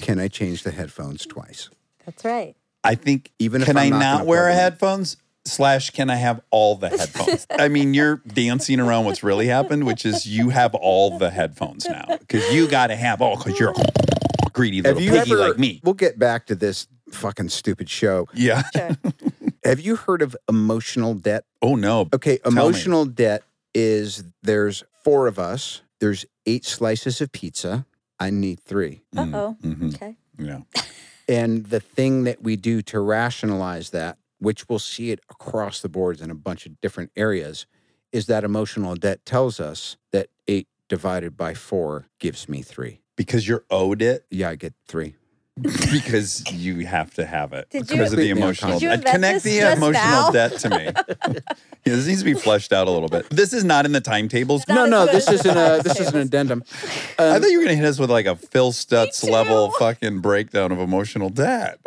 F: can I change the headphones twice?
B: That's right.
A: I think
F: Even if
A: can
F: I'm
A: I
F: not
A: not
F: gonna
A: wear
F: plug 'em in.
A: headphones? Slash, can I have all the headphones? I mean, you're dancing around what's really happened, which is you have all the headphones now because you got to have all because you're a greedy little piggy like me.
F: We'll get back to this fucking stupid show.
A: Yeah.
F: Have you heard of emotional debt?
A: Oh no.
F: Okay,
A: me.
F: emotional debt is there's four of us. There's eight slices of pizza. I need three.
B: Uh oh.
A: Mm-hmm.
B: Okay.
A: Yeah.
F: And the thing that we do to rationalize that, which we'll see it across the boards in a bunch of different areas, is that emotional debt tells us that eight divided by four gives me three.
A: Because you're owed it
F: Yeah, I get three.
A: because you have to have it
B: Did you-
A: because of the
F: Did you
A: emotional
B: invent
A: debt. Connect
B: this
A: the
B: just
A: emotional
B: now?
A: debt to me. yeah, this needs to be fleshed out a little bit. This is not in the timetables.
B: That
F: no,
B: is
F: no,
B: what
F: this
B: it is.
F: isn't a this is an addendum.
A: I
F: Um,
A: thought you were going to hit us with like a Phil Stutz
B: too.
A: level fucking breakdown of emotional debt.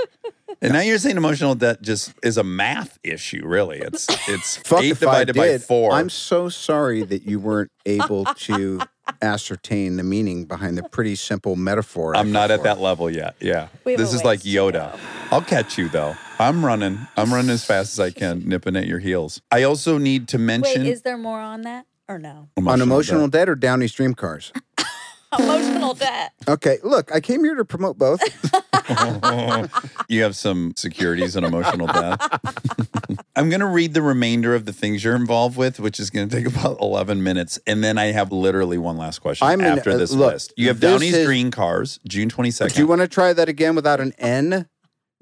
A: And now you're saying emotional debt just is a math issue, really. It's it's
F: Fuck
A: eight
F: if
A: divided
F: I
A: by
F: did.
A: four.
F: I'm so sorry that you weren't able to ascertain the meaning behind the pretty simple metaphor. I
A: I'm not at
F: put
A: that level yet. Yeah.
B: We have
A: This
B: a
A: is like
B: ways to
A: Yoda. I'll catch you though. I'm running. I'm running as fast as I can, nipping at your heels. I also need to
B: Wait,
A: mention
B: is there more on that or no?
F: forth. on emotional debt or Downey Stream Cars.
B: Emotional debt.
F: Okay, look, I came here to promote both.
A: you have some securities and emotional debt. I'm going to read the remainder of the things you're involved with, which is going to take about 11 minutes. And then I have literally one last question
F: I'm in-
A: after
F: uh,
A: this
F: look,
A: list. You have
F: this
A: Downey's
F: is-
A: Green Cars, June 22nd.
F: Do you want to try that again without an N?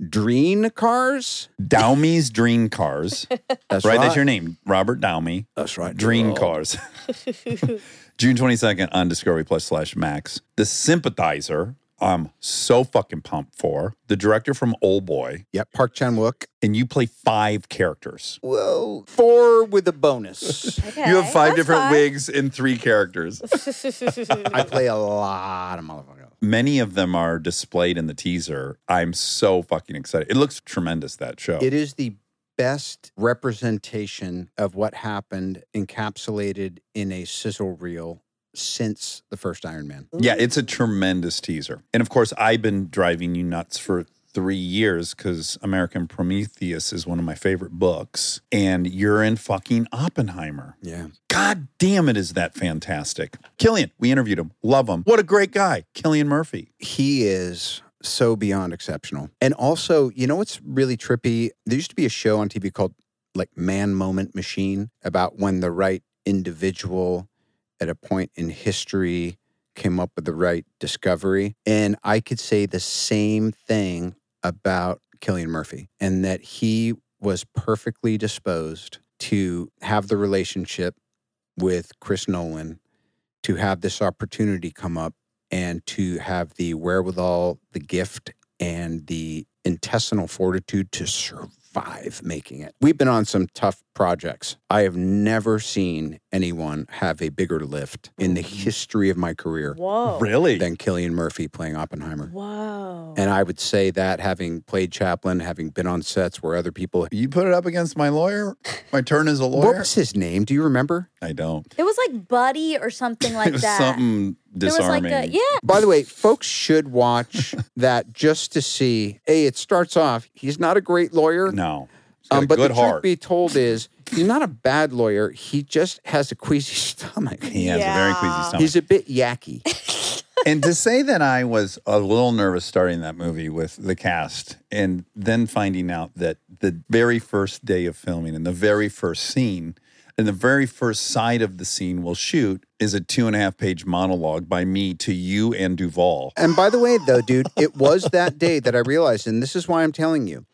F: Dream Cars?
A: Downey's Dream Cars,
F: That's
A: right? That's your name, Robert Downey.
F: That's right.
A: Dream
F: Gerald.
A: Cars. June 22nd on Discovery Plus slash Max. The Sympathizer, I'm so fucking pumped for. The director from Old Boy.
F: Yep, Park Chan Wook.
A: And you play five characters.
F: Whoa. Four with a bonus.
B: Okay,
A: you have five
B: that's
A: different
B: fine.
A: wigs and three characters.
F: I play a lot of motherfuckers.
A: Many of them are displayed in the teaser. I'm so fucking excited. It looks tremendous, that show.
F: It is the best representation of what happened encapsulated in a sizzle reel since the first Iron Man.
A: Yeah, it's a tremendous teaser. And of course, I've been driving you nuts for three years because American Prometheus is one of my favorite books, and you're in fucking Oppenheimer.
F: Yeah.
A: God damn it, is that fantastic. Killian, we interviewed him. Love him. What a great guy. Killian Murphy.
F: he is so beyond exceptional. And also, you know what's really trippy? There used to be a show on TV called like Man Moment Machine about when the right individual at a point in history came up with the right discovery. And I could say the same thing about Killian Murphy and that he was perfectly disposed to have the relationship with Chris Nolan, to have this opportunity come up and to have the wherewithal, the gift, and the intestinal fortitude to survive making it. We've been on some tough projects. I have never seen anyone have a bigger lift in the history of my career
B: Whoa.
A: Really?
F: than Killian Murphy playing Oppenheimer.
B: Whoa.
F: And I would say that having played Chaplin, having been on sets where other people.
A: You put it up against my lawyer? My turn as a
F: What
A: lawyer?
F: was his name? Do you remember?
A: I don't.
B: it was like Buddy or something like
A: it was
B: that.
A: something
B: There was
A: disarming.
B: like a, yeah.
F: By the way, folks should watch that just to see. Hey, it starts off. He's not a great lawyer.
A: No. He's got
F: Um,
A: a
F: but
A: good
F: the
A: heart.
F: truth be told is he's not a bad lawyer. He just has a queasy stomach.
A: he has a very queasy
B: Yeah.
A: stomach.
F: He's a bit yucky.
A: and to say that I was a little nervous starting that movie with the cast and then finding out that the very first day of filming and the very first scene and the very first side of the scene we'll shoot is a two and a half page monologue by me to you and Duvall.
F: And by the way, though, dude, it was that day that I realized, and this is why I'm telling you,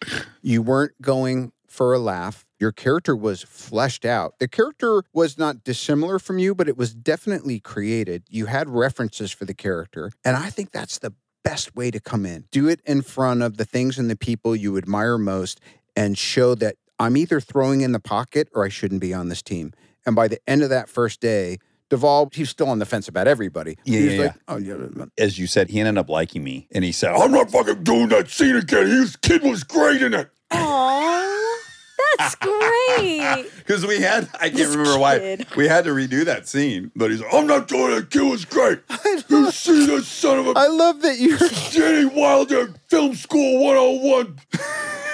F: you weren't going for a laugh. Your character was fleshed out. The character was not dissimilar from you, but it was definitely created. You had references for the character. And I think that's the best way to come in. Do it in front of the things and the people you admire most and show that I'm either throwing in the pocket or I shouldn't be on this team. And by the end of that first day, Duvall, he's still on the fence about everybody.
A: Yeah,
F: he was
A: yeah,
F: like, oh, yeah,
A: As you said, he ended up liking me and he said, I'm not fucking doing that scene again. His kid was great in it.
B: Aw, that's great.
A: Because we had, I can't
B: This
A: remember why,
B: kid.
A: we had to redo that scene. But he's, I'm not doing it. Kid was great. You see this son of a
F: I love that you're,
A: Jenny Wilder Film School 101.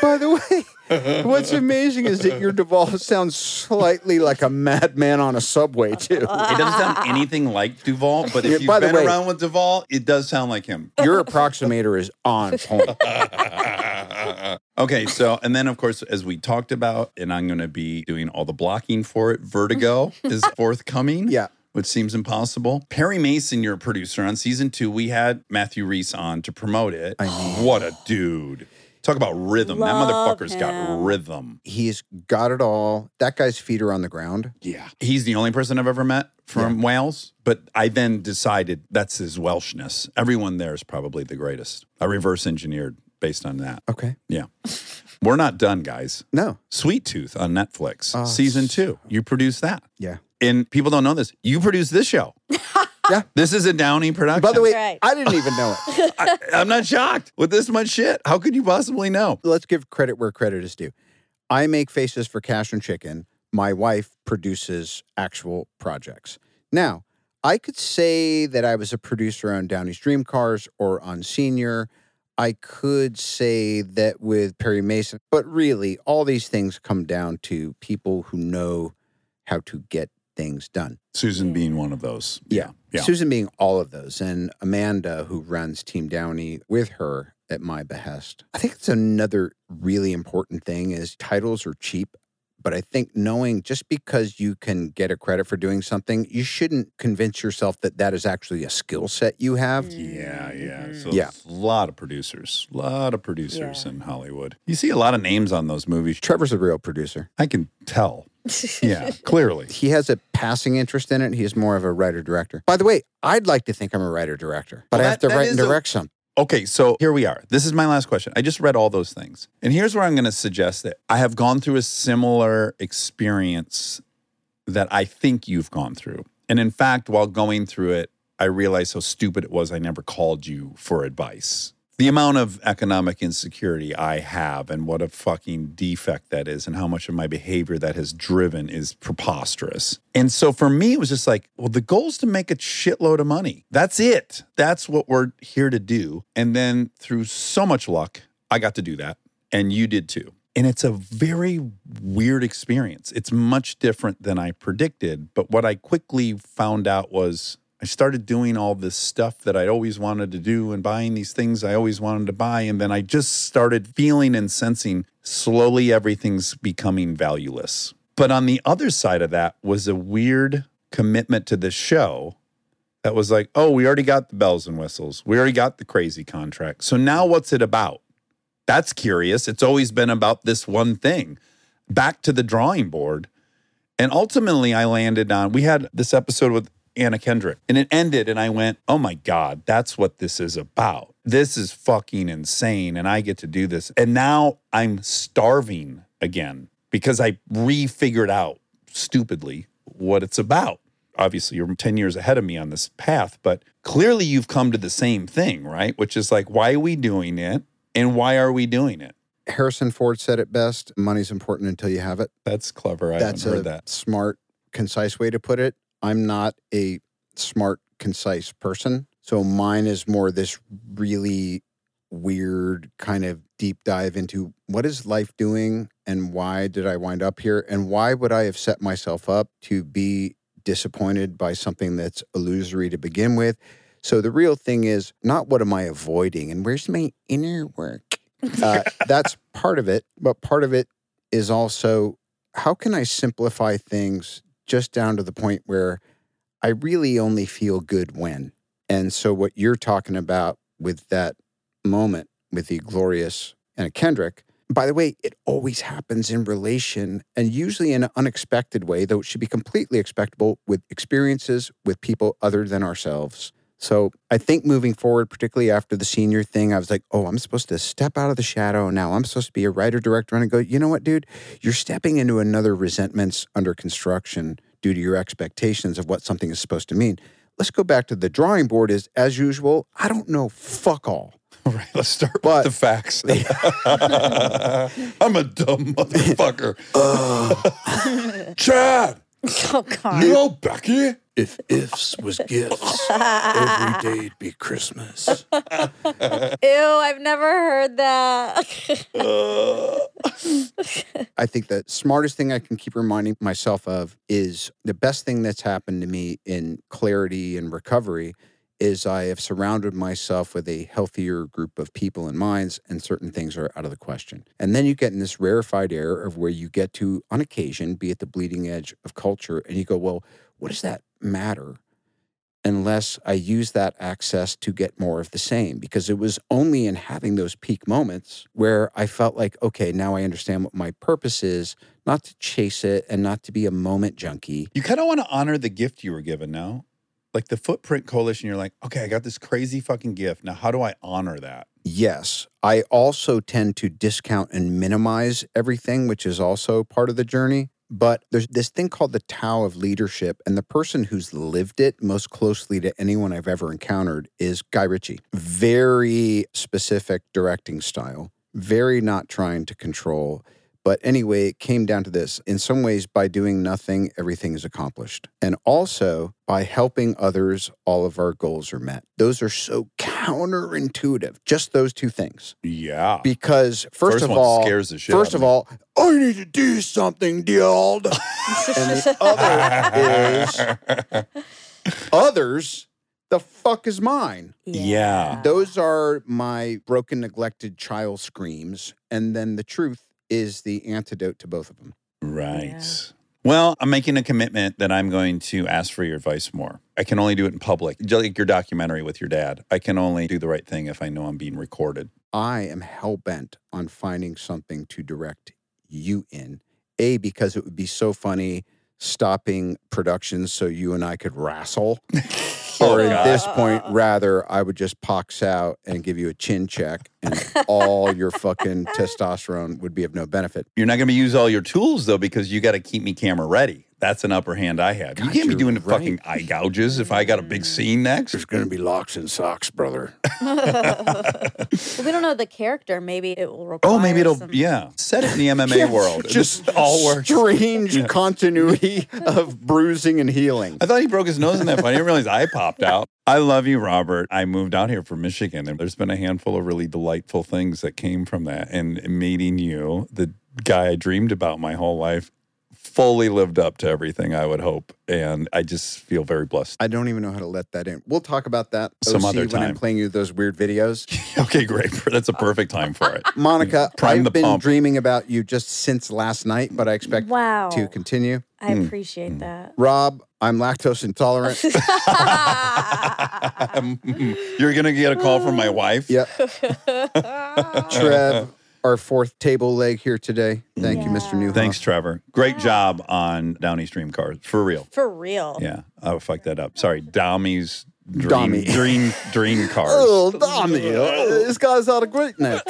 F: by the way, what's amazing is that your Duvall sounds slightly like a madman on a subway, too.
A: It doesn't sound anything like Duvall, but
F: Yeah,
A: if
F: by
A: you've
F: the
A: been
F: way-
A: around with Duvall, it does sound like him.
F: Your approximator is on point.
A: Okay, so, and then of course, as we talked about, and I'm going to be doing all the blocking for it, Vertigo is forthcoming.
F: Yeah.
A: Which seems impossible. Perry Mason, your producer on season two, we had Matthew Reese on to promote it. what a dude. Talk about rhythm.
B: Love
A: that motherfucker's got
B: him.
A: rhythm.
F: He's got it all. That guy's feet are on the ground.
A: Yeah. He's the only person I've ever met from Wales, but I then decided that's his Welshness. Everyone there is probably the greatest. I reverse engineered based on that.
F: Okay.
A: Yeah. We're not done, guys.
F: No.
A: Sweet Tooth on Netflix,
F: Oh,
A: season
F: s-
A: two. You produced that.
F: Yeah.
A: And people don't know this. You produced this show.
F: Yeah.
A: This is a Downey production.
F: By the way,
B: Right.
F: I didn't even know it.
A: I, I'm not shocked with this much shit. How could you possibly know?
F: Let's give credit where credit is due. I make faces for Cash and Chicken. My wife produces actual projects. Now, I could say that I was a producer on Downey's Dream Cars or on Senior. I could say that with Perry Mason, but really, all these things come down to people who know how to get things done.
A: Susan being one of those.
F: Yeah.
A: Yeah.
F: Susan being all of those, and Amanda, who runs Team Downey with her at my behest. I think it's another really important thing is titles are cheap, but I think knowing just because you can get a credit for doing something, you shouldn't convince yourself that that is actually a skill set you have.
A: Mm. Yeah, yeah. So
F: Yeah.
A: there's a lot of producers, a lot of producers
B: Yeah.
A: in Hollywood. You see a lot of names on those movies.
F: Trevor's a real producer.
A: I can tell. Yeah, clearly.
F: He has a passing interest in it. He is more of a writer director. By the way, I'd like to think I'm a writer director, but
A: Well,
F: I have
A: that-
F: to
A: that
F: write and
A: is a-
F: direct something.
A: Okay, so here we are. This is my last question. I just read all those things. And here's where I'm going to suggest that I have gone through a similar experience that I think you've gone through. And in fact, while going through it, I realized how stupid it was I never called you for advice. The amount of economic insecurity I have and what a fucking defect that is and how much of my behavior that has driven is preposterous. And so for me, it was just like, well, the goal is to make a shitload of money. That's it. That's what we're here to do. And then through so much luck, I got to do that, and you did too. And it's a very weird experience. It's much different than I predicted. But what I quickly found out was I started doing all this stuff that I'd always wanted to do and buying these things I always wanted to buy. And then I just started feeling and sensing slowly everything's becoming valueless. But on the other side of that was a weird commitment to this show that was like, oh, we already got the bells and whistles. We already got the crazy contract. So now what's it about? That's curious. It's always been about this one thing. Back to the drawing board. And ultimately, I landed on, we had this episode with Anna Kendrick and it ended, and I went, oh my God, that's what this is about. This is fucking insane. And I get to do this. And now I'm starving again because I refigured out stupidly what it's about. Obviously, you're 10 years ahead of me on this path, but clearly you've come to the same thing, right? Which is like, why are we doing it? And why are we doing it?
F: Harrison Ford said it best money's important until you have it.
A: That's clever. I
F: That's
A: haven't
F: a
A: heard that.
F: smart, concise way to put it. I'm not a smart, concise person. So mine is more this really weird kind of deep dive into what is life doing and why did I wind up here? And why would I have set myself up to be disappointed by something that's illusory to begin with? So the real thing is not what am I avoiding and where's my inner work? Uh, that's part of it. But part of it is also how can I simplify things just down to the point where I really only feel good when? And so, what you're talking about with that moment with the glorious Anna Kendrick, by the way, it always happens in relation and usually in an unexpected way, though it should be completely expectable with experiences with people other than ourselves. So, I think moving forward, particularly after the senior thing, I was like, oh, I'm supposed to step out of the shadow now. I'm supposed to be a writer director. And I go, you know what, dude? You're stepping into another resentments under construction due to your expectations of what something is supposed to mean. Let's go back to the drawing board. Is as usual, I don't know fuck all.
A: All right, let's start
F: But-
A: with the facts. I'm a dumb motherfucker. Chad,
B: Oh God.
A: you know Becky?
D: If ifs was gifts, every day'd be Christmas.
B: Ew, I've never heard that.
A: Uh.
F: I think the smartest thing I can keep reminding myself of is the best thing that's happened to me in clarity and recovery is I have surrounded myself with a healthier group of people and minds, and certain things are out of the question. And then you get in this rarefied air of where you get to, on occasion, be at the bleeding edge of culture, and you go, well, what does that matter? Unless I use that access to get more of the same, because it was only in having those peak moments where I felt like, okay, now I understand what my purpose is, not to chase it and not to be a moment junkie.
A: You kind of want to honor the gift you were given now. Like the Footprint Coalition, you're like, okay, I got this crazy fucking gift. Now, how do I honor that?
F: Yes. I also tend to discount and minimize everything, which is also part of the journey. But there's this thing called the Tao of leadership. And the person who's lived it most closely to anyone I've ever encountered is Guy Ritchie. Very specific directing style, very not trying to control. But anyway, it came down to this. In some ways, by doing nothing, everything is accomplished. And also, by helping others, all of our goals are met. Those are so counterintuitive, just those two things.
A: Yeah.
F: Because, first,
A: Ah, First
F: of
A: one
F: all,
A: scares the shit
F: first
A: out of
F: of all, I need to do something, dude. and the other is others, the fuck is mine?
A: Yeah.
F: Those are my broken, neglected child screams. And then the truth is the antidote to both of them.
A: Right.
B: Yeah.
A: Well, I'm making a commitment that I'm going to ask for your advice more. I can only do it in public, just like your documentary with your dad. I can only do the right thing if I know I'm being recorded.
F: I am hell bent on finding something to direct you in. A, because it would be so funny stopping productions so you and I could wrestle. or at this point, rather, I would just pox out and give you a chin check, and all your fucking testosterone would be of no benefit.
A: You're not going to use all your tools though, because you got to keep me camera ready. That's an upper hand I have. you can't
F: God,
A: be
F: you're
A: doing the
F: right.
A: fucking eye gouges if I got a big scene next.
F: There's going to be locks and socks, brother.
H: If we don't know the character. Maybe it will require.
A: Oh, maybe it'll
H: some-
A: yeah. Set it in the MMA world.
F: Just
A: all work.
F: strange continuity of bruising and healing.
A: I thought he broke his nose in that fight. I didn't realize I popped out. I love you, Robert. I moved out here from Michigan, and there's been a handful of really delightful things that came from that. And meeting you, the guy I dreamed about my whole life, fully lived up to everything I would hope. And I just feel very blessed.
F: I don't even know how to let that in. We'll talk about that
A: Some
F: OC,
A: other
F: when I'm
A: time.
F: playing you those weird videos.
A: Okay, great. That's a perfect time for it.
F: Monica,
A: Prime
F: I've
A: the
F: been
A: pump.
F: dreaming about you just since last night, but I expect
H: Wow.
F: to continue.
H: I
A: Hmm.
H: appreciate that.
F: Rob, I'm lactose intolerant.
A: Um, You're gonna get a call from my wife.
F: yep. Trev, our fourth table leg here today. Thank you, Mr. Newhoff.
A: Thanks, Trevor. Great job on Downey Stream Cars for real.
H: For real.
A: Yeah, I fucked that up. Sorry, Dommy's dream,
F: Dommy.
A: dream, dream cars.
F: Oh, damn you. This guy's out of great neck.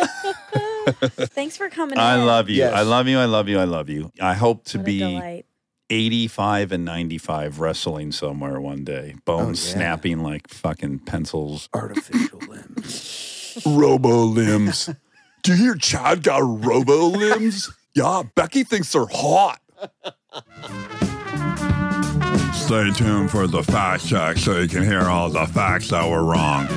H: Thanks for coming.
A: I
H: in.
A: love you.
F: Yes.
A: I love you. I love you. I love you. I hope to
H: What a
A: be
H: delight.
A: 85 and 95 wrestling somewhere one
J: Oh,
A: day. Bones
F: yeah.
A: snapping like fucking pencils.
K: Artificial limbs.
A: Robo limbs. Do you hear Chad got robo limbs? Yeah, Becky thinks they're hot.
J: Stay tuned for the fact check so you can hear all the facts that were wrong.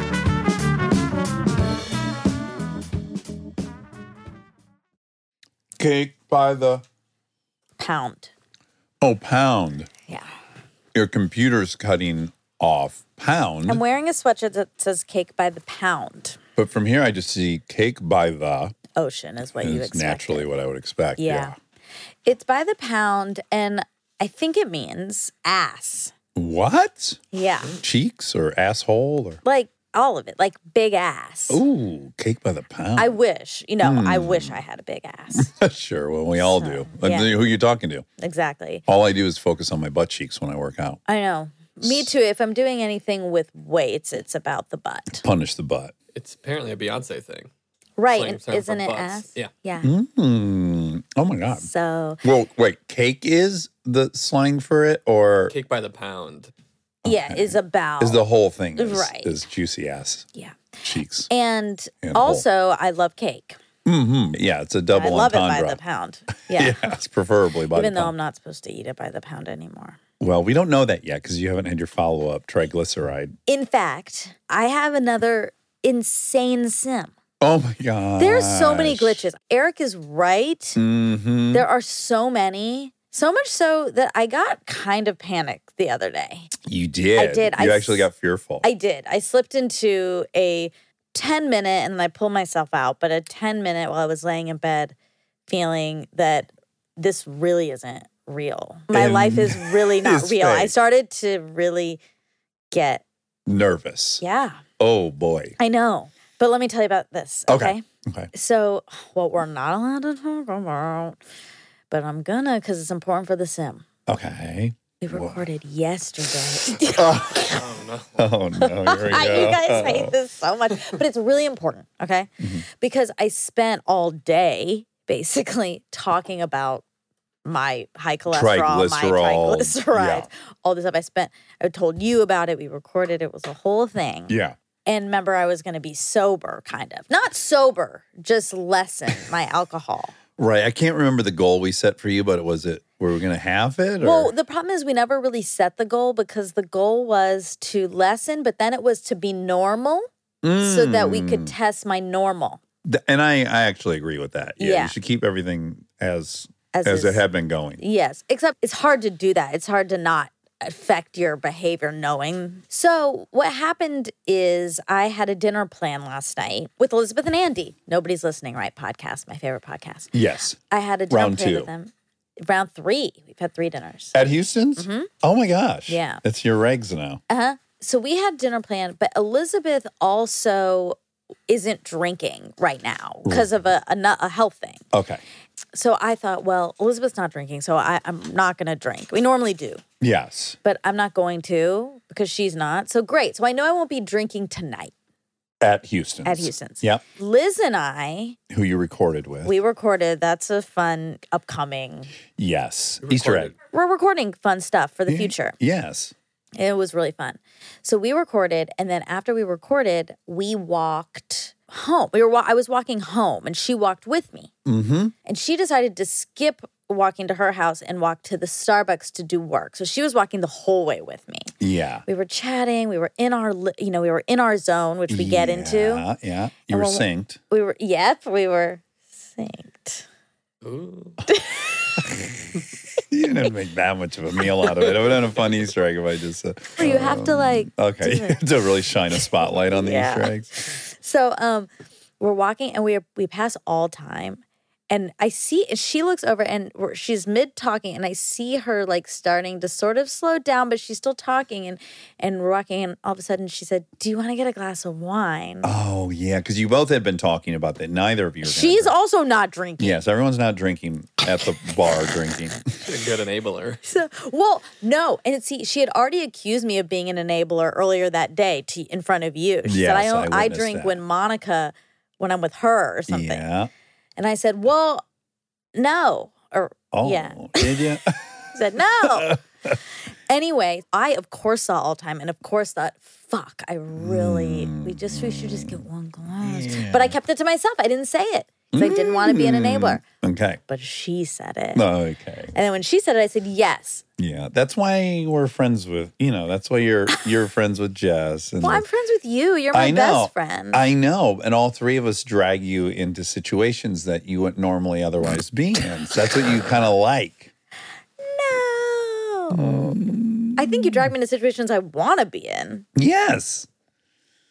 A: Cake by the
H: Pound.
A: oh pound.
H: Yeah.
A: Your computer's cutting off pound.
H: I'm wearing a sweatshirt that says "Cake by the Pound."
A: But from here, I just see cake by the
H: Ocean is what you
A: is
H: expect.
A: naturally what I would expect.
H: Yeah.
A: Yeah.
H: It's by the pound, and I think it means ass.
A: What?
H: Yeah.
A: Cheeks or asshole or
H: Like all of it, like big ass.
A: ooh, Hmm. cake by the pound.
H: I wish, you know, I wish I had a big ass.
A: sure. Well, we all do. Uh,
H: So, yeah.
A: Who you talking to?
H: exactly.
A: All I do is focus on my butt cheeks when I work out.
H: I know. Me too. If I'm doing anything with weights, it's about the butt.
A: Punish the butt.
G: It's apparently a Beyonce thing.
H: Right.
G: Slang
H: and
G: term for
H: isn't it
G: butts.
H: ass?
G: Yeah.
H: Yeah.
A: Hmm? Mm. Oh my god.
H: So,
A: Well, wait. Cake is the slang for it, or
G: Cake by the pound.
H: yeah, is about.
A: Oh, is the whole thing is,
H: Right.
A: is juicy ass
H: yeah.
A: cheeks?
H: And,
A: And
H: also, I love cake.
A: hmm Yeah, it's a
H: I
A: double
H: love
A: entendre.
H: it by the pound.
A: yeah.
H: Yeah.
A: it's preferably by
H: Even
A: the
H: though
A: pound.
H: I'm not supposed to eat it by the pound anymore.
A: Well, we don't know that yet because you haven't had your follow up triglyceride.
H: In fact, I have another insane sim.
A: Oh my god.
H: There's so many glitches. Eric is right.
A: Mm-hmm.
H: There are so many. So much so that I got kind of panicked the other day.
A: You did.
H: I did.
A: You
H: I
A: actually
H: s-
A: got fearful.
H: I did. I slipped into a 10 minute and then I pulled myself out, but a 10 minute while I was laying in bed feeling that this really isn't real. My
A: And
H: life is really not
A: it's
H: real. I
A: fake.
H: started to really get,
A: Nervous.
H: yeah,
A: Oh boy.
H: I know. But let me tell you about this.
A: Okay.
H: okay?
A: Okay.
H: So, what we're not allowed to talk about, but I'm gonna because it's important for the sim.
A: Okay.
H: We recorded yesterday.
G: Oh no.
A: Oh no. Here we go.
H: you guys hate this so much, but it's really important, okay?
A: Mm-hmm.
H: Because I spent all day basically talking about my high cholesterol, my
A: Triglycerol,
H: triglycerides,
A: yeah.
H: all this stuff. I spent, I told you about it. We recorded it. It was a whole thing.
A: Yeah.
H: And remember, I was going to be sober, kind of. Not sober, just lessen my alcohol.
A: Right. I can't remember the goal we set for you, but was it were we gonna half it? Or?
H: Well, the problem is we never really set the goal because the goal was to lessen, but then it was to be normal so that we could
A: Mm.
H: test my normal
A: Hmm. Th- and I, I actually agree with that. Yeah,
H: Yeah.
A: You should keep everything as
H: as,
A: as, it
H: is-
A: had been going.
H: Yes, except it's hard to do that. It's hard to not affect your behavior knowing. So, what happened is I had a dinner plan last night with Elizabeth and Andy. Nobody's listening, right? Podcast, my favorite podcast.
A: Yes.
H: I had a dinner
A: Round
H: plan
A: two.
H: with them. Round three. We've had three dinners.
A: At Houston's? Oh my gosh.
H: Mm-hmm. Yeah.
A: It's your regs now.
H: Uh huh. So we had dinner planned, but Elizabeth also isn't drinking right now because of a, a, nu- a health thing.
A: Okay.
H: So I thought, well, Elizabeth's not drinking, so I, I'm not going to drink. We normally do,
A: Yes.
H: but I'm not going to because she's not. So great. So I know I won't be drinking tonight.
A: At Houston's.
H: At Houston's.
A: Yep.
H: Liz and I,
A: Who you recorded with.
H: we recorded. That's a fun upcoming.
A: yes. Easter egg.
H: We're recording fun stuff for the future.
A: Yes.
H: It was really fun. So we recorded, and then after we recorded, we walked home. We were wa- I was walking home and she walked with me.
A: Mm-hmm.
H: And she decided to skip walking to her house and walk to the Starbucks to do work. So she was walking the whole way with me.
A: Yeah.
H: We were chatting, we were in our li- you know, we were in our zone which we get into.
A: Yeah, yeah. You were
H: well,
A: synced.
H: We were yep, we were synced.
G: Ooh.
A: You didn't have to make that much of a meal out of it. I would have had a fun Easter egg if I just said.
H: Where you have to, like,
A: Okay,
H: do
A: you have to really shine a spotlight on the
H: Yeah.
A: Easter eggs.
H: So um we're walking and we we pass all time and I see she looks over and we're, she's mid talking and I see her like starting to sort of slow down but she's still talking and and we're walking and all of a sudden she said, "Do you want to get a glass of wine?"
A: Oh yeah, because you both had been talking about that. Neither of you. Were gonna
H: she's
A: drink.
H: also not drinking.
A: Yes, everyone's not drinking at the bar drinking.
G: A good enabler.
H: So, well, no, and see, she had already accused me of being an enabler earlier that day to, in front of you. She
A: Yes,
H: said, "I
A: I
H: don't- I,
A: witnessed
H: drink
A: that.
H: when Monica, when I'm with her or something."
A: Yeah.
H: And I said, "Well, no," or
A: Oh,
H: yeah.
A: did you?
H: said no. anyway, I of course saw all time and of course thought, fuck, I really
A: Hmm.
H: we just we should just get one glass. But I kept it to myself. I didn't say it. 'cause I didn't want to
A: Hmm.
H: be an enabler.
A: okay.
H: But she said it.
A: Okay.
H: And then when she said it, I said yes.
A: Yeah, that's why we're friends with you know. That's why you're you're friends with Jess. And
H: Well, I'm friends with you. You're my
A: I know.
H: best friend.
A: I know, and all three of us drag you into situations that you wouldn't normally otherwise be in. So that's what you kind of like.
H: no. I think you drag me into situations I want to be in.
A: Yes.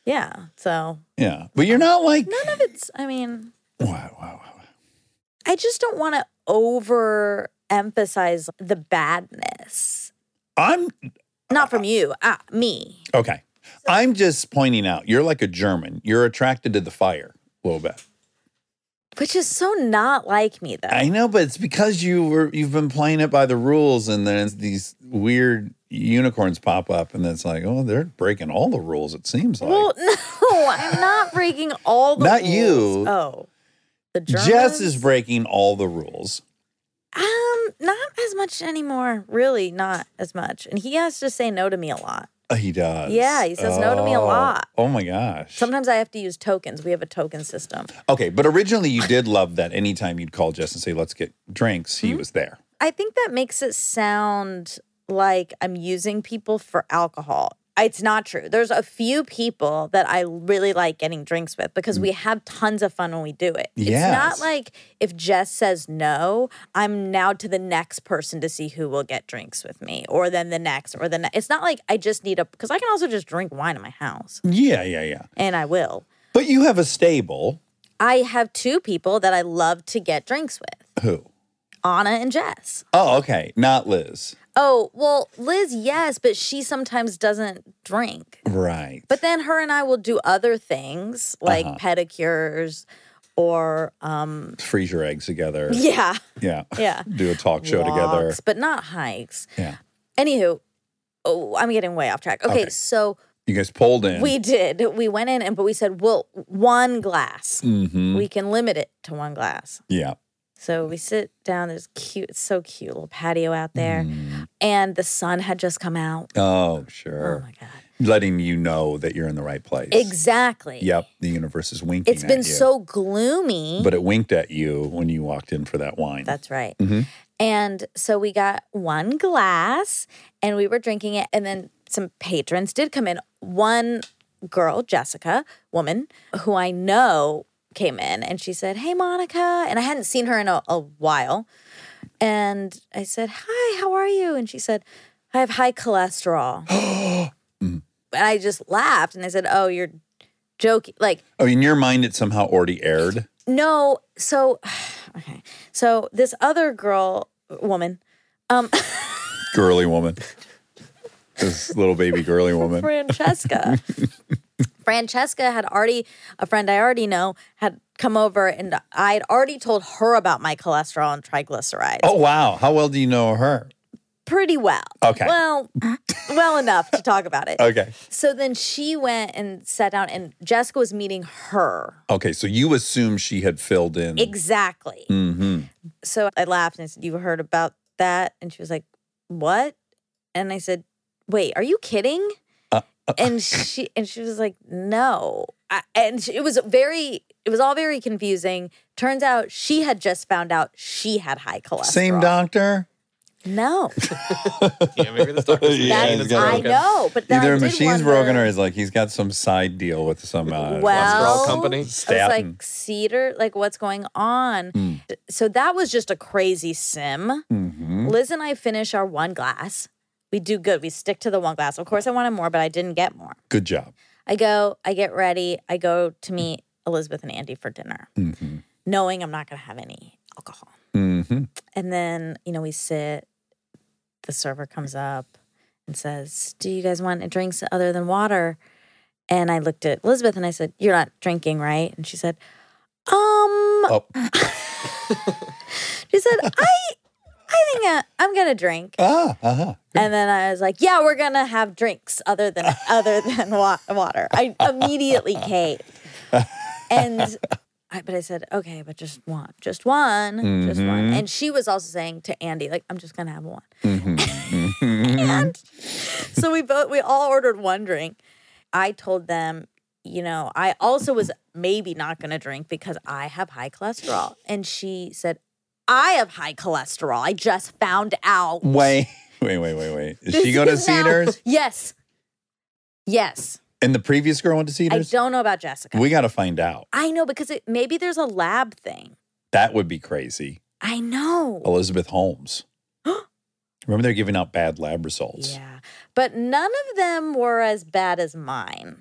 H: Yeah. So
A: Yeah, but you're not like.
H: none of it's, I mean,
A: Wow, wow, wow.
H: I just don't want to overemphasize the badness.
A: I'm
H: Not from you, uh, me.
A: okay. I'm just pointing out you're like a German. You're attracted to the fire a little bit.
H: Which is so not like me, though.
A: I know, but it's because you were you've been playing it by the rules, and then these weird unicorns pop up, and it's like, oh, they're breaking all the rules. It seems like
H: well, no, I'm not breaking all the
A: Not
H: rules.
A: you.
H: Oh, the Germans?
A: Jess is breaking all the rules.
H: Um, not as much anymore. Really, not as much. And he has to say no to me a lot.
A: Uh, He does.
H: Yeah, he says no to me a
A: Oh.
H: lot.
A: Oh my gosh.
H: Sometimes I have to use tokens. We have a token system.
A: okay, but originally you did love that. Anytime you'd call Jess and say, "Let's get drinks,"
H: Hmm?
A: he was there.
H: I think that makes it sound like I'm using people for alcohol. It's not true. There's a few people that I really like getting drinks with because we have tons of fun when we do it.
A: Yes.
H: It's not like if Jess says no, I'm now to the next person to see who will get drinks with me, or then the next, or the next. It's not like I just need a because I can also just drink wine in my house,
A: Yeah, yeah, yeah.
H: and I will.
A: But you have a stable.
H: I have two people that I love to get drinks with,
A: Who?
H: Anna and Jess.
A: Oh, okay. Not Liz.
H: Oh, well, Liz, yes, but she sometimes doesn't drink.
A: Right.
H: But then her and I will do other things like
A: Uh-huh.
H: pedicures or um
A: freeze your eggs together.
H: yeah,
A: Yeah.
H: yeah.
A: Do a talk show together.
H: Walks, but not hikes.
A: Yeah.
H: Anywho, oh, I'm getting way off track. Okay,
A: Okay.
H: so
A: You guys pulled in.
H: we did. We went in and but we said, "Well, one glass.
A: Mhm.
H: We can limit it to one glass."
A: yeah.
H: So we sit down. There's cute, it's so cute little patio out there, and the sun had just come out.
A: Oh,
H: Oh
A: Mm. sure.
H: my god.
A: Letting you know that you're in the right place.
H: Exactly.
A: Yep. The universe is winking.
H: It's
A: at
H: been
A: you.
H: so gloomy.
A: But it winked at you when you walked in for that wine.
H: That's right.
A: Mhm.
H: And so we got one glass and we were drinking it. And then some patrons did come in. One girl, Jessica, woman, who I know came in and she said, Hey, Monica. And I hadn't seen her in a, a while. And I said, Hi, how are you? And she said, I have high cholesterol. and
A: Mm.
H: I just laughed and I said, Oh, you're joking. Like,
A: oh, in your mind, it somehow already aired.
H: no, so okay. So this other girl woman, um
A: Girly woman. this little baby girly woman.
H: Francesca. Francesca had already a friend I already know had come over and I had already told her about my cholesterol and triglycerides
A: Oh, wow. How well do you know her?
H: pretty well.
A: Okay.
H: Well, well enough to talk about it.
A: Okay.
H: So then she went and sat down and Jessica was meeting her.
A: Okay. So you assume she had filled in.
H: Exactly.
A: hmm
H: so I laughed and I said, You heard about that? And she was like, What? And
A: Uh,
H: I said, Wait, are you kidding? and she and she was like, No. I, and she- it was very, it was all very confusing. Turns out she had just found out she had high cholesterol.
A: Same doctor?
H: No,
G: Yeah, maybe this doctor's
A: Yeah,
H: that's-
A: he's
G: machine is
A: got
H: I
A: a-
G: broken.
H: know, but then I
A: Either
H: did
A: machine's
H: wonder-
A: broken or he's like, he's got some side deal with some uh,
H: Well-
G: Cholesterol company.
H: I was
A: statin.
H: like cedar like what's going on
A: Mm.
H: so that was just a crazy sim
A: Mhm.
H: liz and i finish our one glass we do good we stick to the one glass of course i wanted more but i didn't get more
A: Good job.
H: i go i get ready i go to meet elizabeth and andy for dinner
A: Mhm.
H: knowing i'm not going to have any alcohol
A: Mhm.
H: and then you know we sit the server comes up and says do you guys want drinks other than water and i looked at elizabeth and i said you're not drinking right and she said um
A: Oh.
H: She said, "I, I think uh, I'm gonna drink."
A: Ah, uh-huh.
H: And then I was like, "Yeah, we're gonna have drinks other than other than wa- water." I immediately caved, and I, but I said, "Okay, but just one, just one, just one."
A: Mhm.
H: And she was also saying to Andy, "Like, I'm just gonna have one."
A: Mhm. Mhm.
H: And so we both we all ordered one drink. I told them, you know, I also was maybe not going to drink because I have high cholesterol. And she said, "I have high cholesterol. I just found out."
A: wait, wait, wait, wait, wait. Did
H: This
A: she go to
H: is now-
A: Cedars?
H: Yes. Yes.
A: And the previous girl went to
H: I
A: Cedars?
H: don't know about Jessica.
A: We got to find out.
H: I know because it, maybe there's a lab thing.
A: That would be crazy.
H: I know.
A: Elizabeth Holmes. Remember, they're giving out bad lab results.
H: Yeah. But none of them were as bad as mine.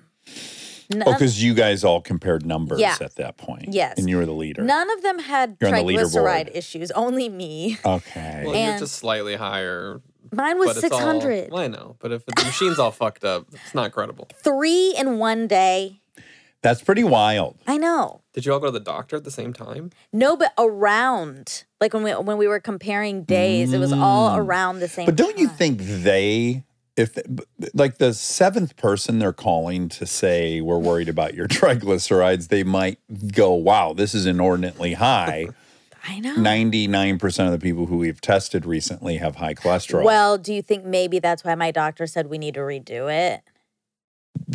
H: None,
A: Oh, because you guys all compared numbers
H: Yeah.
A: at that point.
H: Yes.
A: And you were the leader.
H: none of them had
A: You're on the
H: triglyceride
A: leaderboard.
H: issues, only me.
A: Okay.
G: Well,
H: And-
G: you're just slightly higher.
H: Mine
G: But
H: was
G: it's
H: 600.
G: All, I know, but if the machine's all fucked up, it's not credible.
H: Three in one day.
A: That's pretty wild.
H: I know.
G: Did you all go to the doctor at the same time?
H: No, but around like when we when we were comparing days, it was all around the same.
A: Mm. But don't you
H: time.
A: think they, if like the seventh person they're calling to say we're worried about your triglycerides, they might go, "Wow, this is inordinately high."
H: I know?
A: Ninety-nine percent of the people who we've tested recently have high cholesterol.
H: Well, do you think maybe that's why my doctor said we need to redo it?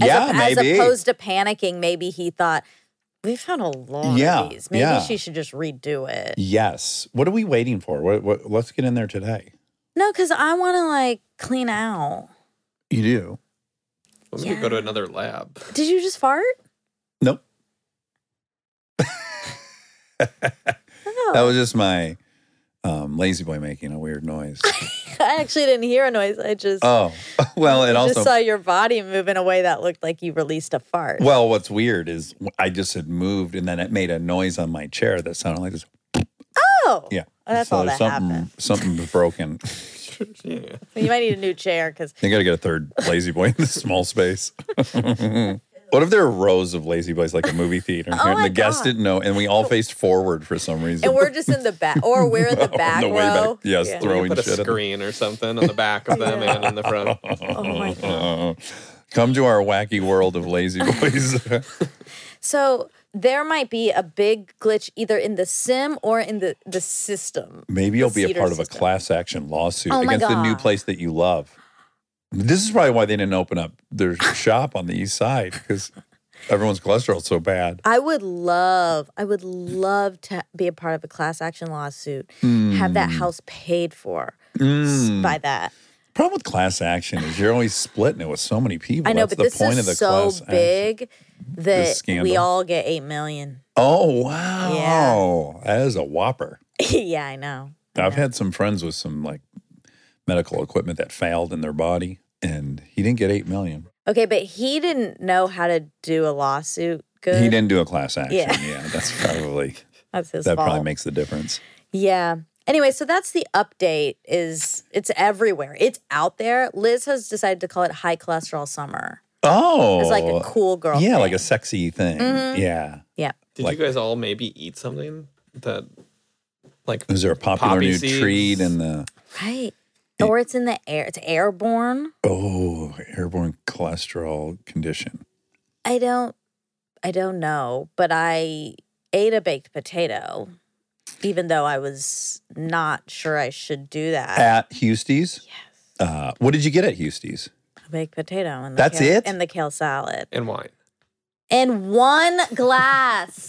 H: As
A: yeah,
H: op- as,
A: maybe.
H: opposed to panicking, maybe he thought we found a lot
A: Yeah,
H: of these. Maybe
A: yeah.
H: she should just redo it.
A: yes. What are we waiting for? What, what, let's get in there today.
H: No, because I want to like clean out.
A: You do.
G: Well, maybe go to another lab.
H: Did you just fart?
A: Nope.
H: No,
A: That was just my um, lazy boy making a weird noise.
H: I actually didn't hear a noise. I just
A: oh, well, it
H: I
A: also
H: just saw your body move in a way that looked like you released a fart.
A: Well, what's weird is I just had moved and then it made a noise on my chair that sounded like this.
H: oh,
A: Yeah.
H: Oh, that's
A: So
H: all
A: there's
H: that
A: something,
H: happened.
A: Something was broken.
G: yeah.
H: You might need a new chair because
A: I got to get a third lazy boy in this small space. what if there are rows of lazy boys like a movie theater
H: Oh
A: and
H: my
A: the guests
H: God.
A: didn't know and we all faced forward for some reason?
H: and we're just in the back or we're in the
A: On
H: back
A: the Oh, way back.
H: row.
A: Yes,
H: Yeah.
A: throw- Throwing
G: Put a
A: shit at them.
G: screen or something on the back of them and in the front.
H: Oh my god.
A: uh-uh. Come to our wacky world of lazy boys.
H: So there might be a big glitch either in the sim or in the the system.
A: Maybe you'll be a
H: Cedar
A: part of a
H: system.
A: class action lawsuit
H: Oh my
A: against the new
H: God.
A: place that you love. This is probably why they didn't open up their shop on the east side because everyone's cholesterol's so bad.
H: I would love, I would love to be a part of a class action lawsuit, have
A: Mm.
H: that house paid for s- by that.
A: Problem with class action is you're always splitting it with so many people.
H: I know,
A: That's
H: but
A: the
H: this
A: point of the
H: is so
A: class action.
H: big that we
A: scandal.
H: all get eight million.
A: Oh wow, that is a whopper.
H: yeah, I know.
A: I've had some friends with some like medical equipment that failed in their body, and he didn't get eight million.
H: Okay, but he didn't know how to do a lawsuit. Good.
A: He didn't do a class action.
H: Yeah.
A: yeah that's probably
H: That's his
A: that
H: fault.
A: probably makes the difference.
H: Yeah. Anyway, so that's the update. Is it's everywhere. It's out there. Liz has decided to call it high cholesterol summer.
A: Oh,
H: It's like a cool girl.
A: yeah, like a
H: thing.
A: sexy thing. Yeah.
H: yeah.
G: Did
A: Like-
G: you guys all maybe eat something that, like,
A: Is there a popular
G: Poppy
A: new
G: seeds.
A: treat in the
H: Right. Or it's in the air. It's airborne.
A: oh airborne cholesterol condition?
H: I don't I don't know, but I ate a baked potato even though I was not sure I should do that.
A: At Hustie's? Yes. Uh, what did you get at Hustie's?
H: a baked potato and the
A: That's
H: kale,
A: it?
H: and the kale salad.
G: and wine?
H: in one glass.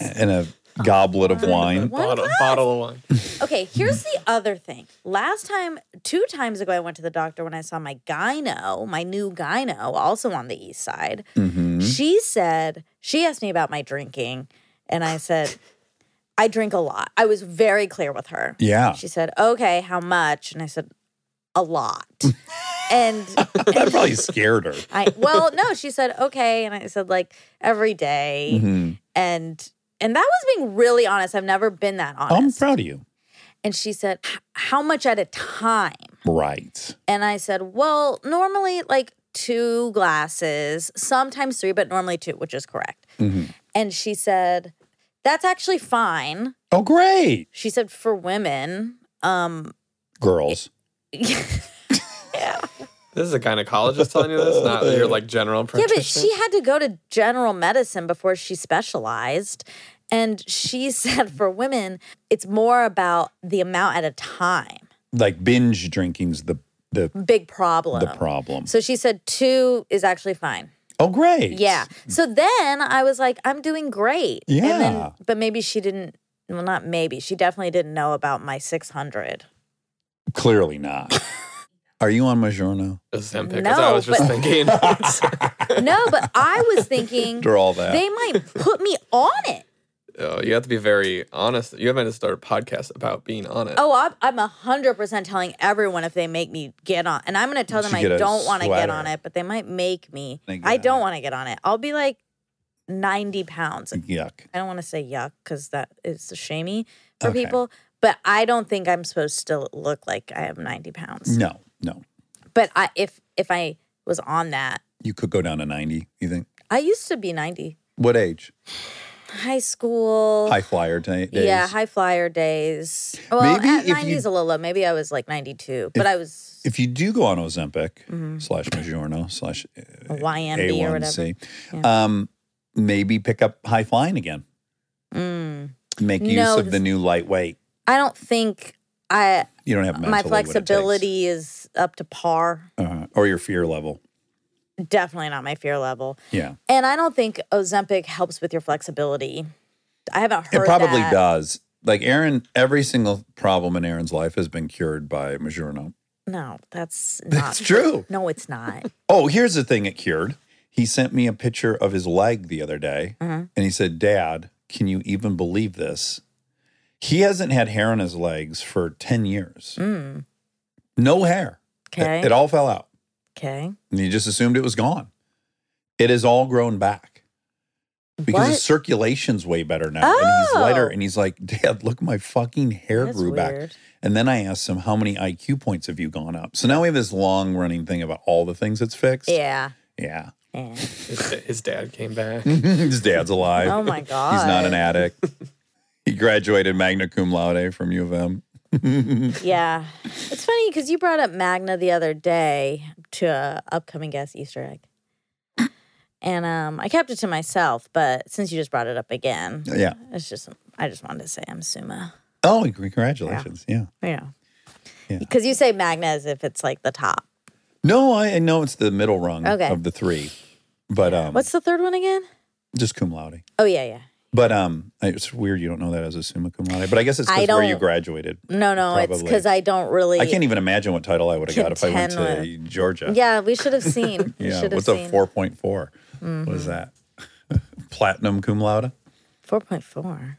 A: and a goblet of wine.
H: One
G: Bottle,
H: glass?
G: bottle of wine.
H: Okay, here's the other thing. Last time, two times ago, I went to the doctor when I saw my gyno, my new gyno, also on the east side.
A: Hmm? Mm-hmm.
H: She said, she asked me about my drinking, and I said, I drink a lot. I was very clear with her.
A: Yeah.
H: She said, okay, how much? And I said, a lot. and
A: That probably scared her.
H: I, well, no, she said, okay. And I said, like, every day.
A: Mhm.
H: And, and that was being really honest. I've never been that honest.
A: I'm proud of you.
H: And she said, "H- How much at a time?
A: Right.
H: And I said, Well, normally like two glasses, sometimes three, but normally two, which is correct.
A: Mhm.
H: And she said, That's actually fine.
A: Oh, great.
H: She said, For women, um,
A: Girls.
G: This is a gynecologist telling you this, not your like general
H: yeah,
G: practitioner.
H: but she had to go to general medicine before she specialized. And she said, For women, it's more about the amount at a time.
A: Like binge drinking's the the
H: Big problem.
A: the problem.
H: So she said, Two is actually fine.
A: Oh, great.
H: Yeah. So then I was like, I'm doing great. And
A: Yeah.
H: then, but maybe she didn't. Well, not maybe. She definitely didn't know about my 600.
A: Clearly not. Are you on Majorno?
G: It's Ozempic, is what I was
H: No,
G: just
H: but-
G: thinking.
H: No, but I was thinking
A: After all that.
H: they might put me on it.
G: Oh, you have to be very honest. You haven't started a podcast about being on it.
H: Oh, I'm- I'm a hundred percent telling everyone if they make me get on, and I'm gonna tell
A: You
H: them
A: should
H: I
A: get a
H: don't want to get on
A: sweater.
H: it, but they might make me.
A: They get
H: I
A: on
H: don't
A: it.
H: want to get on it. I'll be like 90 pounds.
A: Yuck.
H: I don't want to say yuck because that is shamey for
A: Okay.
H: people. But I don't think I'm supposed to look like I am 90 pounds.
A: No, no.
H: But I, if if I was on that,
A: You could go down to 90, you think?
H: I used to be 90.
A: What age?
H: High school.
A: High flyer ta- days.
H: Yeah, high flyer days. Well,
A: Maybe
H: at
A: if
H: 90
A: you-
H: is a little low. Maybe I was like 92, but I was mm-hmm,
A: if you do go on Ozempic slash Majorno slash uh,
H: a YNB Mm. Oh, or whatever.
A: A1C, um, maybe pick up high flying again.
H: Mm.
A: Make use
H: No,
A: of the
H: this-
A: new lightweight.
H: I don't think I
A: You don't have mentally
H: my
A: what it takes.
H: flexibility is up to par.
A: Uh-huh. or your fear level.
H: Definitely not my fear level.
A: Yeah,
H: And I don't think Ozempic helps with your flexibility. I haven't heard
A: it probably
H: that.
A: does. Like Aaron, every single problem in Aaron's life has been cured by Majorno.
H: No, that's not
A: That's true.
H: No, it's not.
A: Oh, here's the thing it cured. He sent me a picture of his leg the other day
H: Mm-hmm.
A: and he said, Dad, can you even believe this? He hasn't had hair on his legs for 10 years. No hair. It-
H: Mm. Okay.
A: It, all fell out.
H: Okay.
A: And he just assumed it was gone. It has all grown back because
H: What?
A: his circulation's way better now. And he's lighter.
H: Oh.
A: And he's like, Dad, look, my fucking hair
H: That's
A: grew back.
H: weird.
A: And then I asked him, How many IQ points have you gone up? So now we have this long running thing about all the things it's fixed.
H: Yeah.
A: Yeah.
H: yeah.
G: His, his dad came back.
A: His dad's alive.
H: Oh my god.
A: He's not an addict. he graduated magna cum laude from U of M.
H: Yeah. It's funny because you brought up Magna the other day to a upcoming guest Easter egg. And um, I kept it to myself, but since you just brought it up again,
A: Oh, Yeah.
H: it's just I just wanted to say I'm Suma.
A: Oh, congratulations. Yeah.
H: You know.
A: Yeah.
H: Because you say Magna as if it's like the top.
A: No, I, I know it's the middle rung
H: Okay.
A: of the three, but um,
H: What's the third one again?
A: just cum laude.
H: Oh yeah, yeah.
A: But um, it's weird you don't know that as a summa cum laude. But I guess it's 'cause
H: I
A: where you
H: don't-
A: graduated.
H: No, no, it's
A: Probably.
H: because I don't really.
A: I can't even imagine what title I would have got if I went to
H: Contend
A: Georgia.
H: Yeah, we should have seen. We
A: Yeah.
H: should have
A: What's
H: seen. Mm-hmm.
A: a four point four? What is that? Platinum cum laude.
H: Four point four.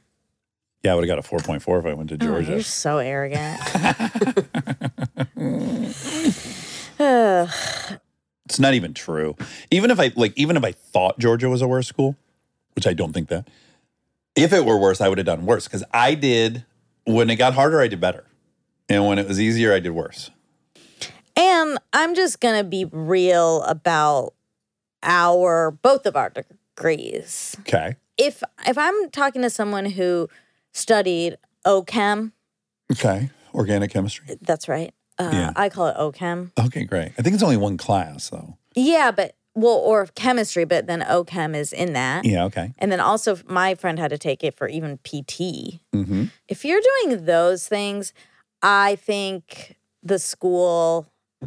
A: Yeah, I would have got a four point four if I went to
H: Oh,
A: Georgia.
H: you're so arrogant. Ugh.
A: It's not even true. Even if I like, even if I thought Georgia was a worse school, which I don't think that. If it were worse, I would have done worse because I did. When it got harder, I did better, and when it was easier, I did worse.
H: and I'm just gonna be real about our both of our degrees.
A: Okay.
H: If if I'm talking to someone who studied OChem,
A: Okay. Organic chemistry.
H: that's right. Uh,
A: Yeah.
H: I call it OChem.
A: Okay, great. I think it's only one class though.
H: Yeah, but well, or chemistry, but then OChem is in that.
A: Yeah. Okay.
H: And then also, my friend had to take it for even PT.
A: Mm-hmm.
H: If you're doing those things, I think the school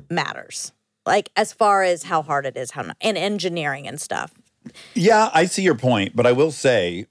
H: matters. Like as far as how hard it is, how not, and engineering and stuff.
A: Yeah, I see your point, but I will say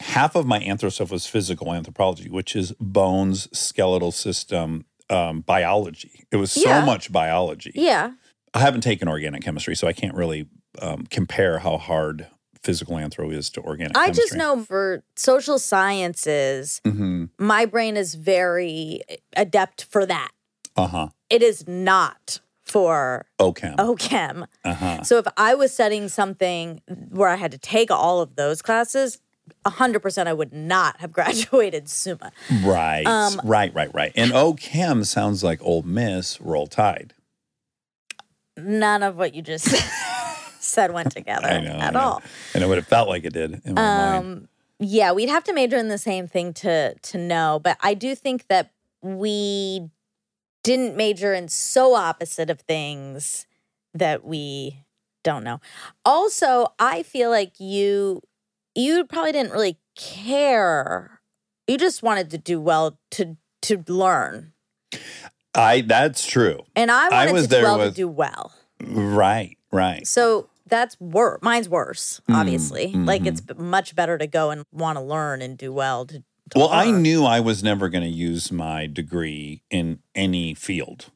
A: half of my anthro stuff was physical anthropology, which is bones, skeletal system, um, biology. It was so
H: Yeah.
A: much biology.
H: yeah.
A: I haven't taken organic chemistry, so I can't really um, compare how hard physical anthro is to organic
H: I
A: chemistry.
H: just know for social sciences,
A: hmm
H: my brain is very eh, adept for that.
A: Uh huh.
H: It is not for
A: OChem.
H: OChem.
A: Uh huh.
H: So if I was studying something where I had to take all of those classes, 100% I would not have graduated SUMA.
A: Right.
H: Um,
A: right, right, right. And OChem sounds like Old Miss, Roll Tide.
H: None of what you just said went together
A: I know. I
H: Oh, at
A: know.
H: all.
A: And it would have felt like it did in my mind.
H: Um, yeah, we'd have to major in the same thing to to know, but I do think that we didn't major in so opposite of things that we don't know. Also, I feel like you you probably didn't really care. You just wanted to do well to to learn.
A: I that's true.
H: And I wanted
A: was
H: to do
A: there
H: well
A: with-
H: to do well.
A: Right, right.
H: So that's worse. Mine's worse,
A: Mm,
H: obviously. Like
A: mhm.
H: it's b- much better to go and want to learn and do well to, to
A: Well, I
H: learn.
A: knew I was never going to use my degree in any field.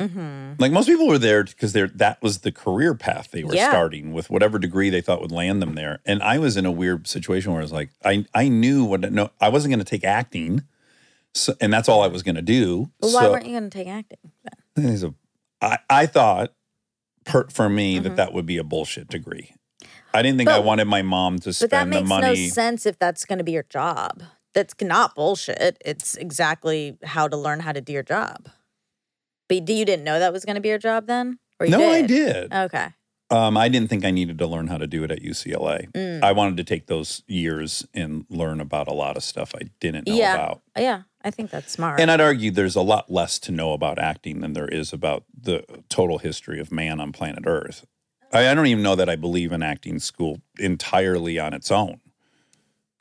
H: Mm-hmm.
A: Like most people were there because they're that was the career path they were
H: Yeah.
A: starting with whatever degree they thought would land them there. And I was in a weird situation where I was like, I I knew what no, I wasn't going to take acting, so, and that's all I was going to do.
H: Well, why
A: so
H: weren't you going to take acting?
A: there's a- I I thought per, for me that that would be a bullshit degree. I didn't think I
H: Mm-hmm. But-
A: wanted my mom to
H: But that
A: spend the
H: makes no
A: money.
H: sense if that's going to be your job. That's not bullshit. It's exactly how to learn how to do your job. But do you didn't know that was going to be your job then? Or you
A: no,
H: did?
A: I did.
H: Okay.
A: Um, I didn't think I needed to learn how to do it at UCLA.
H: Mm.
A: I wanted to take those years and learn about a lot of stuff I didn't know
H: Yeah.
A: about.
H: Yeah, I think that's smart.
A: And I'd argue there's a lot less to know about acting than there is about the total history of man on planet Earth. I, I don't even know that I believe in acting school entirely on its own.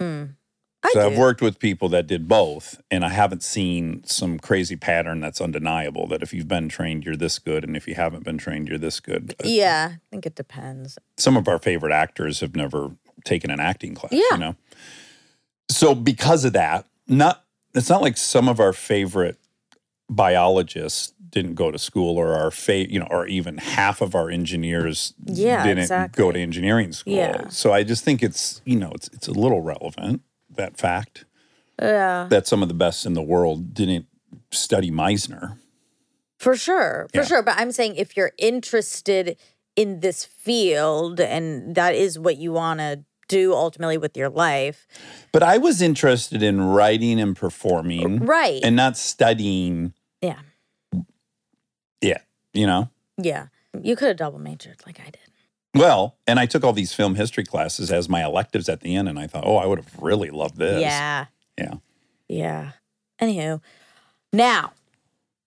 H: Mm. I
A: so I've
H: do.
A: worked with people that did both, and I haven't seen some crazy pattern that's undeniable that if you've been trained, you're this good, and if you haven't been trained, you're this good. Uh,
H: Yeah, I think it depends.
A: some of our favorite actors have never taken an acting class,
H: Yeah.
A: you know. So because of that, not it's not like some of our favorite biologists didn't go to school or our fa- you know or even half of our engineers
H: Yeah,
A: didn't
H: exactly.
A: go to engineering school.
H: Yeah.
A: So I just think it's, you know, it's it's a little relevant that fact
H: Yeah,
A: that some of the best in the world didn't study Meisner.
H: for sure. For
A: Yeah.
H: sure. But I'm saying if you're interested in this field and that is what you want to do ultimately with your life,
A: But I was interested in writing and performing
H: right.
A: and not studying,
H: yeah.
A: you know.
H: Yeah. You could have double majored like I did.
A: Well, and I took all these film history classes as my electives at the end, and I thought, oh, I would have really loved this.
H: Yeah.
A: Yeah.
H: Yeah. Anywho, now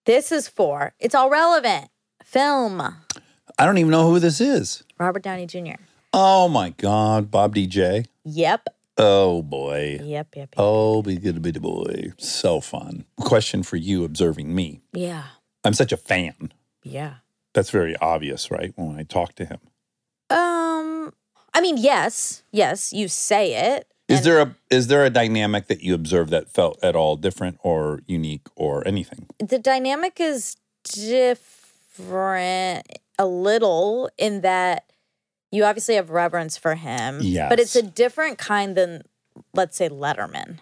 H: this is for it's all relevant film.
A: I don't even know who this is.
H: Robert Downey Jr.
A: Oh my God, Bob DJ.
H: Yep.
A: Oh boy.
H: Yep. Yep. yep.
A: Oh, be good to be the boy. So fun. Question for you observing me.
H: Yeah.
A: I'm such a fan.
H: Yeah.
A: That's very obvious, right? When I talk to him.
H: Um, I mean, yes, yes, you say it.
A: Is
H: and
A: there a is there a dynamic that you observed that felt at all different or unique or anything?
H: the dynamic is different a little in that you obviously have reverence for him. But it's a
A: Yes.
H: different kind than let's say Letterman.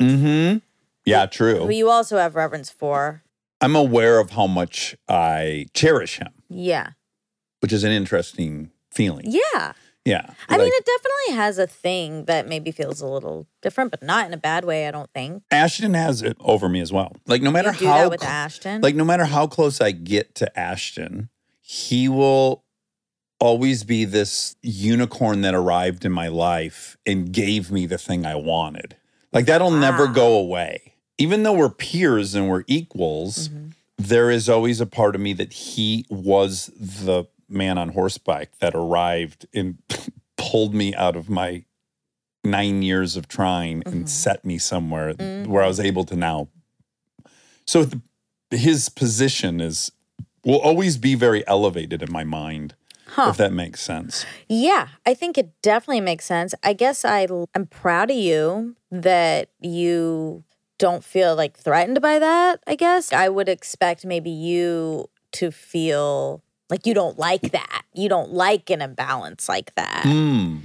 A: Mm-hmm. Yeah,
H: who
A: true.
H: you also have reverence for.
A: I'm aware of how much I cherish him.
H: Yeah.
A: which is an interesting feeling.
H: Yeah.
A: Yeah.
H: I mean,
A: Like,
H: it definitely has a thing that maybe feels a little different, but not in a bad way, I don't think.
A: Ashton has it over me as well. Like no matter
H: You do
A: how
H: that with
A: cl-
H: Ashton.
A: like no matter how close I get to Ashton, he will always be this unicorn that arrived in my life and gave me the thing I wanted. Like that'll never
H: Wow.
A: go away. Even though we're peers and we're equals, there is always a part of me that he was the man on horseback that arrived and pulled me out of my nine years of trying and set me somewhere where I was able to now. So the, his position is will always be very elevated in my mind if that makes sense.
H: Yeah, I think it definitely makes sense. I guess I I'm proud of you that you don't feel like threatened by that, I guess. I would expect maybe you to feel like you don't like that. You don't like an imbalance like that.
A: Hmm.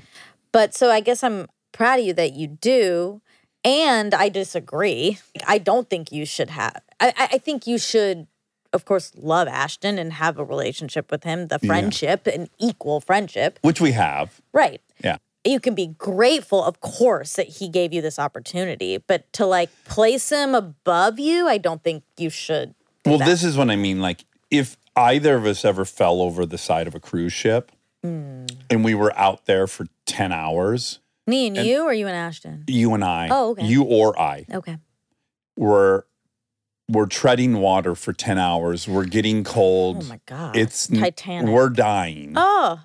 H: But so I guess I'm proud of you that you do. And I disagree. I don't think you should have, I, I I think you should, of course, love Ashton and have a relationship with him, the friendship, an equal friendship.
A: Which we have.
H: Right.
A: Yeah.
H: You can be grateful, of course, that he gave you this opportunity, but to like place him above you, I don't think you should.
A: Well, this is what I mean. Like, if either of us ever fell over the side of a cruise ship
H: Hmm.
A: and we were out there for 10 hours,
H: Me and, you or you and Ashton?
A: you and I,
H: Oh, okay.
A: you or I,
H: Okay.
A: were, were treading water for 10 hours. We're getting cold.
H: Oh my God.
A: It's n-
H: Titanic.
A: We're dying.
H: oh,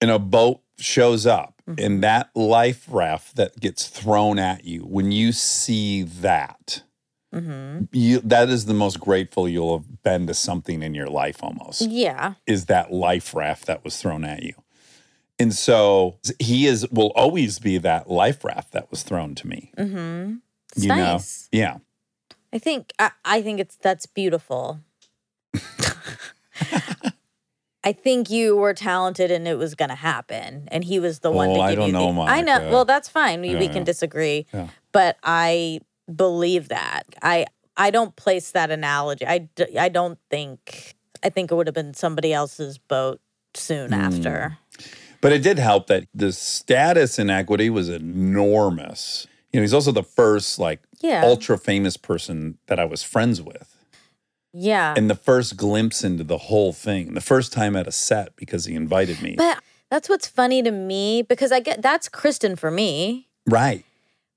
A: and a boat shows up
H: Mm-hmm.
A: and that life raft that gets thrown at you when you see that
H: Mm-hmm.
A: you, that is the most grateful you'll have been to something in your life almost
H: yeah.
A: is that life raft that was thrown at you and so he is will always be that life raft that was thrown to me
H: Mm-hmm. It's
A: you
H: nice.
A: know yeah
H: I think I, I think it's that's beautiful. I think you were talented and it was going to happen, and he was the one.
A: Well,
H: to
A: Oh, I
H: give
A: don't
H: you the,
A: know,
H: I know.
A: Monica.
H: Well, that's fine. We, we
A: Yeah,
H: can
A: yeah.
H: disagree,
A: Yeah.
H: but I believe that. I I don't place that analogy. I d- I don't think. I think it would have been somebody else's boat soon
A: Hmm.
H: after.
A: But it did help that the status inequity was enormous. You know, he's also the first like
H: Yeah.
A: ultra famous person that I was friends with.
H: Yeah.
A: And the first glimpse into the whole thing, the first time at a set because he invited me.
H: but that's what's funny to me because I get that's Kristen for me.
A: right.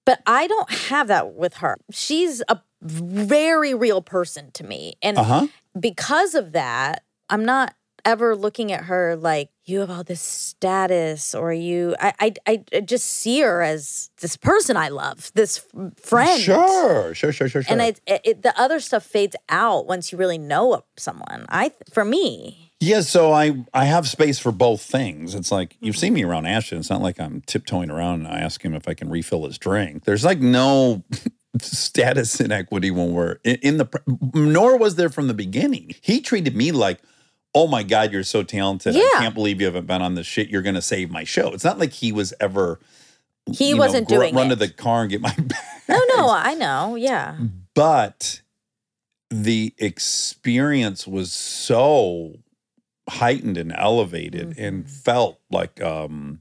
H: But I don't have that with her. She's a very real person to me. And
A: Uh-huh.
H: because of that, I'm not ever looking at her like you have all this status or you I I, I- I just see her as this person I love, this f- friend.
A: Sure, sure, sure, sure, sure.
H: And it, it, it- the other stuff fades out once you really know someone. I for me.
A: yeah, so I I have space for both things. It's like you've
H: Mm-hmm.
A: seen me around Ashton. It's not like I'm tiptoeing around and I ask him if I can refill his drink. There's like no status inequity when we're in, in the pr- nor was there from the beginning. He treated me like Oh my God, you're so talented. I
H: Yeah.
A: can't believe you haven't been on this shit. You're going to save my show. It's not like he was ever.
H: He
A: you know,
H: wasn't
A: gr-
H: doing
A: Run to
H: it.
A: the Mm. car and get my back.
H: no, no, I know. Yeah.
A: but the experience was so heightened and elevated and felt like um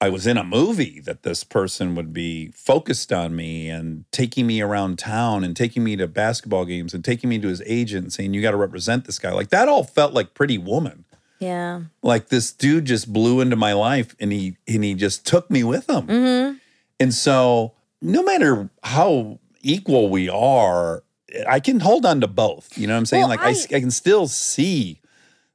A: I was in a movie that this person would be focused on me and taking me around town and taking me to basketball games and taking me to his agent and saying you got to represent this guy. Like that all felt like pretty woman.
H: Yeah.
A: Like this dude just blew into my life and he and he just took me with him.
H: Mhm.
A: And so, no matter how equal we are, I can hold on to both. You know what I'm saying?
H: Well,
A: like, I,
H: I-
A: I can still see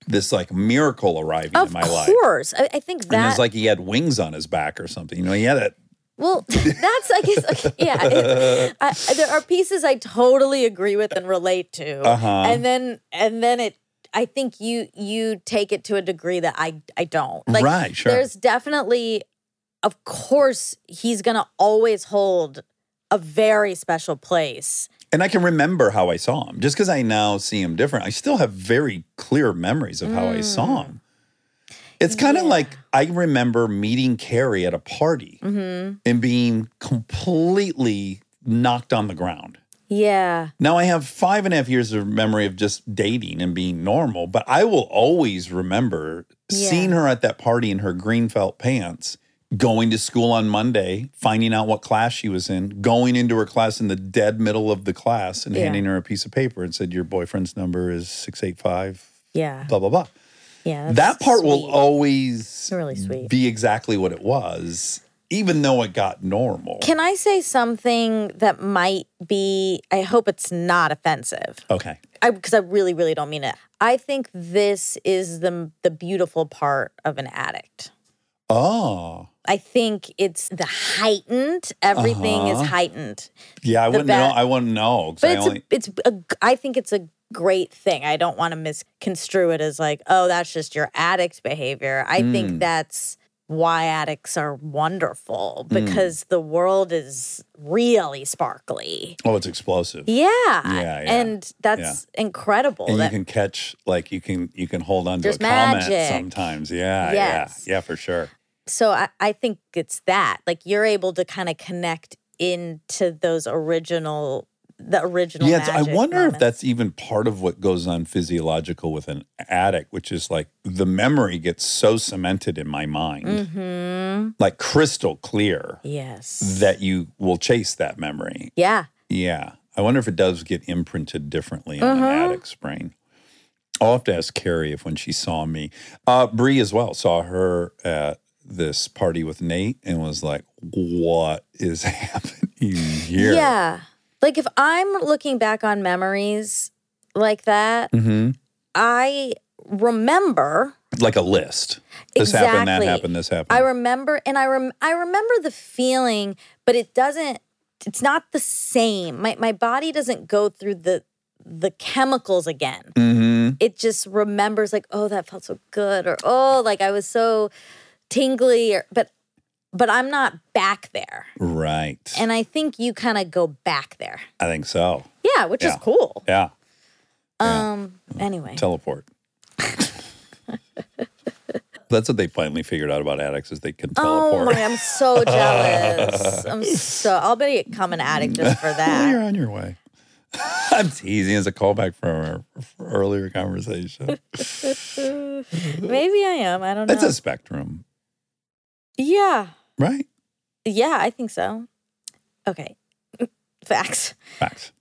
A: this like miracle arriving
H: Of
A: in my life.
H: course. I, I think
A: And
H: that
A: it's like he had wings on his back or something. You know, he had it.
H: Well, that's I guess okay, yeah. it- I, there are pieces I totally agree with and relate to,
A: Uh-huh.
H: and then and then it. I think you you take it to a degree that I I don't. Like,
A: Right, sure.
H: There's definitely, of course, he's gonna always hold a very special place.
A: And I can remember how I saw him. Just because I now see him different, I still have very clear memories of how I saw him. It's kind of
H: Mm. Yeah.
A: like I remember meeting Carrie at a party
H: Mm-hmm.
A: and being completely knocked on the ground.
H: Yeah,
A: Now I have five and a half years of memory of just dating and being normal, but I will always remember
H: Yeah.
A: seeing her at that party in her green felt pants, going to school on Monday, finding out what class she was in, going into her class in the dead middle of the class and
H: Yeah.
A: handing her a piece of paper and said, Your boyfriend's number is 685,
H: yeah,
A: blah, blah, blah.
H: yeah.
A: that part will
H: sweet.
A: always
H: really sweet.
A: be exactly what it was, even though it got normal.
H: Can I say something that might be? I hope it's not offensive.
A: okay.
H: I because I really really don't mean it. I think this is the the beautiful part of an addict.
A: Oh.
H: I think it's the heightened. Everything
A: Uh-huh.
H: is heightened.
A: Yeah, I
H: The
A: wouldn't know.
H: bat-
A: I wouldn't know. 'cause
H: But
A: I
H: it's
A: only,
H: a, it's a, g- I think it's a great thing. I don't want to misconstrue it as like, oh, that's just your addict's behavior. I
A: Mm.
H: think that's why addicts are wonderful
A: Mm.
H: because the world is really sparkly.
A: oh, it's explosive.
H: Yeah.
A: yeah.
H: And that's incredible.
A: and you
H: that,
A: can catch like you can you can hold on to a
H: There's
A: comment
H: magic.
A: sometimes. Yeah,
H: Yes.
A: yeah. Yeah, for sure.
H: so I, I think it's that. Like you're able to kind of connect into those original the original.
A: Yeah, it's, I
H: magic
A: wonder if
H: moments.
A: that's even part of what goes on physiological with an addict, which is like the memory gets so cemented in my mind,
H: Mhm.
A: like crystal clear,
H: Yes.
A: that you will chase that memory.
H: yeah.
A: Yeah. I wonder if it does get imprinted differently on an
H: Mhm.
A: addict's brain. I'll have to ask Carrie if when she saw me, uh, Bree as well saw her at this party with Nate and was like, "What is happening here?"
H: Yeah. Like if I'm looking back on memories like that,
A: hmm
H: I remember
A: like a list. This happened. That
H: Exactly.
A: happened. This happened.
H: I remember and I rem- I remember the feeling, but it doesn't it's not the same. My my body doesn't go through the the chemicals again.
A: Mhm.
H: It just remembers like, oh, that felt so good or oh, like I was so tingly or but but I'm not back there.
A: Right.
H: And I think you kind of go back there.
A: I think so.
H: Yeah, which
A: Yeah.
H: is cool.
A: Yeah. Yeah.
H: Um anyway.
A: Teleport. That's what they finally figured out about addicts is they can
H: Oh
A: teleport.
H: my, I'm so jealous. I'm so I'll become an addict just for
A: Well, you're
H: that.
A: on your way. I'm teasing as a callback from our earlier conversation.
H: Maybe I am. I don't know.
A: It's a spectrum,
H: yeah.
A: right?
H: Yeah, I think so. Okay. Facts.
A: Facts.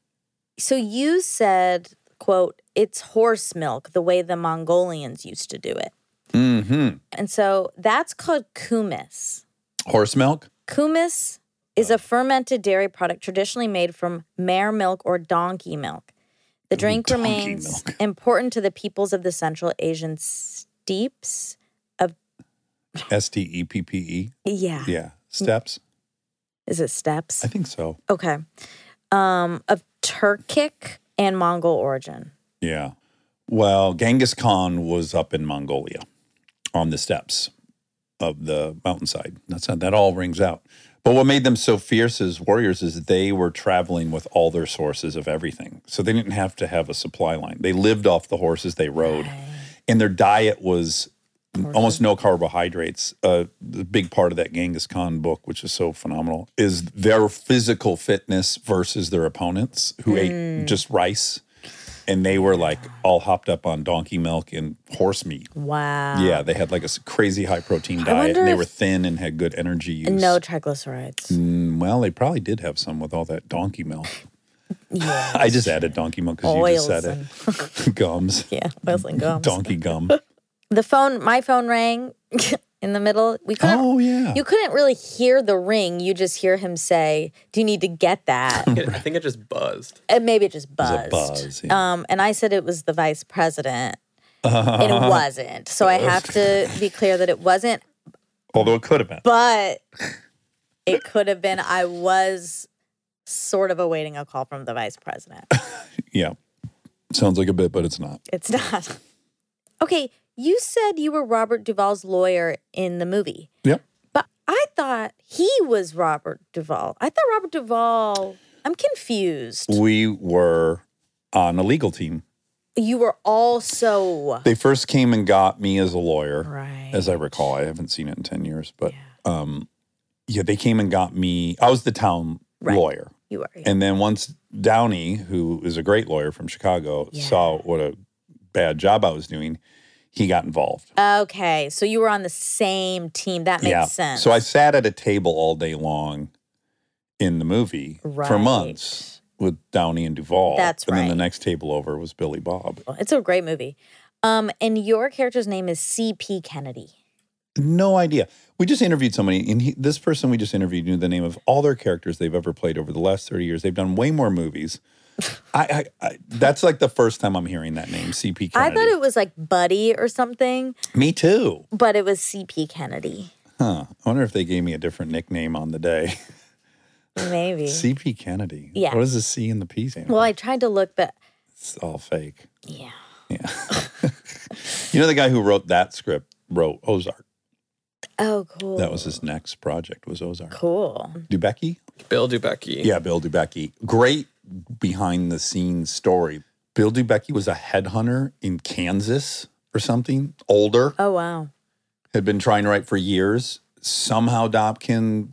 H: So you said, quote, it's horse milk the way the Mongolians used to do it.
A: Mm-hmm.
H: And so that's called kumis.
A: Horse milk.
H: Kumis is
A: Oh.
H: a fermented dairy product traditionally made from mare milk or donkey milk. The drink
A: donkey
H: remains
A: milk.
H: important to the peoples of the Central Asian steepes.
A: S T E P P E.
H: Yeah.
A: Yeah. Steps.
H: Is it steps?
A: I think so.
H: Okay. Um, of Turkic and Mongol origin.
A: Yeah. Well, Genghis Khan was up in Mongolia on the steps of the mountainside. That's not, that all rings out. But what made them so fierce as warriors is they were traveling with all their sources of everything. So they didn't have to have a supply line. They lived off the horses they rode, and their diet was almost no carbohydrates. Uh, the big part of that Genghis Khan book, which is so phenomenal, is their physical fitness versus their opponents who ate just rice. And they were like all hopped up on donkey milk and horse meat.
H: Wow.
A: Yeah, they had like a s- crazy high protein
H: I
A: diet, and
H: wonder
A: they
H: if-
A: were thin and had good energy use.
H: No triglycerides.
A: Mm, well, they probably did have some with all that donkey milk.
H: Yeah.
A: I just added donkey milk because you just
H: Oils
A: said
H: and
A: it. Gums,
H: yeah, oils and gums.
A: donkey gum.
H: The phone, my phone rang in the middle. We couldn't
A: Oh yeah,
H: You couldn't really hear the ring. You just hear him say, "Do you need to get that?"
G: It- I think it just buzzed.
H: and maybe it just
A: was a
H: buzzed.
A: buzz, yeah.
H: Um, and I said it was the vice president, and it wasn't. So I have to be clear that it wasn't.
A: although it could have been.
H: But it could have been. I was sort of awaiting a call from the vice president.
A: Yeah, sounds like a bit, but it's not.
H: It's not. Okay, you said you were Robert Duvall's lawyer in the movie.
A: Yep.
H: But I thought he was Robert Duvall. I thought Robert Duvall. I'm confused.
A: We were on a legal team.
H: You were also
A: They first came and got me as a lawyer.
H: right.
A: as I recall. I haven't seen it in 10 years, but um yeah, they came and got me. I was the town
H: Right.
A: lawyer.
H: you were. yeah.
A: And then once Downey, who is a great lawyer from Chicago,
H: Yeah.
A: saw what a bad job I was doing, he got involved.
H: okay, so you were on the same team. That makes sense.
A: So I sat at a table all day long in the movie for
H: Right.
A: months with Downey and Duvall.
H: That's
A: And then the
H: right.
A: next table over was Billy Bob.
H: It's a great movie. Um, and your character's name is C.P. Kennedy.
A: No idea. We just interviewed somebody, and he, this person we just interviewed knew the name of all their characters they've ever played over the last thirty years. They've done way more movies. I, I, I that's like the first time I'm hearing that name, CP Kennedy.
H: I thought it was like Buddy or something,
A: Me too.
H: but it was C.P. Kennedy.
A: Huh. I wonder if they gave me a different nickname on the day.
H: Maybe.
A: CP Kennedy.
H: Yeah.
A: What does the C and the P stand for?
H: Well, I tried to look, but
A: it's all fake.
H: yeah.
A: Yeah. you know the guy who wrote that script wrote Ozark.
H: Oh, cool.
A: That was his next project was Ozark.
H: cool.
A: Dubecki?
G: Bill Dubecki.
A: Yeah, Bill Dubecki. Great behind the scenes story. Bill Dubecki was a headhunter in Kansas or something, older,
H: Oh, wow.
A: had been trying to write for years. Somehow Dobkin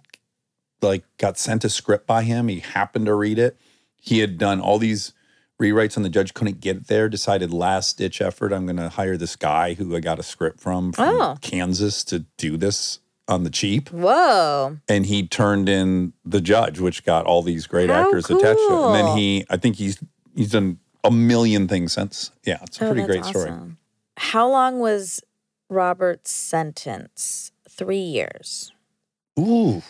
A: like got sent a script by him. He happened to read it. He had done all these rewrites and the judge couldn't get there, decided last ditch effort, I'm gonna hire this guy who I got a script from from
H: Oh.
A: Kansas to do this on the cheap
H: Whoa.
A: and he turned in the judge, which got all these great
H: How
A: actors attached to it. And
H: cool.
A: then he, I think he's he's done a million things since. Yeah, it's a
H: Oh,
A: pretty
H: that's
A: great story.
H: awesome. How long was Robert's sentence? Three years.
A: Ooh,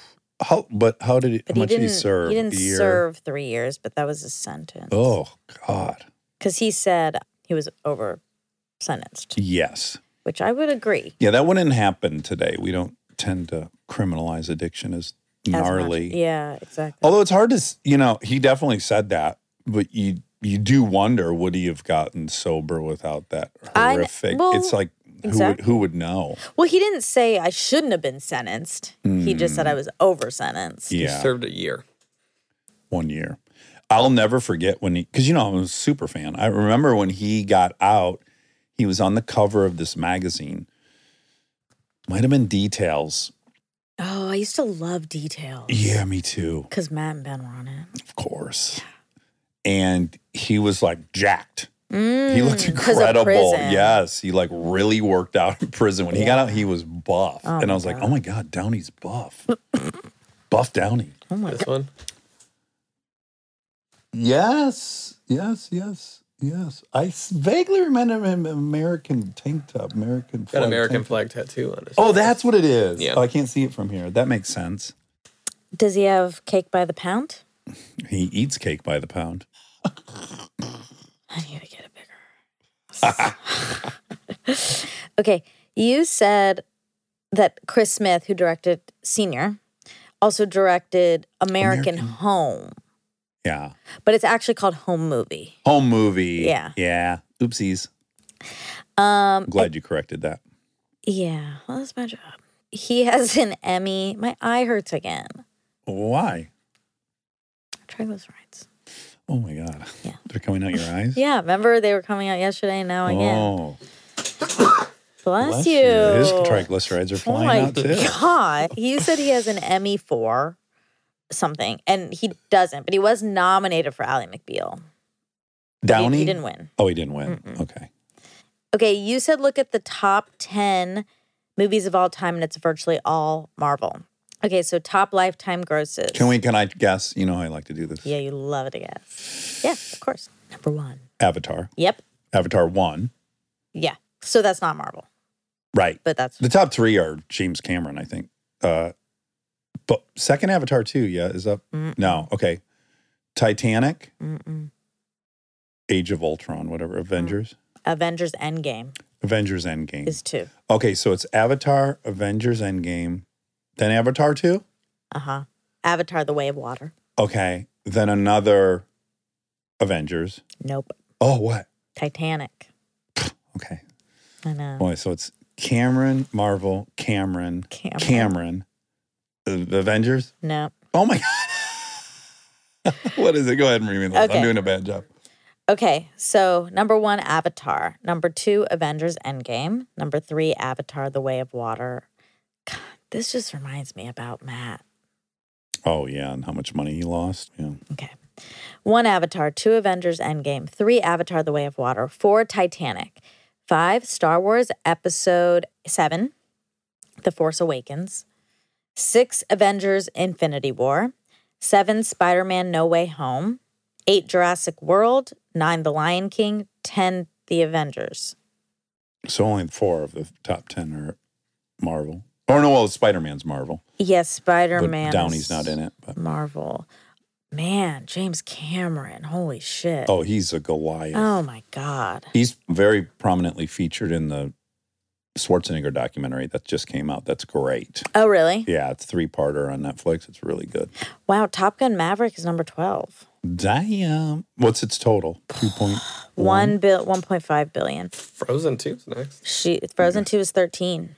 A: how? But how did he,
H: But
A: how
H: he
A: much did
H: didn't.
A: he serve?
H: he didn't
A: A year?
H: serve three years, but that was his sentence.
A: Oh God,
H: because he said he was over sentenced,
A: yes,
H: which I would agree.
A: yeah, that wouldn't happen today. We don't tend to criminalize addiction as
H: as much.
A: gnarly. Oh.
H: Yeah, exactly.
A: Although it's hard to, s- you know, he definitely said that, but you you do wonder would he have gotten sober without that
H: I-
A: horrific?
H: well,
A: it's like who would
H: exactly.
A: who would know?
H: Well, he didn't say I shouldn't have been sentenced. He just
A: Mm.
H: said I was over sentenced.
G: He
A: Yeah,
G: served a year.
A: one year. I'll never forget when he, because you know I'm a super fan. I remember when he got out, he was on the cover of this magazine. Might have been Details.
H: Oh, I used to love details.
A: Yeah, me too.
H: Because Matt and Ben were on it.
A: Of course. And he was like jacked. He looked
H: Mm, 'cause of
A: incredible.
H: prison.
A: Yes, he like really worked out in prison. When he got out, he was buff,
H: Oh
A: and
H: my
A: I was like,
H: God.
A: "Oh my god, Downey's buff, buff Downey."
H: Oh my
G: This one.
A: Yes, yes, yes, yes. I s- vaguely remember him American tank top, American
G: Got
A: flag
G: an American
A: tank top.
G: flag tattoo on his.
A: Oh, that's what it is.
G: Yeah.
A: Oh, I can't see it from here. That makes sense.
H: Does he have cake by the pound?
A: He eats cake by the pound.
H: I need to get it bigger. okay, you said that Chris Smith, who directed Senior, also directed American,
A: American-
H: Home,
A: Yeah.
H: but it's actually called Home Movie.
A: Home movie.
H: Yeah.
A: Yeah. Oopsies.
H: Um,
A: I'm glad you corrected that.
H: yeah, well, that's my job. He has an Emmy. My eye hurts again.
A: Why?
H: Triglycerides.
A: Oh my God.
H: Yeah.
A: They're coming out your eyes?
H: Yeah, remember they were coming out yesterday. Now again.
A: Oh,
H: Bless,
A: bless
H: you.
A: His triglycerides are
H: Oh
A: flying
H: my
A: out too.
H: god! He said he has an Emmy for something, and he doesn't. But he was nominated for Ally McBeal. He-
A: Downey?
H: he, didn't win.
A: Oh, he didn't win. Okay.
H: Okay, you said look at the top ten movies of all time, and it's virtually all Marvel. Okay, so top lifetime grosses.
A: Can we, can I guess? You know, how I like to do this.
H: Yeah, you love it, I guess. Yeah, of course. Number one.
A: Avatar.
H: Yep.
A: Avatar 1.
H: Yeah. So that's not Marvel,
A: Right.
H: but that's
A: The top three are James Cameron, I think. Uh, but second Avatar two, yeah, is up.
H: Mm.
A: No, okay. Titanic,
H: Mm-mm.
A: Age of Ultron, whatever. Avengers,
H: Avengers Endgame
A: Avengers Endgame.
H: Mm. is two.
A: okay, so it's Avatar, Avengers Endgame, then Avatar two.
H: Uh huh. Avatar: The Way of Water.
A: Okay, then another Avengers.
H: Nope.
A: Oh, what?
H: Titanic.
A: Okay,
H: I know.
A: boy, so it's Cameron, Marvel, Cameron,
H: Cameron.
A: Cameron, uh, Avengers.
H: No.
A: Oh my god. what is it? Go ahead and read me those.
H: Okay.
A: I'm doing a bad job.
H: Okay, so number one, Avatar. Number two, Avengers Endgame. Number three, Avatar The Way of Water. God, this just reminds me about Matt.
A: Oh yeah, and how much money he lost. Yeah.
H: Okay. One Avatar, two Avengers Endgame, three Avatar The Way of Water, four Titanic, five Star Wars Episode 7, The Force Awakens, six Avengers Infinity War, seven Spider Man No Way Home, eight Jurassic World, nine The Lion King, 10 The Avengers.
A: So only four of the top ten are Marvel. Or no, well, Spider Man's Marvel.
H: Yes, Spider
A: But
H: Man.
A: Downey's not in it. But
H: Marvel. Man, James Cameron. Holy shit.
A: oh, he's a Goliath.
H: oh my God.
A: He's very prominently featured in the Schwarzenegger documentary that just came out. That's great.
H: Oh, really?
A: Yeah, it's three parter on Netflix. It's really good.
H: Wow. Top Gun Maverick is number 12.
A: Damn. What's its total? Two point
H: One bill, 1.5 billion.
G: Frozen 2's next.
H: She Frozen 2 is 13.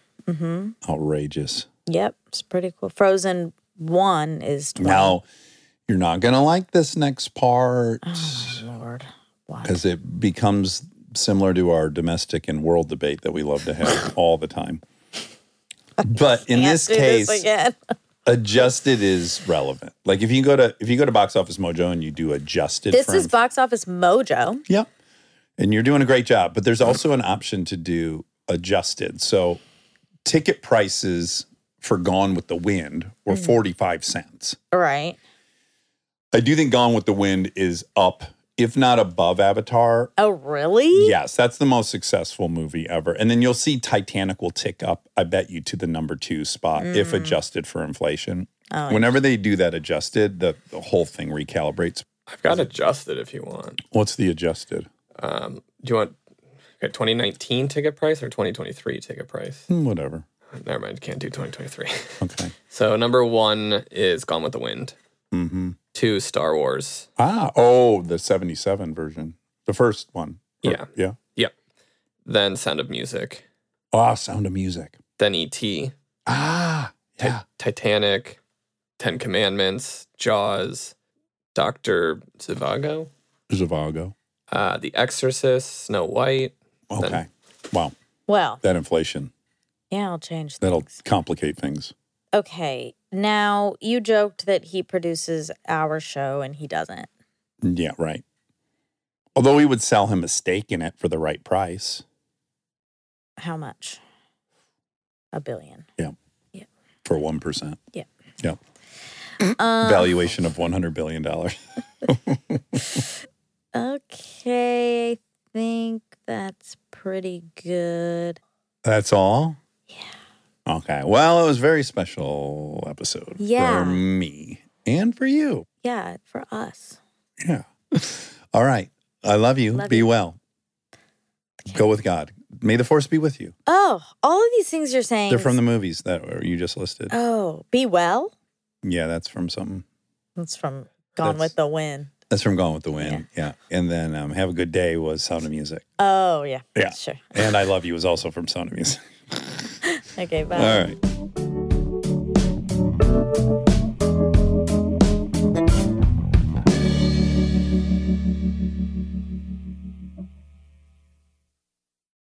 A: outrageous.
H: Yep. It's pretty cool. Frozen 1 is 12.
A: Now you're not gonna like this next part
H: Oh, Lord. What?
A: because it becomes similar to our domestic and world debate that we love to have all the time. But in
H: Can't
A: this
H: do
A: case,
H: again.
A: adjusted is relevant. Like if you go to if you go to Box Office Mojo and you do adjusted,
H: this
A: for
H: is
A: inf-
H: Box Office Mojo.
A: Yep. And you're doing a great job, but there's also an option to do adjusted. So ticket prices for Gone with the Wind were
H: Mm.
A: 45 cents.
H: Right.
A: I do think Gone with the Wind is up, if not above Avatar.
H: Oh, really?
A: Yes, that's the most successful movie ever. And then you'll see Titanic will tick up, I bet you, to the number two spot if adjusted for inflation. Whenever they do that adjusted, the, the whole thing recalibrates.
G: I've got adjusted if you want.
A: What's the adjusted?
G: Um, do you want okay, 2019 ticket price or 2023 ticket price?
A: Hmm, Whatever.
G: Never mind, can't do 2023.
A: Okay.
G: so number one is Gone with the Wind.
A: Mm-hmm.
G: Two, Star Wars.
A: Ah, oh, the 77 version. The first one. Or-
G: Yeah.
A: Yeah.
G: Yep. Then Sound of Music.
A: Ah, Sound of Music.
G: Then E.T.
A: Ah,
G: Ti- Titanic, Ten Commandments, Jaws, Doctor Zivago,
A: Zhivago.
G: uh, The Exorcist, Snow White.
A: Okay. Wow.
H: Well,
A: That inflation.
H: yeah, I'll change things.
A: That'll complicate things.
H: Okay. Now, you joked that he produces our show and he doesn't.
A: Yeah, right. Although we would sell him a stake in it for the right price
H: How much? A billion.
A: for 1%.
H: Yeah.
A: Yeah.
H: Um,
A: Valuation of $100 billion.
H: Okay. I think that's pretty good.
A: That's all? Yeah. Okay. Well, it was a very special episode
H: Yeah.
A: for me and for you.
H: Yeah, for us.
A: Yeah. All right. I love you.
H: Love
A: be
H: you.
A: well. Go with God. May the force be with you.
H: Oh, all of these things you're saying.
A: They're from the movies that you just listed.
H: Oh, be well.
A: Yeah, that's from something.
H: That's from Gone
G: That's-
H: with the Wind.
A: That's from Gone with the Wind. Yeah. And then um, Have a Good Day was Sound of Music.
H: Oh yeah.
A: Yeah.
H: Sure.
A: And I Love You was also from Sound of Music.
H: Okay. Bye.
A: All right.